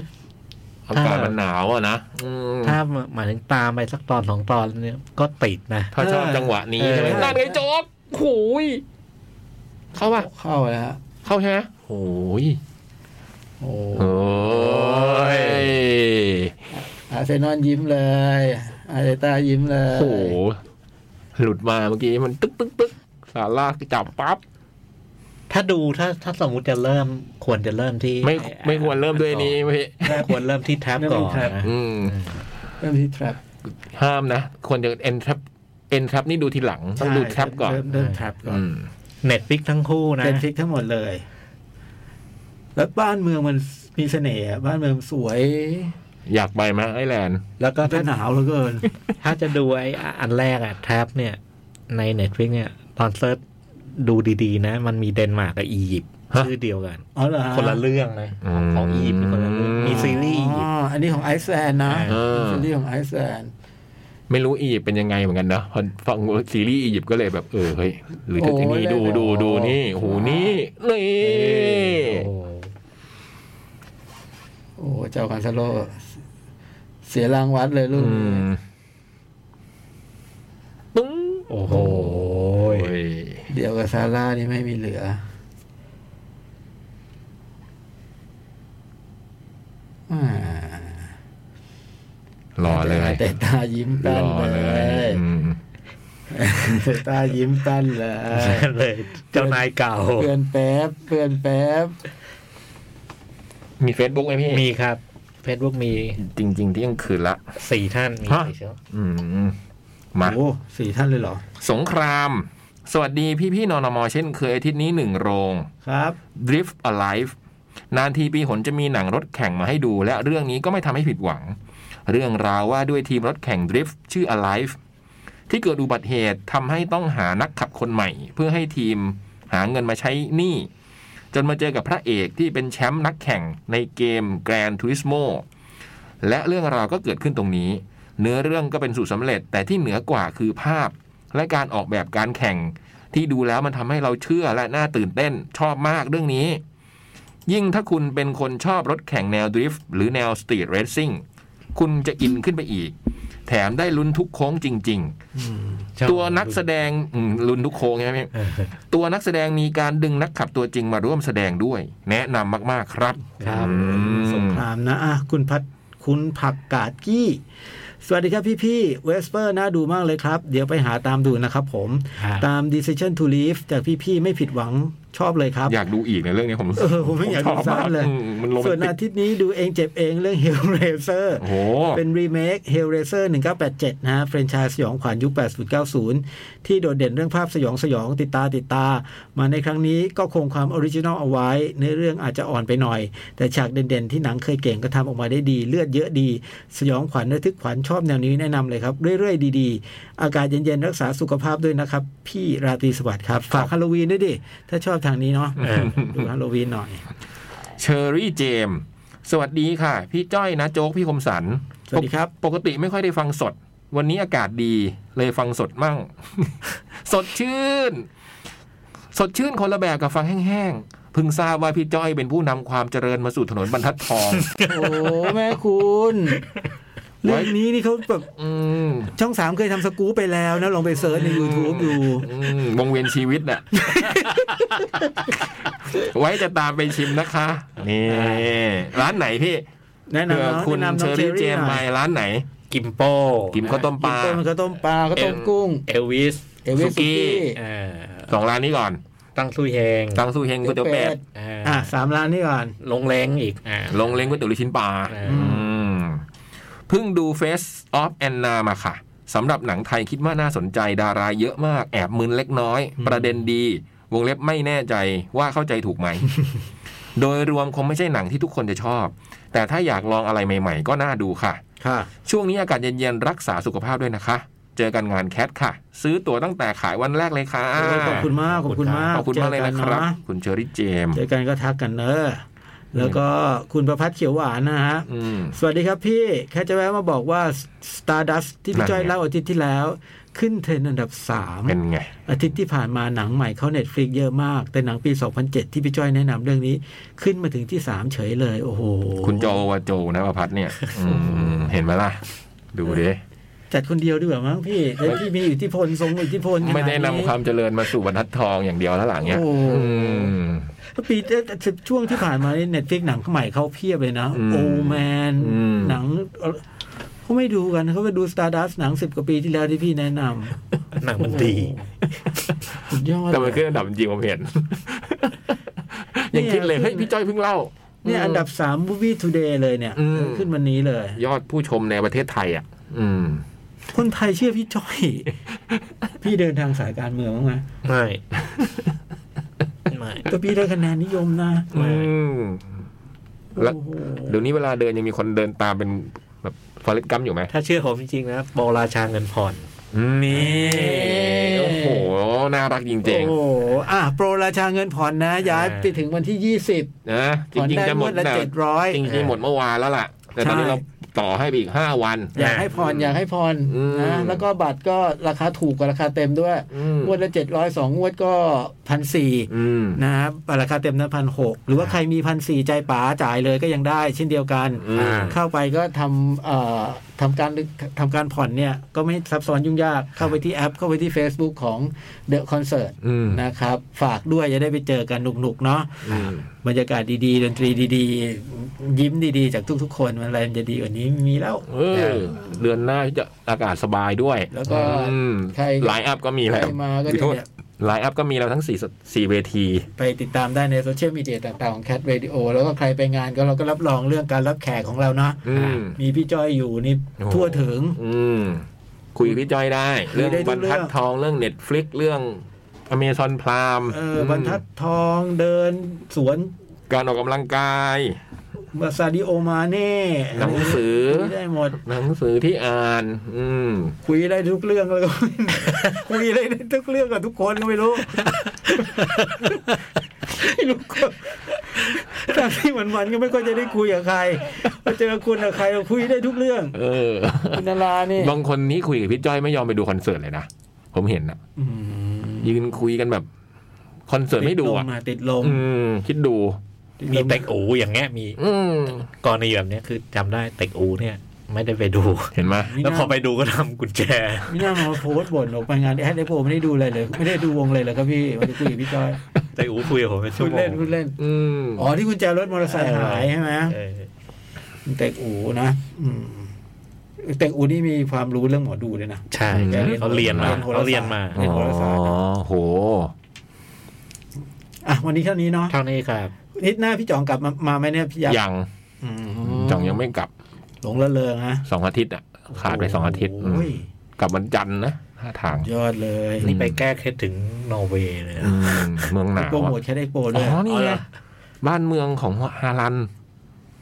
S4: อากาศมันหนาวอะนะอืม
S3: ถ้าหมายถึงตามไปสักตอนสองตอนเนี่ยก็ติดนะ
S4: ถ้าชอบจังหวะนี้ใช่ไหม
S2: เออ
S4: นั่นไงโจ๊กโอ้ยเข้าป่ะ
S2: เข้าแล้วฮะ
S4: เข้าใช่ไหมโอ้ย
S2: โอ้
S4: โอ้ย
S2: อาร์เซนอลยิ้มเลย อาร์เตต้ายิ้มเล
S4: โอ้
S2: ย
S4: โหหลุดมาเมื่อกี้มันตึ๊กตึ๊กตึ๊กสาร่าจับปั๊บ
S3: ถ้าดูถ้าถ้าสมมติจะเริ่มควรจะเริ่มที่
S4: ไม่ไม่ควรเริ่มด้วยนี้พี่
S3: ไม่ควรเริ่มที่แท็บก่อนนะ
S4: อืม
S2: เริ่มที่แทร็ป
S4: ห้ามนะควรจะเอ็นทรัพเอ็นทรัพนี่ดูทีหลัง ต้องดูทรัพก่อน
S2: เริ่มเริ่มแทร็ปก่อน
S4: อืม
S3: เน็ตฟิกทั้งคู่นะ
S2: เป็นฟิกทั้งหมดเลย แล้วบ้านเมืองมันมีเสน่ห์อะบ้านเมืองสวย
S4: อยากไปไหมไอแลนด์
S3: แล้วก็
S2: ก็
S3: ถ้า
S2: หนาวเหลือเกิน
S3: ถ้าจะดูไออันแรกอะแท็บเนี่ยในเน็ตฟิกเนี่ย ตอนเซิร์ชดูดีๆนะ มันมีเดนมาร์กกับอียิปต์
S4: ฮะ
S3: ชื่อเดียวกัน
S2: อ๋อเหรอฮ
S3: คนละเรื่องนะของอียิปต์เป็นคนละเรื่องมีซีรีส์อียิป
S2: อ๋อ
S3: ต์
S2: อันนี้ของไอซ์แลนด์นะ
S4: เออ
S2: ซีรีส์ของไอซ์แลนด์
S4: ไม่รู้อียิปต์เป็นยังไงเหมือนกันเนอะพอฟังซีรีส์อียิปต์ก็เลยแบบเออเฮ้ยหรือจะ
S2: โอ้ย
S4: นี่ดู
S2: เลยเหรอ
S4: ดูดูนี่โอ้โหนี่นี่
S2: โอ้เจ้าคอนซาโล เสียรางวัดเลยลู
S4: อื
S2: ก
S4: มปึ้ง
S3: โอ้โห
S4: โอ้ย
S2: เดี๋ยวกับซาร่านี่ไม่มีเหลืออ่า
S4: รอเลย
S2: แต่ตายิ้ม
S4: ร
S2: ตั้น
S4: อ
S2: เล
S4: เลย
S2: ย
S4: อืม
S2: แต่ตายิ้มตั้นเลย
S3: เลยเจ้านายเก่า
S2: เพื่อนแป๊บเพื่อนแป๊บ
S4: มีเฟซบุ๊กไหมพี่
S3: มีครับ Facebook มี
S4: จริง ๆ ที่ยังคืนละ
S3: สี่ท่านมี
S4: ฮะ
S3: สี่เชียว
S4: อืมมา
S2: โอ้สี่ท่านเลยเหรอ
S4: สงคราม สวัสดีพี่พี่ๆนอนมอเช่นเคยอาทิตย์นี้หนึ่งโรง
S2: ครับ
S4: Drift Alive นานทีปีหนจะมีหนังรถแข่งมาให้ดู และเรื่องนี้ก็ไม่ทำให้ผิดหวัง เรื่องราวว่าด้วยทีมรถแข่ง Drift ชื่อ Alive ที่เกิดอุบัติเหตุทำให้ต้องหานักขับคนใหม่ เพื่อให้ทีมหาเงินมาใช้หนี้จนมาเจอกับพระเอกที่เป็นแชมป์นักแข่งในเกม Gran Turismo และเรื่องราวก็เกิดขึ้นตรงนี้ เนื้อเรื่องก็เป็นสูตรสำเร็จ แต่ที่เหนือกว่าคือภาพ และการออกแบบการแข่ง ที่ดูแล้วมันทำให้เราเชื่อและน่าตื่นเต้นชอบมากเรื่องนี้ ยิ่งถ้าคุณเป็นคนชอบรถแข่งแนวดริฟต์หรือแนวสตรีทเรซซิ่งคุณจะอินขึ้นไปอีก แถมได้ลุ้นทุกโค้งจริง
S3: ชอบ
S4: ๆ ตัวนักแสดงอืมลุ้นทุกโค้งใช่ไหมพี่
S3: เออ
S4: ตัวนักแสดงมีการดึงนักขับตัวจริงมาร่วมแสดงด้วย แนะนำมากๆครับ
S3: ครับ
S4: อืม
S3: สงครา
S2: ถาม
S3: ม
S2: นะอ่ะคุณพัดคุณผักกาดกี้ สวัสดีครับพี่พี่เวสเปอร์น่าดูมากเลยครับ เดี๋ยวไปหาตามดูนะครับผม
S3: ตา
S2: ตาม Decision to Leave จากพี่พี่ๆไม่ผิดหวังชอบเลยครับ
S4: อยากดูอีกในเรื่องนี้ผม
S2: เออผมไม่อยากดู
S4: ชบม
S2: ซ้ำเลย
S4: อืมมันโรแม
S2: ส่วน น
S4: ติ
S2: อาก ทิตย์นี้ดูเองเจ็บเองเรื่อง Hellraiser
S4: โอ้โห
S2: เป็นรีเมค Hellraiser 1987 นะฮะแฟรนไชส์สยองขวัญยุค 80-90 ที่โดดเด่นเรื่องภาพสยองสยองติดตาติดตา มาในครั้งนี้ก็คงความออริจินอลเอาไว้ เนื้อเรื่องอาจจะอ่อนไปหน่อย แต่ฉากเด่นๆ ที่หนังเคยเก่งก็ทำออกมาได้ดี เลือดเยอะดี สยองขวัญระทึกขวัญชอบแนวนี้แนะนำเลยครับ เรื่อยๆ ดีๆ อากาศเย็นๆ รักษาสุขภาพด้วยนะครับ พี่ราตรีสวัสดิ์ครับฝากฮาโลวีนด้วยดิถ้าชอบทางนี้เนาะเออดูฮาโลวีนหน่อย
S4: เชอรี่เจมส์สวัสดีค่ะ พี่จ้อยนะโจ๊กพี่คมสัน
S2: สวัสดีครับ
S4: ปกปกติไม่ค่อยได้ฟังสด วันนี้อากาศดีเลยฟังสดมั่ง สดชื่น สดชื่นคนละแบบกับฟังแห้งๆเพึ่งทราบว่าพี่จ้อยเป็นผู้นำความเจริญมาสู่ถนนบรรทัดทอง
S2: โอ้แม่คุณ เรื่องนี้นี่เขาแบบ
S4: อืม
S2: ช่องสามเคยทำสกู๊ปไปแล้วนะลองไปเซิร์ชใน YouTube ดู
S4: อืมวงเวียนชีวิตน่ะ ไว้จะตามไปชิมนะคะ นี่ ร้านไหนพี่
S2: แนะนำ
S4: เผื่อ
S2: น้อง
S4: คุณ
S2: แนะนำ
S4: เช
S2: น้อ
S4: อง รี่เจมส์
S2: ห
S4: ไป
S2: น่อย
S4: ร้านไหน
S3: กิมโป้
S4: กิมข้าวต้มปลา
S2: กินต้มข้าวต้มปลาข้าวต้ม
S4: เอ็ม
S2: กุ้ง
S3: เอลวิส
S2: เอเวส
S4: สุกี้
S2: กี้
S3: เอ่อ
S4: สองร้านนี้ก่อน
S3: ตั้งซุยเฮง
S4: ตังสู้เฮงก๋วยเตี๋ยวเป็ด
S3: เอ่ออ
S2: อ่ะสามร้านนี่ก่อน
S3: ลงแรงอีกอ่า
S4: ลงเล้งก๋วยเตี๋ยวลูกชิ้นปลา
S3: เอออื
S4: มเพิ่งดู Face of Anna มาค่ะสำหรับหนังไทยคิดว่าน่าสนใจดาราเยอะมากแอบมึนเล็กน้อย ประเด็นดี วงเล็บไม่แน่ใจว่าเข้าใจถูกไหม โดยรวมคงไม่ใช่หนังที่ทุกคนจะชอบ แต่ถ้าอยากลองอะไรใหม่ ๆ ก็น่าดูค่ะ
S2: ค่ะ
S4: ช่วงนี้อากาศเย็นๆรักษาสุขภาพด้วยนะคะ เจอกันงานแคทค่ะ ซื้อตั๋วตั้งแต่ขายวันแรกเลยค่ะ
S2: ขอบคุณมาก ขอบคุณมาก
S4: ขอบคุณมากเลยนะครับ
S2: จอกั
S4: คุณเชอรี่เจม
S2: เจอกันก็ทักกันเนอะแล้วก็คุณประพัฒน์เขียวหวานนะฮะ
S4: อืม
S2: สวัสดีครับพี่ แค่จะแวะมาบอกว่า Stardust ที่พี่จ้อย
S4: นั่นไง
S2: เล่าอาทิตย์ที่แล้ว ขึ้นเทรนด์อันดับ
S4: เป็น
S2: 3
S4: ไง
S2: อาทิตย์ที่ผ่านมาหนังใหม่เข้า Netflix เยอะมาก แต่หนังปี 2007 ที่พี่จ้อยแนะนำเรื่องนี้ ขึ้นมาถึงที่ 3 เฉยเลย โอ้โห
S4: คุณโจวาโจนะประพัฒน์ เนี่ยอืมเห็นไหมล่ะ ดูดิ
S2: จัดคนเดียวดีกว่ามั้งพี่แล้วพี่มีอิทธิพลทรงอิทธิพลข
S4: ไม่
S2: นา
S4: ได้นำความเจริญมาสู่บรรทัดทองอย่างเดียวแล้วหลังเนี่ยอืม
S2: ปีเอ่อช่วงที่ผ่านมาเน็ตฟิกหนังใหม่เข้าเพียบเลยนะ
S4: อืม
S2: โอแมน
S4: อืม
S2: หนังเอ่อเขาไม่ดูกันเขาไปดู Stardust หนัง10กว่าปีที่แล้วที่พี่แนะน
S3: หนังมันดี
S2: ำสุดยอด
S4: แต่มั
S2: เล
S4: น
S2: ย
S4: ขึ้นอันดับจริงผมเห็น ยังคิดเลยเฮ้ยพี่จ้อยเพิ่งเล่า
S2: เนี่ยอันดับสาม Movie Today เลยเนี่ย
S4: อืม
S2: ขึ้นวันนี้เลย
S4: ยอดผู้ชมในประเทศไทยอ่ะ อืม
S2: คนไทยเชื่อพี่จ้อย พี่เดินทางสายการเมืองบ้างไหม
S3: ไม่ ไม่
S2: แต่พี่ได้คะแนนนิยมนะ
S4: อืมแล้ว
S2: โอ้โห
S4: เดี๋ยวนี้เวลาเดินยังมีคนเดินตามเป็นแบบฟอเรสกัมอยู่ไหม
S3: ถ้าเชื่อผมจริงๆนะบอลราชาเงินผ่อน
S4: นี่โอ้โหน่ารักจริง
S2: โอ้โหอ่ะโปรราชาเงินผ่อนนะ ย้ายไปถึงวันที่ 20
S4: ๆนะจริงๆจะหม
S2: ผ่อ
S4: ด
S2: นได้งวดละ
S4: แต่ จริง
S2: 700
S4: ที่หมดเมื่อวานแล้วล่ะ แต่ตอนนี้
S2: ใช่
S4: เราต่อให้ไปอีกห้าวัน
S2: อยากให้ผ่อนอยากให้ผ่อน
S4: อืม
S2: นะแล้วก็บัตรก็ราคาถูกกว่าราคาเต็มด้วย
S4: อืม
S2: งวดละ 700สองงวดก็พันสี่
S4: อืม
S2: นะครับราคาเต็มนั้นพันหกหรือว่าใครมีพันสี่ใจป๋าจ่ายเลยก็ยังได้ เช่นเดียวกัน
S4: อืม
S2: เข้าไปก็ทำเอ่อทำการทำการผ่อนเนี่ย ก็ไม่ซับซ้อนยุ่งยาก เข้าไปที่แอป เข้าไปที่ Facebook ของ The Concert
S4: อืม
S2: นะครับ ฝากด้วยจะได้ไปเจอกันหนุกๆ เนาะ
S4: อืม
S2: บรรยากาศดีๆ ดนตรีดีๆ ยิ้มดีๆ จากทุกๆ คนมันอะไรมันจะดีกว่านี้ไม่มีแล้ว
S4: เออเดือนหน้าจะอากาศสบายด้วย
S2: แล้วก็
S4: อืม
S2: ใคร
S4: ไลน์อัพก็มีแล้ว
S2: ใครมาก็
S4: ขอโทษ
S2: เนี่ย
S4: ไลน์อัพก็มีแล้วทั้งสี่สี่เวที
S2: ไปติดตามได้ในโซเชียลมีเดียต่างๆของ Cat Radio แล้วก็ใครไปงานก็เราก็รับรองเรื่องการรับแขกของเราเนาะ
S4: อืม
S2: มีพี่จ้อยอยู่นี่
S4: โอ้โห
S2: ทั่วถึง
S4: อืม คุยกับพี่จ้อยได้
S2: คุ
S4: เรื่
S2: ย
S4: อง
S2: ได้ทุ
S4: บ
S2: ก
S4: รร
S2: เรื่อง
S4: ทัดทองเรื่องเน็ตฟลิกเรื่องอเมซอนพราม
S2: เอออบรรทัดทองเดินสวน
S4: การออกกำลังกาย
S2: ซาดิโอมาเน่
S4: หนังสือ
S2: คุยได้หมด
S4: หนังสือที่อ่าน อืม
S2: คุยได้ทุกเรื่องแล้วก็ คุยได้ทุกเรื่องกับทุกคนก็ไม่รู้ ไม่รู้คนแต่ที่วันๆก็ไม่ค่อยจะได้คุยกับใครพอเจอคุณกับใครเราคุยได้ทุกเรื่อง
S4: เออ
S2: คุณนารานี่
S4: บางคนนี่คุยกับพี่จ้อยไม่ยอมไปดูคอนเสิร์ตเลยนะ ผมเห็นอะ
S2: อืม
S4: ยืนคุยกันแบบคอนเสิร์ตไม่ดู
S2: ติ
S4: อะ
S2: ลมาติดลม
S4: อืม คิดดู
S3: มีเต็กอูอย่างเงี้ยมี
S4: อืม
S3: กรณีแบบเนี้ยคือจำได้เต็กอูเนี่ย ไม่ได้ไปดู
S4: เห็นไหม
S3: แล้วพอไปดูก็ทำกุญแจ
S2: ไม่น่ามาโพสต์บ่นออกไปงานแอดไอโฟไม่ได้ดูอะไรเลย ไม่ได้ดูวงเลยเหรอครับพี่วันนี้คุยกับพี่จ้อย
S3: เต็กอูคุยกับผมเป็นชั่
S2: คุ
S3: ว
S2: ณเล่น
S3: โมง
S2: คุณเล่น
S4: อืม
S2: อ๋อที่กุญแจรถมอเตอร์ไซค์หายใช่ไหม
S3: เออ
S2: เต็กอูนะอืมเต็กอูนี่มีความรู้เรื่องหมอดูด้วยนะ
S3: ใช่
S2: แก
S3: ใช่
S2: เรียน
S3: เขาเรียนมา
S2: เรียนโหราศาสตร์เห็
S3: เขาเรียนมา
S2: นโหราศาสตร์
S4: โห
S2: อ่ะวันนี้เท่านี้เนาะ
S3: เท่านี้ครับ
S2: นิดหน้าพี่จ่องกลับมามาไหมเนี่ยพี่ยักษ์
S4: ยัง
S2: อืม
S4: จองยังไม่กลับ
S2: หลงละเลงนะ
S4: สองอาทิตย์อะขาดไปสองอาทิตย์อืม
S2: โอ้ย
S4: กลับวันจันทร์นะท่าทาง
S2: ยอดเลย
S3: นี่ไปแก้เคล็ดถึงนอร์เวย์เลยนะ
S4: อืม เมืองหนาว
S2: โปรโม
S4: อะ
S2: ทแค่ได้โปรด้
S4: อ๋
S2: วย
S4: อนี่
S3: เอา
S4: ไง
S3: ล่ะ
S4: บ้านเมืองของฮารัน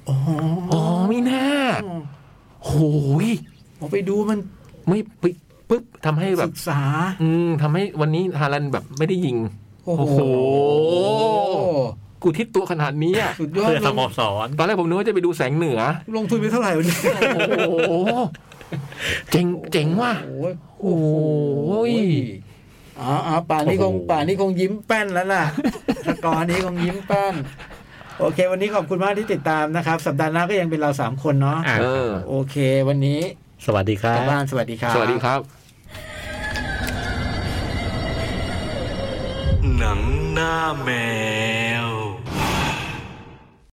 S2: อ๋อ
S4: อ๋อไม่น่าโหย
S2: ผมไปดูมัน
S4: ไม่ปิ๊บปึ๊บทำให้แบบ
S2: ศึกษา
S4: อืมทำให้วันนี้ฮารันแบบไม่ได้ยิง
S2: โอ้โห
S4: โอ้โห กูทิศตัวขนาดนี้อะ
S2: สุดยอด
S3: เพื่อ
S2: ล
S3: ส
S2: ง
S3: โมสร
S4: ตอนแรกผมนึกว่าจะไปดูแสงเหนือ
S2: ลงทุนไปเท่าไหร่วันนี้
S4: โอ้โห เจ๋งเจ๋งว่ะ
S2: โอ้ย
S4: โอ้ย
S2: อ๋ออ๋อป่านนี้คงป่านนี้คงยิ้มแป้นแล้วล่ะสกอร์นี้คงยิ้มแป้น โอเค วันนี้ขอบคุณมากที่ติดตามนะครับ สัปดาห์หน้าก็ยังเป็นเราสามคนเนาะ
S3: อ่ะ
S4: เออ
S2: โอเค วันนี้
S3: สวัสดีครั
S2: กลับบ บ้านสวัสดีครับ
S4: สวัสดีครับ
S1: หนังหน้าแมว